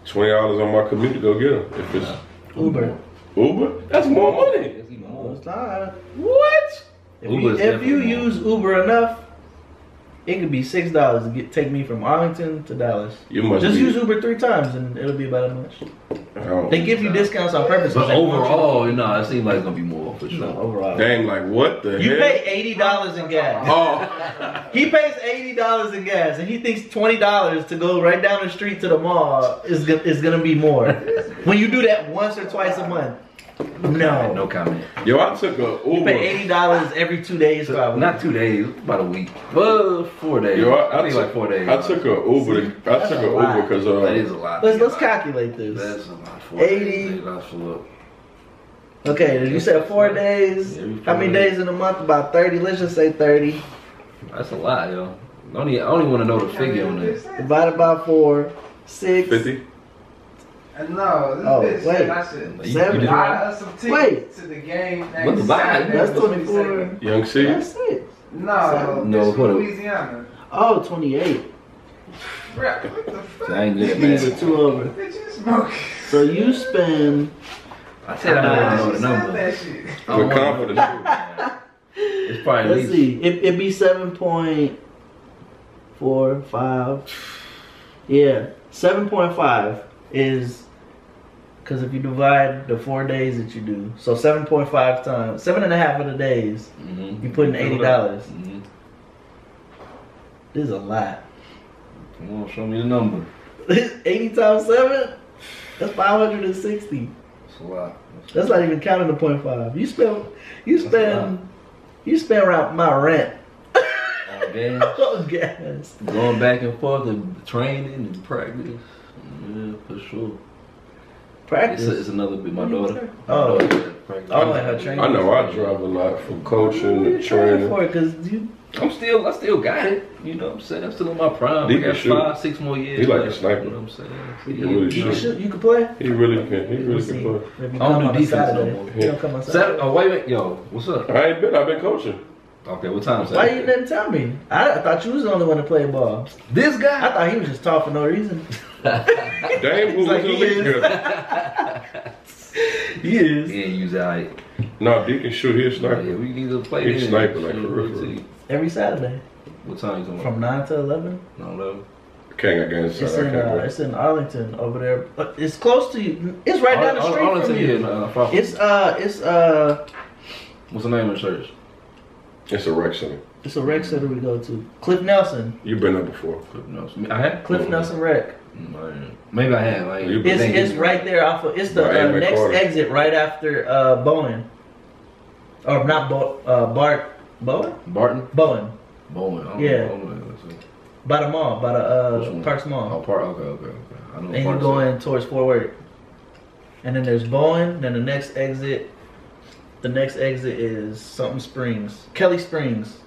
[SPEAKER 1] twenty dollars on my commute to go get them. If it's
[SPEAKER 2] Uber.
[SPEAKER 1] Uber, that's more money.
[SPEAKER 3] It's even
[SPEAKER 2] Well,
[SPEAKER 3] more.
[SPEAKER 2] it's not.
[SPEAKER 1] What?
[SPEAKER 2] If
[SPEAKER 3] Uber's
[SPEAKER 2] you, if you
[SPEAKER 3] definitely more.
[SPEAKER 2] use Uber enough, it could be six dollars to get take me from Arlington to Dallas.
[SPEAKER 1] You must
[SPEAKER 2] Just
[SPEAKER 1] be.
[SPEAKER 2] use Uber three times and it'll be about that much.
[SPEAKER 1] I don't-
[SPEAKER 2] They give you discounts on purpose.
[SPEAKER 3] But
[SPEAKER 2] 'cause they want
[SPEAKER 3] overall, you know, it seems like it's gonna be more for
[SPEAKER 2] you- no,
[SPEAKER 3] sure.
[SPEAKER 2] overall,
[SPEAKER 1] Dang, like what the
[SPEAKER 2] you
[SPEAKER 1] hell?
[SPEAKER 2] pay eighty dollars in gas.
[SPEAKER 1] [LAUGHS] Oh,
[SPEAKER 2] He pays eighty dollars in gas, and he thinks twenty dollars to go right down the street to the mall is go- is gonna be more. when you do that once or twice a month, no,
[SPEAKER 3] No comment.
[SPEAKER 1] yo, I took a
[SPEAKER 2] you pay
[SPEAKER 1] Uber.
[SPEAKER 2] eighty dollars every two days.
[SPEAKER 3] So,
[SPEAKER 2] Probably.
[SPEAKER 3] not two days, about a week. Well, four days.
[SPEAKER 1] Yo, I,
[SPEAKER 3] I,
[SPEAKER 1] I
[SPEAKER 3] think
[SPEAKER 1] took
[SPEAKER 3] like four days.
[SPEAKER 1] I took a Uber. to- I
[SPEAKER 2] That's
[SPEAKER 1] took
[SPEAKER 2] a
[SPEAKER 1] a
[SPEAKER 2] lot.
[SPEAKER 1] Uber because
[SPEAKER 3] That
[SPEAKER 1] uh,
[SPEAKER 3] is a lot.
[SPEAKER 2] let's let's calculate this.
[SPEAKER 3] That's a lot. Four
[SPEAKER 2] 80.
[SPEAKER 3] Days, that's a lot.
[SPEAKER 2] Okay, you said four days.
[SPEAKER 3] Every four
[SPEAKER 2] How many days in a month? About thirty. Let's just say thirty.
[SPEAKER 3] That's a lot, yo. I don't even, I don't even want to know the figure on this.
[SPEAKER 2] Divided by four, six.
[SPEAKER 1] fifty.
[SPEAKER 4] Uh, No,
[SPEAKER 2] Oh,
[SPEAKER 4] this bitch
[SPEAKER 2] wait.
[SPEAKER 4] shit, I should
[SPEAKER 3] But you-
[SPEAKER 2] Seven.
[SPEAKER 3] you did-
[SPEAKER 4] buy us some tickets
[SPEAKER 2] Wait.
[SPEAKER 4] to the game next
[SPEAKER 3] What's the buy?
[SPEAKER 4] Saturday,
[SPEAKER 2] That's
[SPEAKER 4] the 22nd.
[SPEAKER 2] twenty-four.
[SPEAKER 1] Young C.
[SPEAKER 2] That's six.
[SPEAKER 4] No,
[SPEAKER 3] No,
[SPEAKER 4] no, bitch
[SPEAKER 3] what a-
[SPEAKER 4] from Louisiana.
[SPEAKER 2] Oh, 28.
[SPEAKER 4] Bruh, what the fuck?
[SPEAKER 3] I ain't good,
[SPEAKER 2] These are
[SPEAKER 3] man.
[SPEAKER 2] two over.
[SPEAKER 4] Bitch, you smoking.
[SPEAKER 2] So you spend.
[SPEAKER 3] I said I
[SPEAKER 2] Nah,
[SPEAKER 3] don't
[SPEAKER 4] Why
[SPEAKER 3] want
[SPEAKER 4] she
[SPEAKER 3] to
[SPEAKER 4] said
[SPEAKER 3] know the number.
[SPEAKER 4] that shit?
[SPEAKER 3] I don't
[SPEAKER 1] With
[SPEAKER 3] wanna know.
[SPEAKER 1] confidence.
[SPEAKER 3] It's probably at
[SPEAKER 2] Let's
[SPEAKER 3] least.
[SPEAKER 2] see. It it be seven point four five. Yeah, seven point five is because if you divide the four days that you do, so seven point five times seven and a half of the days,
[SPEAKER 3] Mm-hmm.
[SPEAKER 2] you put in eighty dollars.
[SPEAKER 3] Mm-hmm.
[SPEAKER 2] This is a lot. [LAUGHS]
[SPEAKER 3] Come on, show me the number.
[SPEAKER 2] eighty times seven. That's five hundred and sixty.
[SPEAKER 3] That's a lot.
[SPEAKER 2] That's not even counting the point five. You spend, you
[SPEAKER 3] That's a lot.
[SPEAKER 2] spend, you spend around my rent. [LAUGHS]
[SPEAKER 3] Oh, damn.
[SPEAKER 2] Oh, gas.
[SPEAKER 3] Going back and forth and training and practice. Yeah, for sure. It's,
[SPEAKER 2] Practice.
[SPEAKER 3] it's another bit. My daughter. my
[SPEAKER 2] Oh.
[SPEAKER 3] daughter practice.
[SPEAKER 2] Oh, and her training.
[SPEAKER 1] I know I drive a lot from coaching
[SPEAKER 2] What are you
[SPEAKER 1] to
[SPEAKER 2] trying
[SPEAKER 1] training.
[SPEAKER 2] for? Because you
[SPEAKER 3] I'm still, I still got it. You know what I'm saying? I'm still in my prime.
[SPEAKER 1] He
[SPEAKER 3] I got
[SPEAKER 1] can shoot.
[SPEAKER 3] five, six more years.
[SPEAKER 1] He like a
[SPEAKER 3] left,
[SPEAKER 1] sniper.
[SPEAKER 3] You know what I'm saying?
[SPEAKER 1] can really
[SPEAKER 2] You
[SPEAKER 1] Sure.
[SPEAKER 2] can shoot. You can play.
[SPEAKER 1] He really can. He
[SPEAKER 2] We'll
[SPEAKER 1] really
[SPEAKER 2] see.
[SPEAKER 1] can play.
[SPEAKER 2] If you
[SPEAKER 3] I don't
[SPEAKER 2] come
[SPEAKER 3] do
[SPEAKER 2] on a
[SPEAKER 3] defense no
[SPEAKER 2] Saturday,
[SPEAKER 3] more.
[SPEAKER 2] you don't come on
[SPEAKER 3] Saturday,
[SPEAKER 2] Saturday.
[SPEAKER 3] oh, wait a minute. Yo, what's up?
[SPEAKER 1] I ain't been. I've been coaching.
[SPEAKER 3] Okay, what time is
[SPEAKER 2] Why you
[SPEAKER 3] that?
[SPEAKER 2] didn't tell me? I, I thought you was the only one to play ball.
[SPEAKER 3] This
[SPEAKER 2] I
[SPEAKER 3] guy?
[SPEAKER 2] thought he was just tall for no reason. [LAUGHS]
[SPEAKER 1] Dame moved
[SPEAKER 2] like
[SPEAKER 1] to the
[SPEAKER 2] he
[SPEAKER 1] league
[SPEAKER 2] is.
[SPEAKER 1] together.
[SPEAKER 2] He is.
[SPEAKER 3] Yeah, use that. Right.
[SPEAKER 1] No, D can shoot. He a
[SPEAKER 3] Yeah,
[SPEAKER 1] sniper.
[SPEAKER 3] we need to play
[SPEAKER 1] He's
[SPEAKER 3] this.
[SPEAKER 1] sniper, like,
[SPEAKER 3] Shit,
[SPEAKER 1] for real,
[SPEAKER 3] let's
[SPEAKER 1] for real.
[SPEAKER 3] see.
[SPEAKER 2] [LAUGHS] Every Saturday
[SPEAKER 3] What time you talking
[SPEAKER 2] from nine to eleven.
[SPEAKER 3] No, no.
[SPEAKER 1] Can't got games.
[SPEAKER 2] It's
[SPEAKER 1] Sorry, I
[SPEAKER 2] in uh,
[SPEAKER 1] can't
[SPEAKER 2] it's in Arlington over there. Uh, It's close to you. It's right down the
[SPEAKER 3] Ar- Ar-
[SPEAKER 2] street
[SPEAKER 3] Arlington,
[SPEAKER 2] from you.
[SPEAKER 3] yeah, nah, far from-
[SPEAKER 2] It's uh it's uh
[SPEAKER 3] What's the name of the church?
[SPEAKER 1] go. It's a rec center.
[SPEAKER 2] it's a rec center we go to. Cliff Nelson.
[SPEAKER 1] You've been there before.
[SPEAKER 3] Cliff Nelson. I had
[SPEAKER 2] Cliff Nelson Rec.
[SPEAKER 3] Mm, I ain't- Maybe I had. Like,
[SPEAKER 1] You-
[SPEAKER 2] It's it's right there off of it's the
[SPEAKER 1] By
[SPEAKER 2] uh,
[SPEAKER 1] Ed
[SPEAKER 2] next
[SPEAKER 1] McCarter.
[SPEAKER 2] exit right after uh Bowen. Or not Bo uh Bart Bowen?
[SPEAKER 3] Barton?
[SPEAKER 2] Bowen.
[SPEAKER 3] Bowen. I don't
[SPEAKER 2] Yeah.
[SPEAKER 3] know, Bowen, let's see.
[SPEAKER 2] By the mall, by the
[SPEAKER 3] Which
[SPEAKER 2] uh
[SPEAKER 3] one?
[SPEAKER 2] Parks Mall.
[SPEAKER 1] Uh-huh.
[SPEAKER 3] Oh, Park. Okay, okay, okay. I know
[SPEAKER 2] and you're
[SPEAKER 3] Park's-
[SPEAKER 2] going towards Fort Worth. And then there's Bowen, then the next exit the next exit is something Springs. Kelly Springs.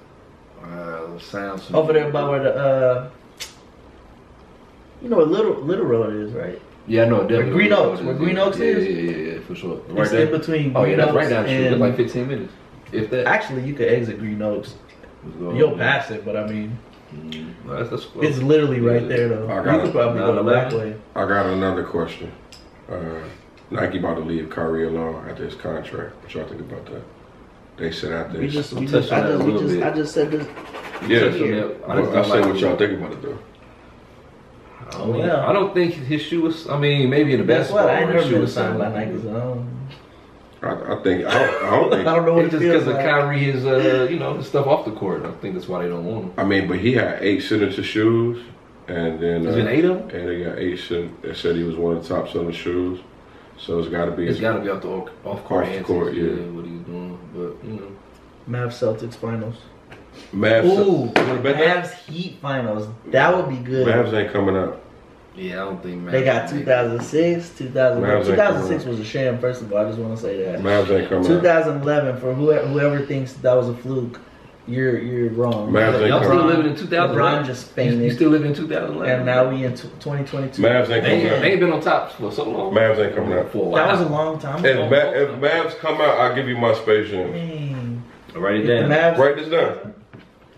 [SPEAKER 3] Uh, sounds
[SPEAKER 2] Over there by where the uh you know what little little road is, right?
[SPEAKER 3] Yeah, I know. definitely
[SPEAKER 2] Green
[SPEAKER 3] what it
[SPEAKER 2] Oaks,
[SPEAKER 3] is.
[SPEAKER 2] where Green Oaks
[SPEAKER 3] yeah,
[SPEAKER 2] is?
[SPEAKER 3] Yeah, yeah, yeah, for sure. Right
[SPEAKER 2] it's
[SPEAKER 3] there.
[SPEAKER 2] in between.
[SPEAKER 3] Oh yeah,
[SPEAKER 2] Green
[SPEAKER 3] that's right
[SPEAKER 2] Oaks
[SPEAKER 3] down the street.
[SPEAKER 2] and-
[SPEAKER 3] That's like 15 minutes, if that.
[SPEAKER 2] Actually, you could exit Green Oaks. You'll pass it, but I mean,
[SPEAKER 3] Mm, no, that's, that's close.
[SPEAKER 2] it's literally right
[SPEAKER 3] Yeah.
[SPEAKER 2] there though.
[SPEAKER 1] I got
[SPEAKER 2] You could probably go the back way.
[SPEAKER 1] I got another question. Uh, Nike about to leave Kyrie alone after his contract. What y'all think about that? They said after.
[SPEAKER 2] We just, we
[SPEAKER 3] touched
[SPEAKER 2] just,
[SPEAKER 3] on
[SPEAKER 2] I
[SPEAKER 3] that a
[SPEAKER 2] just, we
[SPEAKER 3] little
[SPEAKER 2] just,
[SPEAKER 3] bit.
[SPEAKER 2] I just said this.
[SPEAKER 1] yeah.
[SPEAKER 3] Touched on
[SPEAKER 1] so-
[SPEAKER 3] that. I just
[SPEAKER 1] Well, I
[SPEAKER 3] don't
[SPEAKER 1] say
[SPEAKER 3] like-
[SPEAKER 1] what y'all think about it though.
[SPEAKER 3] I don't,
[SPEAKER 2] Oh, yeah.
[SPEAKER 3] I don't think his shoe was. I mean, maybe in the
[SPEAKER 2] That's
[SPEAKER 3] best
[SPEAKER 2] what I ain't
[SPEAKER 3] his
[SPEAKER 2] never
[SPEAKER 3] shoe
[SPEAKER 2] been
[SPEAKER 3] was
[SPEAKER 2] signed by
[SPEAKER 3] something.
[SPEAKER 2] Nike, so I don't,
[SPEAKER 1] I, I think I don't, I don't
[SPEAKER 2] [LAUGHS] I
[SPEAKER 1] think.
[SPEAKER 2] don't know what
[SPEAKER 3] It's
[SPEAKER 2] it
[SPEAKER 3] just
[SPEAKER 2] feels
[SPEAKER 3] because
[SPEAKER 2] like.
[SPEAKER 3] of Kyrie, his uh, you know, his stuff off the court. I think that's why they don't want him.
[SPEAKER 1] I mean, but he had eight signature shoes, and then uh,
[SPEAKER 3] There's been eight of them.
[SPEAKER 1] and they got eight. Sin- they said he was one of the top selling shoes, so it's got to be.
[SPEAKER 3] It's
[SPEAKER 1] his-
[SPEAKER 3] got to be off the off court.
[SPEAKER 1] Off the
[SPEAKER 3] antics,
[SPEAKER 1] court, yeah.
[SPEAKER 3] What he's doing, but you know,
[SPEAKER 2] Mavs Celtics finals.
[SPEAKER 1] Mavs.
[SPEAKER 2] Ooh,
[SPEAKER 1] you wanna bet that?
[SPEAKER 2] Mavs Heat finals. That would be good.
[SPEAKER 1] Mavs ain't coming out.
[SPEAKER 3] yeah, I don't think man.
[SPEAKER 2] They got 2006, 2000.
[SPEAKER 1] Mavs ain't
[SPEAKER 2] 2006 was a sham. First of all, I just want to say that.
[SPEAKER 1] Mavs ain't coming out.
[SPEAKER 2] 2011 for whoever, whoever thinks that was a fluke, you're you're wrong.
[SPEAKER 1] Mavs ain't
[SPEAKER 3] Y'all
[SPEAKER 1] coming.
[SPEAKER 3] still
[SPEAKER 1] out.
[SPEAKER 3] living in 2000.
[SPEAKER 2] LeBron just
[SPEAKER 3] You, you
[SPEAKER 2] fainted,
[SPEAKER 3] still living in 2011.
[SPEAKER 2] and now we in tw- 2022.
[SPEAKER 1] Mavs ain't
[SPEAKER 3] they ain't,
[SPEAKER 1] coming out.
[SPEAKER 3] they ain't been on top for so long.
[SPEAKER 1] Mavs ain't coming out.
[SPEAKER 3] for a while.
[SPEAKER 2] That was a long time.
[SPEAKER 1] If,
[SPEAKER 2] ago.
[SPEAKER 1] Ma- if Mavs come out, I'll give you my Space Jam.
[SPEAKER 2] Dang.
[SPEAKER 3] Write
[SPEAKER 2] If the Mavs,
[SPEAKER 1] Write this down.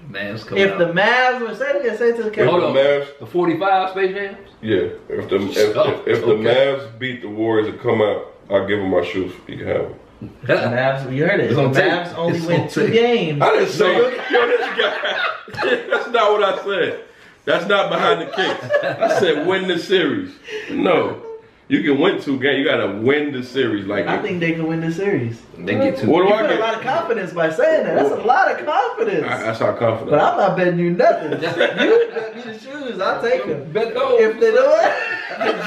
[SPEAKER 3] Mavs coming
[SPEAKER 2] if
[SPEAKER 3] out.
[SPEAKER 2] the Mavs were say it, say it to the
[SPEAKER 1] If
[SPEAKER 2] camera.
[SPEAKER 3] Hold
[SPEAKER 1] the
[SPEAKER 3] on.
[SPEAKER 1] Mavs,
[SPEAKER 3] The 45 Space Jam?
[SPEAKER 1] yeah. If the if, if, if the
[SPEAKER 3] Okay.
[SPEAKER 1] Mavs beat the Warriors and come out, I'll give them my shoes. You can have them.
[SPEAKER 2] The [LAUGHS] Mavs, you heard it.
[SPEAKER 3] It's
[SPEAKER 2] The
[SPEAKER 3] on tape.
[SPEAKER 2] Mavs only
[SPEAKER 3] It's
[SPEAKER 2] win
[SPEAKER 3] on
[SPEAKER 2] two
[SPEAKER 3] tape.
[SPEAKER 2] games.
[SPEAKER 1] I didn't say yo this guy. [LAUGHS] That's not what I said. That's not behind the kicks. I said win the series. No, you can win two games. You gotta win the series. Like
[SPEAKER 2] I think they can win this series.
[SPEAKER 3] They get two.
[SPEAKER 1] what do
[SPEAKER 2] You
[SPEAKER 1] I
[SPEAKER 2] put a lot
[SPEAKER 1] get?
[SPEAKER 2] of confidence by saying that. That's a lot of confidence.
[SPEAKER 1] I, that's how confident.
[SPEAKER 2] But
[SPEAKER 1] I,
[SPEAKER 2] I'm not betting you nothing. [LAUGHS] you
[SPEAKER 3] [LAUGHS]
[SPEAKER 2] bet me the shoes. I'll take them.
[SPEAKER 3] Bet those.
[SPEAKER 2] If they don't.
[SPEAKER 1] am.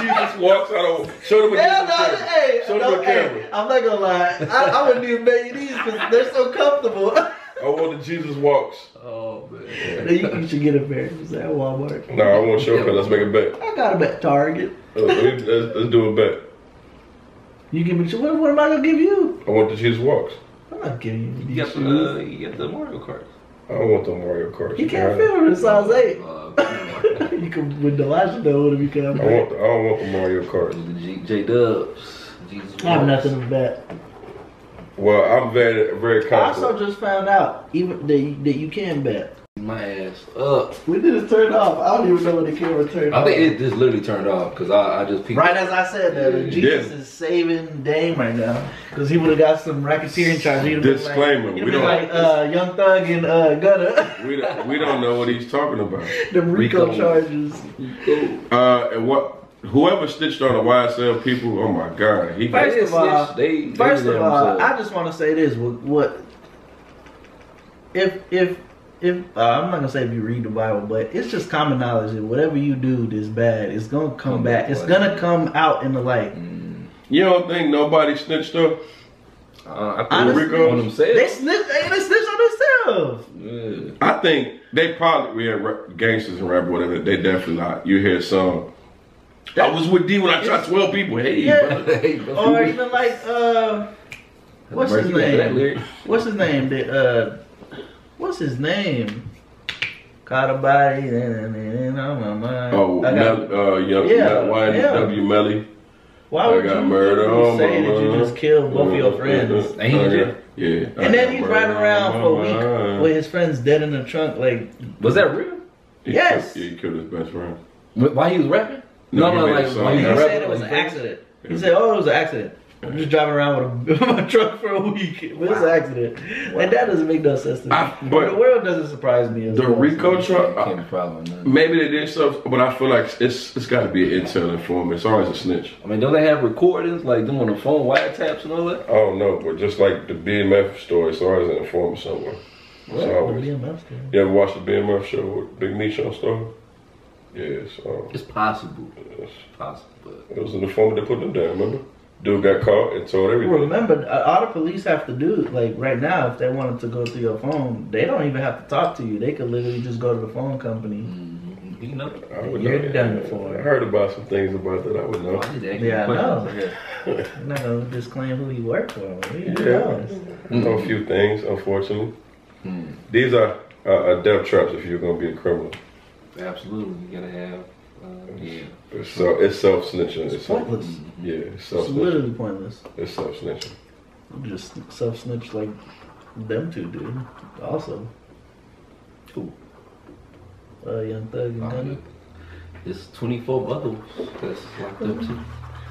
[SPEAKER 1] Jesus walks out. On, show them
[SPEAKER 2] [LAUGHS]
[SPEAKER 1] a
[SPEAKER 2] Hell no,
[SPEAKER 1] Jesus. camera.
[SPEAKER 2] hey,
[SPEAKER 1] Show them
[SPEAKER 2] no,
[SPEAKER 1] a
[SPEAKER 2] hey,
[SPEAKER 1] camera.
[SPEAKER 2] I'm not gonna lie. I, I wouldn't even bet you these because they're so comfortable. [LAUGHS]
[SPEAKER 1] I want the Jesus walks.
[SPEAKER 3] Oh, man.
[SPEAKER 2] you, you should get a pair. Just at Walmart.
[SPEAKER 1] No, I want show because let's make a bet.
[SPEAKER 2] I got them at Target.
[SPEAKER 1] Uh, Let's, let's- let's do a bet.
[SPEAKER 2] You give me shoes. What, what am I gonna give you?
[SPEAKER 1] I want the Jesus walks.
[SPEAKER 2] I'm not giving you
[SPEAKER 3] You
[SPEAKER 2] these
[SPEAKER 3] got the,
[SPEAKER 2] shoes.
[SPEAKER 3] uh, you got the Mario Kart.
[SPEAKER 1] I don't want the Mario Kart.
[SPEAKER 2] you can't fit them in size eight. [LAUGHS]
[SPEAKER 3] Uh, Mario Kart.
[SPEAKER 2] you can win the last though when it
[SPEAKER 1] I
[SPEAKER 2] become.
[SPEAKER 1] want. The, I don't want the Mario
[SPEAKER 3] the
[SPEAKER 1] Kart.
[SPEAKER 3] [LAUGHS] G- J Dubs. Jesus
[SPEAKER 2] I have
[SPEAKER 3] Christ.
[SPEAKER 2] nothing to bet.
[SPEAKER 1] Well, I'm very, very
[SPEAKER 2] I
[SPEAKER 1] confident.
[SPEAKER 2] also just found out even that, that you can bet.
[SPEAKER 3] My ass up.
[SPEAKER 2] We did it turn off. I don't even know when the camera turned
[SPEAKER 3] I
[SPEAKER 2] off.
[SPEAKER 3] think it just literally turned off because I, I just peeked.
[SPEAKER 2] Right as I said that, uh, Jesus
[SPEAKER 1] Yeah.
[SPEAKER 2] is saving Dame right now because he would have got some racketeering charge. He'd have been
[SPEAKER 1] Disclaimer,
[SPEAKER 2] Like,
[SPEAKER 1] we
[SPEAKER 2] we
[SPEAKER 1] don't-
[SPEAKER 2] don't like uh, Young Thug and uh, Gunna, [LAUGHS]
[SPEAKER 1] We don't, we don't know what he's talking about.
[SPEAKER 2] the Rico,
[SPEAKER 3] Rico.
[SPEAKER 2] charges.
[SPEAKER 1] Uh, and what? Whoever stitched on the YSL people? Oh my God! He
[SPEAKER 2] First
[SPEAKER 3] They
[SPEAKER 2] of all-
[SPEAKER 3] snitched. they, they
[SPEAKER 2] First
[SPEAKER 3] did
[SPEAKER 2] of
[SPEAKER 3] that
[SPEAKER 2] all,
[SPEAKER 3] themselves.
[SPEAKER 2] I just want to say this: what, what if if if uh, I'm not gonna say if you read the Bible, but it's just common knowledge that whatever you do that's bad, it's gonna come,
[SPEAKER 3] Come
[SPEAKER 2] back.
[SPEAKER 3] back to
[SPEAKER 2] It's
[SPEAKER 3] light.
[SPEAKER 2] gonna come out in the light.
[SPEAKER 3] Mm,
[SPEAKER 1] you don't think nobody snitched up?
[SPEAKER 3] uh, I think
[SPEAKER 2] Honestly,
[SPEAKER 3] Rico on themselves.
[SPEAKER 2] They snitch. They, they snitch on themselves.
[SPEAKER 3] Yeah.
[SPEAKER 1] I think they probably yeah, ra- gangsters and rap whatever. They definitely not. You hear some. I was with D when I shot twelve people. Hey,
[SPEAKER 2] Yeah.
[SPEAKER 1] brother.
[SPEAKER 3] Hey,
[SPEAKER 2] Or even like uh. What's his
[SPEAKER 3] Mercy after that
[SPEAKER 2] name?
[SPEAKER 3] lyric.
[SPEAKER 2] What's his name? The, uh, what's his name? Caught a body and on my mind.
[SPEAKER 1] oh,
[SPEAKER 2] I got-
[SPEAKER 1] Mel- uh, young,
[SPEAKER 2] Yeah,
[SPEAKER 1] yeah, YNW Melly.
[SPEAKER 2] why
[SPEAKER 1] I
[SPEAKER 2] would
[SPEAKER 1] got
[SPEAKER 2] you
[SPEAKER 1] murdered on
[SPEAKER 2] say
[SPEAKER 1] my
[SPEAKER 2] that you
[SPEAKER 1] mind.
[SPEAKER 2] just killed both of your friends?
[SPEAKER 3] And
[SPEAKER 1] [LAUGHS]
[SPEAKER 3] he
[SPEAKER 1] I
[SPEAKER 3] was
[SPEAKER 1] got-
[SPEAKER 3] just-
[SPEAKER 1] yeah. I
[SPEAKER 2] And then
[SPEAKER 1] got
[SPEAKER 2] he's
[SPEAKER 1] murder
[SPEAKER 2] riding around
[SPEAKER 1] on
[SPEAKER 2] for
[SPEAKER 1] my
[SPEAKER 2] a
[SPEAKER 1] mind.
[SPEAKER 2] week with his friends dead in the trunk. Like,
[SPEAKER 3] Was that real?
[SPEAKER 1] He
[SPEAKER 2] Yes.
[SPEAKER 1] killed- yeah, he killed his best friend.
[SPEAKER 3] Wh- Why he was rapping?
[SPEAKER 1] No,
[SPEAKER 3] No,
[SPEAKER 1] he
[SPEAKER 3] no,
[SPEAKER 1] made a
[SPEAKER 3] like
[SPEAKER 1] song.
[SPEAKER 3] why
[SPEAKER 2] he
[SPEAKER 3] he was
[SPEAKER 1] Yeah.
[SPEAKER 2] said
[SPEAKER 3] rapping.
[SPEAKER 2] it was an
[SPEAKER 3] like,
[SPEAKER 2] accident. He said, "Oh, it was an accident." I'm just driving around with a, [LAUGHS] my truck for a week. It was an accident, and that doesn't make no sense to me.
[SPEAKER 1] I-
[SPEAKER 2] but
[SPEAKER 1] but-
[SPEAKER 2] the world doesn't surprise me. As
[SPEAKER 1] The
[SPEAKER 2] well.
[SPEAKER 1] Rico truck.
[SPEAKER 3] Can't be problem. no.
[SPEAKER 1] Maybe they did stuff, but I feel like it's it's got to be an intel informant. It's always a snitch.
[SPEAKER 3] I mean, don't they have recordings like them on the phone, wiretaps and all that?
[SPEAKER 1] I don't know, but just like the BMF story, it's always an informant somewhere. It's
[SPEAKER 2] The
[SPEAKER 1] always.
[SPEAKER 2] BMF thing.
[SPEAKER 1] You ever watch the BMF show with Big Meech on Star? Yeah, so
[SPEAKER 3] It's possible.
[SPEAKER 1] it's,
[SPEAKER 3] It's possible, but
[SPEAKER 1] it was an informant that put them down. Remember, dude got caught and told
[SPEAKER 2] Well,
[SPEAKER 1] everything.
[SPEAKER 2] remember, uh, all the police have to do, like right now, if they wanted to go through your phone, they don't even have to talk to you. They could literally just go to the phone company.
[SPEAKER 3] mm, you know,
[SPEAKER 1] I would
[SPEAKER 2] You're
[SPEAKER 1] know.
[SPEAKER 2] done for.
[SPEAKER 1] I heard about some things about that. I would know.
[SPEAKER 3] I need to ask
[SPEAKER 2] Yeah, I
[SPEAKER 3] you
[SPEAKER 2] know.
[SPEAKER 3] questions. Yeah.
[SPEAKER 2] I'm not gonna disclaim who he worked for. We
[SPEAKER 1] Yeah.
[SPEAKER 2] don't know.
[SPEAKER 1] I know
[SPEAKER 2] Mm.
[SPEAKER 1] a few things, unfortunately.
[SPEAKER 3] Mm,
[SPEAKER 1] These are uh, uh, death traps if you're gonna be a criminal.
[SPEAKER 3] absolutely, you gotta have uh, Yeah.
[SPEAKER 1] It's so it's self snitching.
[SPEAKER 2] It's
[SPEAKER 1] It's self,
[SPEAKER 2] pointless.
[SPEAKER 3] Mm-hmm.
[SPEAKER 1] yeah, it's self
[SPEAKER 2] It's
[SPEAKER 1] snitching.
[SPEAKER 2] literally pointless.
[SPEAKER 1] It's self snitching.
[SPEAKER 2] I'm just self snitch like them two do. Also. Cool. Uh, Young Thug and Gunna.
[SPEAKER 3] It's 24 bubbles that's locked up too.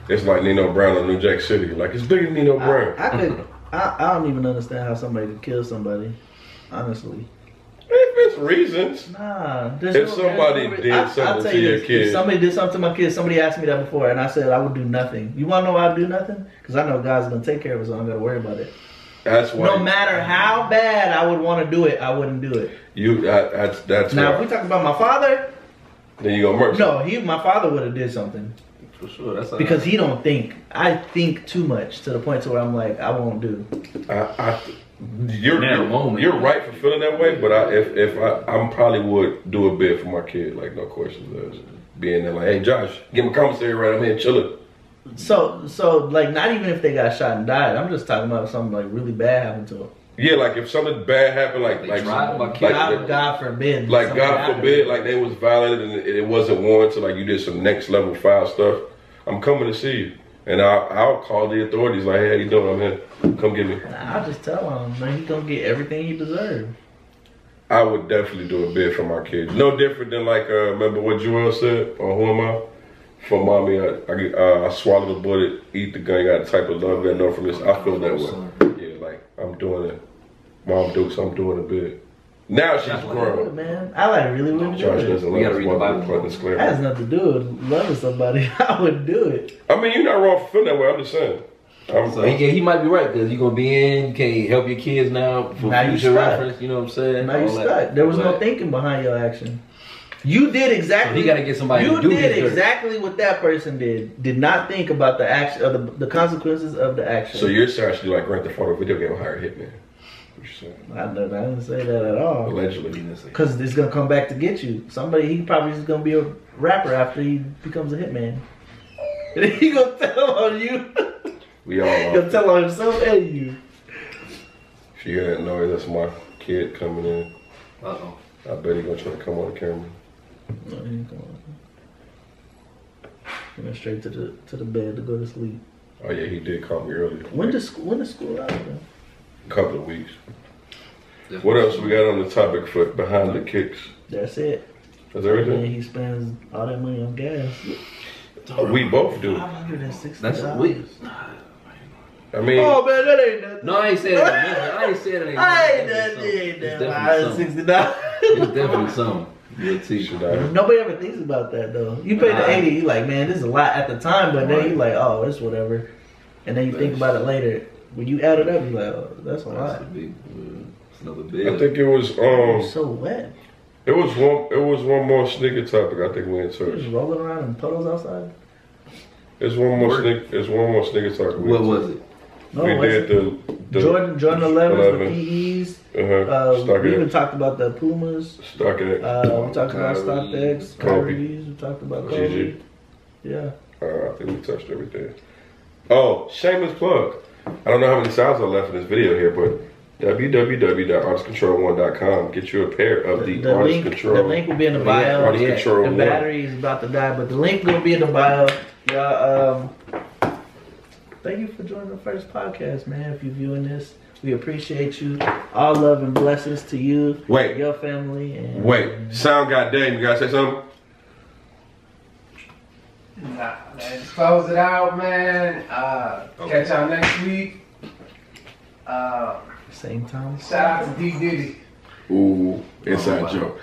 [SPEAKER 1] It's like Nino Brown on New Jack City. Like it's bigger than Nino Brown.
[SPEAKER 2] I, I could. I, I don't even understand how somebody could kill somebody. Honestly,
[SPEAKER 1] if it's reasons,
[SPEAKER 2] nah. there's
[SPEAKER 1] If
[SPEAKER 2] no-
[SPEAKER 1] somebody
[SPEAKER 2] there's no-
[SPEAKER 1] did
[SPEAKER 2] I- I'll
[SPEAKER 1] something
[SPEAKER 2] tell
[SPEAKER 1] to
[SPEAKER 2] you
[SPEAKER 1] your
[SPEAKER 2] this,
[SPEAKER 1] kid.
[SPEAKER 2] if somebody did something to my kid. Somebody asked me that before, and I said I would do nothing. You want to know why I do nothing? Because I know God's gonna take care of us, so I don't gotta worry about it.
[SPEAKER 1] that's why
[SPEAKER 2] No matter how bad I would want to do it, I wouldn't do it.
[SPEAKER 1] you. That, that's that's
[SPEAKER 2] Now, if
[SPEAKER 1] why.
[SPEAKER 2] we talk about my father,
[SPEAKER 1] Then you go merch.
[SPEAKER 2] no, he, my father would have did something
[SPEAKER 3] For sure. That's
[SPEAKER 2] because he don't think. I think too much to the point to where I'm like, I won't do.
[SPEAKER 1] I, I, you're
[SPEAKER 3] Now,
[SPEAKER 1] you're,
[SPEAKER 3] moment.
[SPEAKER 1] you're right for feeling that way, but I, if if I I'm probably would do a bit for my kid, like no questions asked. Being there, like, hey Josh, get my commissary right. I'm here chilling.
[SPEAKER 2] So, so like, not even if they got shot and died. I'm just talking about something like really bad happened to them.
[SPEAKER 1] Yeah, like if something bad happened, like
[SPEAKER 3] They
[SPEAKER 1] like
[SPEAKER 3] tried my kid.
[SPEAKER 2] God,
[SPEAKER 1] like,
[SPEAKER 2] God forbid.
[SPEAKER 1] like
[SPEAKER 2] something
[SPEAKER 1] God
[SPEAKER 2] happened.
[SPEAKER 1] forbid, like they was violated and it it wasn't warranted. Like you did some next level foul stuff. I'm coming to see you, and I I'll call the authorities. Like, hey, how you doing? I'm here. Come get me.
[SPEAKER 2] Nah, I'll just tell him, man. He gonna get everything he deserves.
[SPEAKER 1] I would definitely do a bid for my kids. No different than like uh, remember what Joel said or who am I? For mommy, I I, get- uh, I swallowed a bullet, eat the gun, got the type of love that I know from this. I feel that way. Yeah, like I'm doing it. Mom Dukes, I'm doing a bid. Now she's
[SPEAKER 2] Good,
[SPEAKER 1] grown.
[SPEAKER 2] man. I like really would do
[SPEAKER 1] Josh
[SPEAKER 2] it.
[SPEAKER 1] doesn't
[SPEAKER 3] We
[SPEAKER 1] love
[SPEAKER 3] gotta
[SPEAKER 1] his
[SPEAKER 3] read the
[SPEAKER 1] mother.
[SPEAKER 3] Bible.
[SPEAKER 1] but it's clear.
[SPEAKER 2] That has nothing to do with loving somebody. [LAUGHS] I would do it.
[SPEAKER 1] I mean, you're not wrong for feeling that way. I'm just saying. I'm,
[SPEAKER 3] So yeah, he might be right because you're gonna be in. You can't help your kids now for
[SPEAKER 2] Now you
[SPEAKER 3] future
[SPEAKER 2] stuck.
[SPEAKER 3] reference. You know what I'm saying?
[SPEAKER 2] And now you
[SPEAKER 3] All that.
[SPEAKER 2] stuck. There was no
[SPEAKER 3] But-
[SPEAKER 2] thinking behind your action. You did
[SPEAKER 3] So
[SPEAKER 2] exactly.
[SPEAKER 3] he gotta get somebody
[SPEAKER 2] you
[SPEAKER 3] to do
[SPEAKER 2] did
[SPEAKER 3] his dirt.
[SPEAKER 2] exactly what that person did. Did not think about the action or the, the consequences of the action.
[SPEAKER 1] so you're saying I should do like Grand Theft Auto video game hire hitman. What you saying?
[SPEAKER 2] I, I didn't say that at all.
[SPEAKER 1] Allegedly.
[SPEAKER 2] Cause it's gonna come back to get you. Somebody he probably is gonna be a rapper after he becomes a hitman. [LAUGHS] And he gonna tell on you.
[SPEAKER 1] We all
[SPEAKER 2] He'll
[SPEAKER 1] are.
[SPEAKER 2] tell on himself and you.
[SPEAKER 1] If you hear that noise, that's my kid coming in.
[SPEAKER 3] Uh-oh.
[SPEAKER 1] I bet he gonna try to come on the camera.
[SPEAKER 2] No, Oh, he ain't gonna. He went straight to the to the bed to go to sleep.
[SPEAKER 1] Oh yeah, he did call me earlier.
[SPEAKER 2] When does school when does school out bro?
[SPEAKER 1] a couple of weeks. What else we got on the topic for behind the kicks?
[SPEAKER 2] That's it.
[SPEAKER 1] That's
[SPEAKER 2] And
[SPEAKER 1] everything.
[SPEAKER 2] he spends all that money on gas.
[SPEAKER 1] We both do.
[SPEAKER 2] Five hundred and sixty
[SPEAKER 3] That's a
[SPEAKER 2] dollars.
[SPEAKER 3] week.
[SPEAKER 1] I mean,
[SPEAKER 2] Oh man, that ain't nothing.
[SPEAKER 3] No, I ain't saying that. nothing. I ain't saying that.
[SPEAKER 2] I ain't
[SPEAKER 3] nothing.
[SPEAKER 2] nothing.
[SPEAKER 3] It's
[SPEAKER 2] That
[SPEAKER 3] definitely something.
[SPEAKER 2] dollars.
[SPEAKER 3] It's definitely something. You'll teach
[SPEAKER 1] should I-
[SPEAKER 2] [LAUGHS] Nobody ever thinks about that though. You pay
[SPEAKER 3] Nah.
[SPEAKER 2] the eighty, you like, man, this is a lot at the time, but then you like, oh, it's whatever. And then you think about it later. When you add it up, you like, oh, that's a
[SPEAKER 3] That's
[SPEAKER 2] lot.
[SPEAKER 3] a big, uh, it's another
[SPEAKER 1] I
[SPEAKER 3] bill.
[SPEAKER 1] think it was
[SPEAKER 2] You're
[SPEAKER 1] um,
[SPEAKER 2] so wet.
[SPEAKER 1] it was one, it was one more sneaker topic. I think we in
[SPEAKER 2] You're
[SPEAKER 1] touch.
[SPEAKER 2] just rolling around in puddles outside.
[SPEAKER 1] It's one more sneak. It's one more sneaker topic.
[SPEAKER 3] What was it?
[SPEAKER 2] No,
[SPEAKER 1] we
[SPEAKER 2] what's
[SPEAKER 1] did
[SPEAKER 2] it?
[SPEAKER 1] the, the
[SPEAKER 2] Jordan, Jordan 11s,
[SPEAKER 1] 11.
[SPEAKER 2] the PEs.
[SPEAKER 1] Uh-huh.
[SPEAKER 2] Uh,
[SPEAKER 1] Stock
[SPEAKER 2] we
[SPEAKER 1] it.
[SPEAKER 2] even talked about the Pumas.
[SPEAKER 1] Stuck in it.
[SPEAKER 2] Uh, we talked about
[SPEAKER 3] Kyrie,
[SPEAKER 2] Stock X,
[SPEAKER 1] Kobe.
[SPEAKER 2] Kyrie's. We talked about Kobe.
[SPEAKER 1] GG.
[SPEAKER 2] Yeah.
[SPEAKER 1] Uh, I think we touched everything. Oh, shameless plug. I don't know how many sounds are left in this video here, but www.artistcontrol1.com. Get you a pair of the,
[SPEAKER 2] the
[SPEAKER 1] Artist
[SPEAKER 2] link, the
[SPEAKER 1] Control.
[SPEAKER 2] link will be in the
[SPEAKER 3] Oh, yeah.
[SPEAKER 2] bio.
[SPEAKER 1] Artist
[SPEAKER 3] yeah.
[SPEAKER 1] Control
[SPEAKER 2] The
[SPEAKER 1] 1.
[SPEAKER 2] battery is about to die, but the link will be in the bio. Y'all, um, thank you for joining the first podcast, man. If you're viewing this, we appreciate you. All love and blessings to you,
[SPEAKER 1] Wait,
[SPEAKER 2] your family, and
[SPEAKER 1] wait. Sound goddamn. You guys say something?
[SPEAKER 4] Nah, let's close it out, man. Uh,
[SPEAKER 1] Okay.
[SPEAKER 4] Catch y'all next week. Uh,
[SPEAKER 2] same time.
[SPEAKER 4] shout out to D Diddy.
[SPEAKER 1] Ooh, inside joke.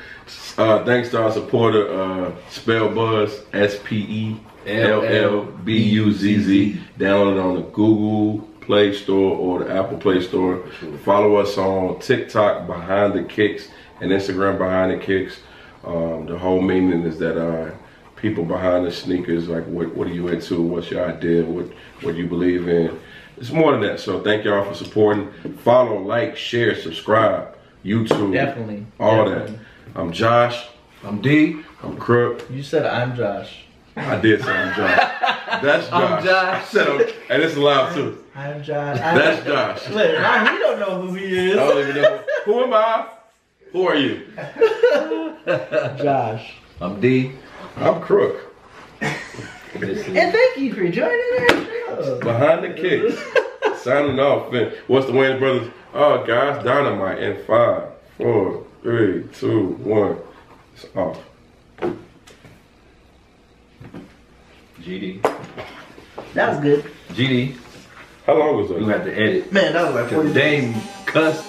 [SPEAKER 1] Uh, thanks to our supporter, uh, Spellbuzz, S P E L L B U Z Z. Download it on the Google Play Store or the Apple Play Store. Follow us on TikTok, Behind the Kicks, and Instagram, Behind the Kicks. Um, the whole meaning is that uh, people behind the sneakers, like, what, what are you into? What's your idea? What, what you believe in? It's more than that. So thank y'all for supporting. Follow, like, share, subscribe. YouTube.
[SPEAKER 2] Definitely.
[SPEAKER 1] All
[SPEAKER 2] Definitely.
[SPEAKER 1] that. I'm Josh.
[SPEAKER 3] I'm D.
[SPEAKER 1] I'm Crook.
[SPEAKER 2] You said I'm Josh.
[SPEAKER 1] I did say I'm Josh. That's Josh.
[SPEAKER 3] I'm Josh.
[SPEAKER 1] I said I'm, and it's loud too.
[SPEAKER 2] I'm Josh. I-
[SPEAKER 1] That's Oh. Josh.
[SPEAKER 2] Look, now he don't know who he
[SPEAKER 1] I
[SPEAKER 2] is.
[SPEAKER 1] don't even know. Who am I? Who are you?
[SPEAKER 2] Josh.
[SPEAKER 3] I'm D.
[SPEAKER 1] I'm crook.
[SPEAKER 2] And thank you for joining us.
[SPEAKER 1] Behind the kicks. Signing off. And what's the Wayne Brothers? Oh, guys, dynamite in five, four, three, two, one. It's off.
[SPEAKER 3] GD.
[SPEAKER 2] That was good.
[SPEAKER 3] GD,
[SPEAKER 1] How long was that?
[SPEAKER 3] you had to edit.
[SPEAKER 2] Man, that was like 40
[SPEAKER 3] Cause Dame cussed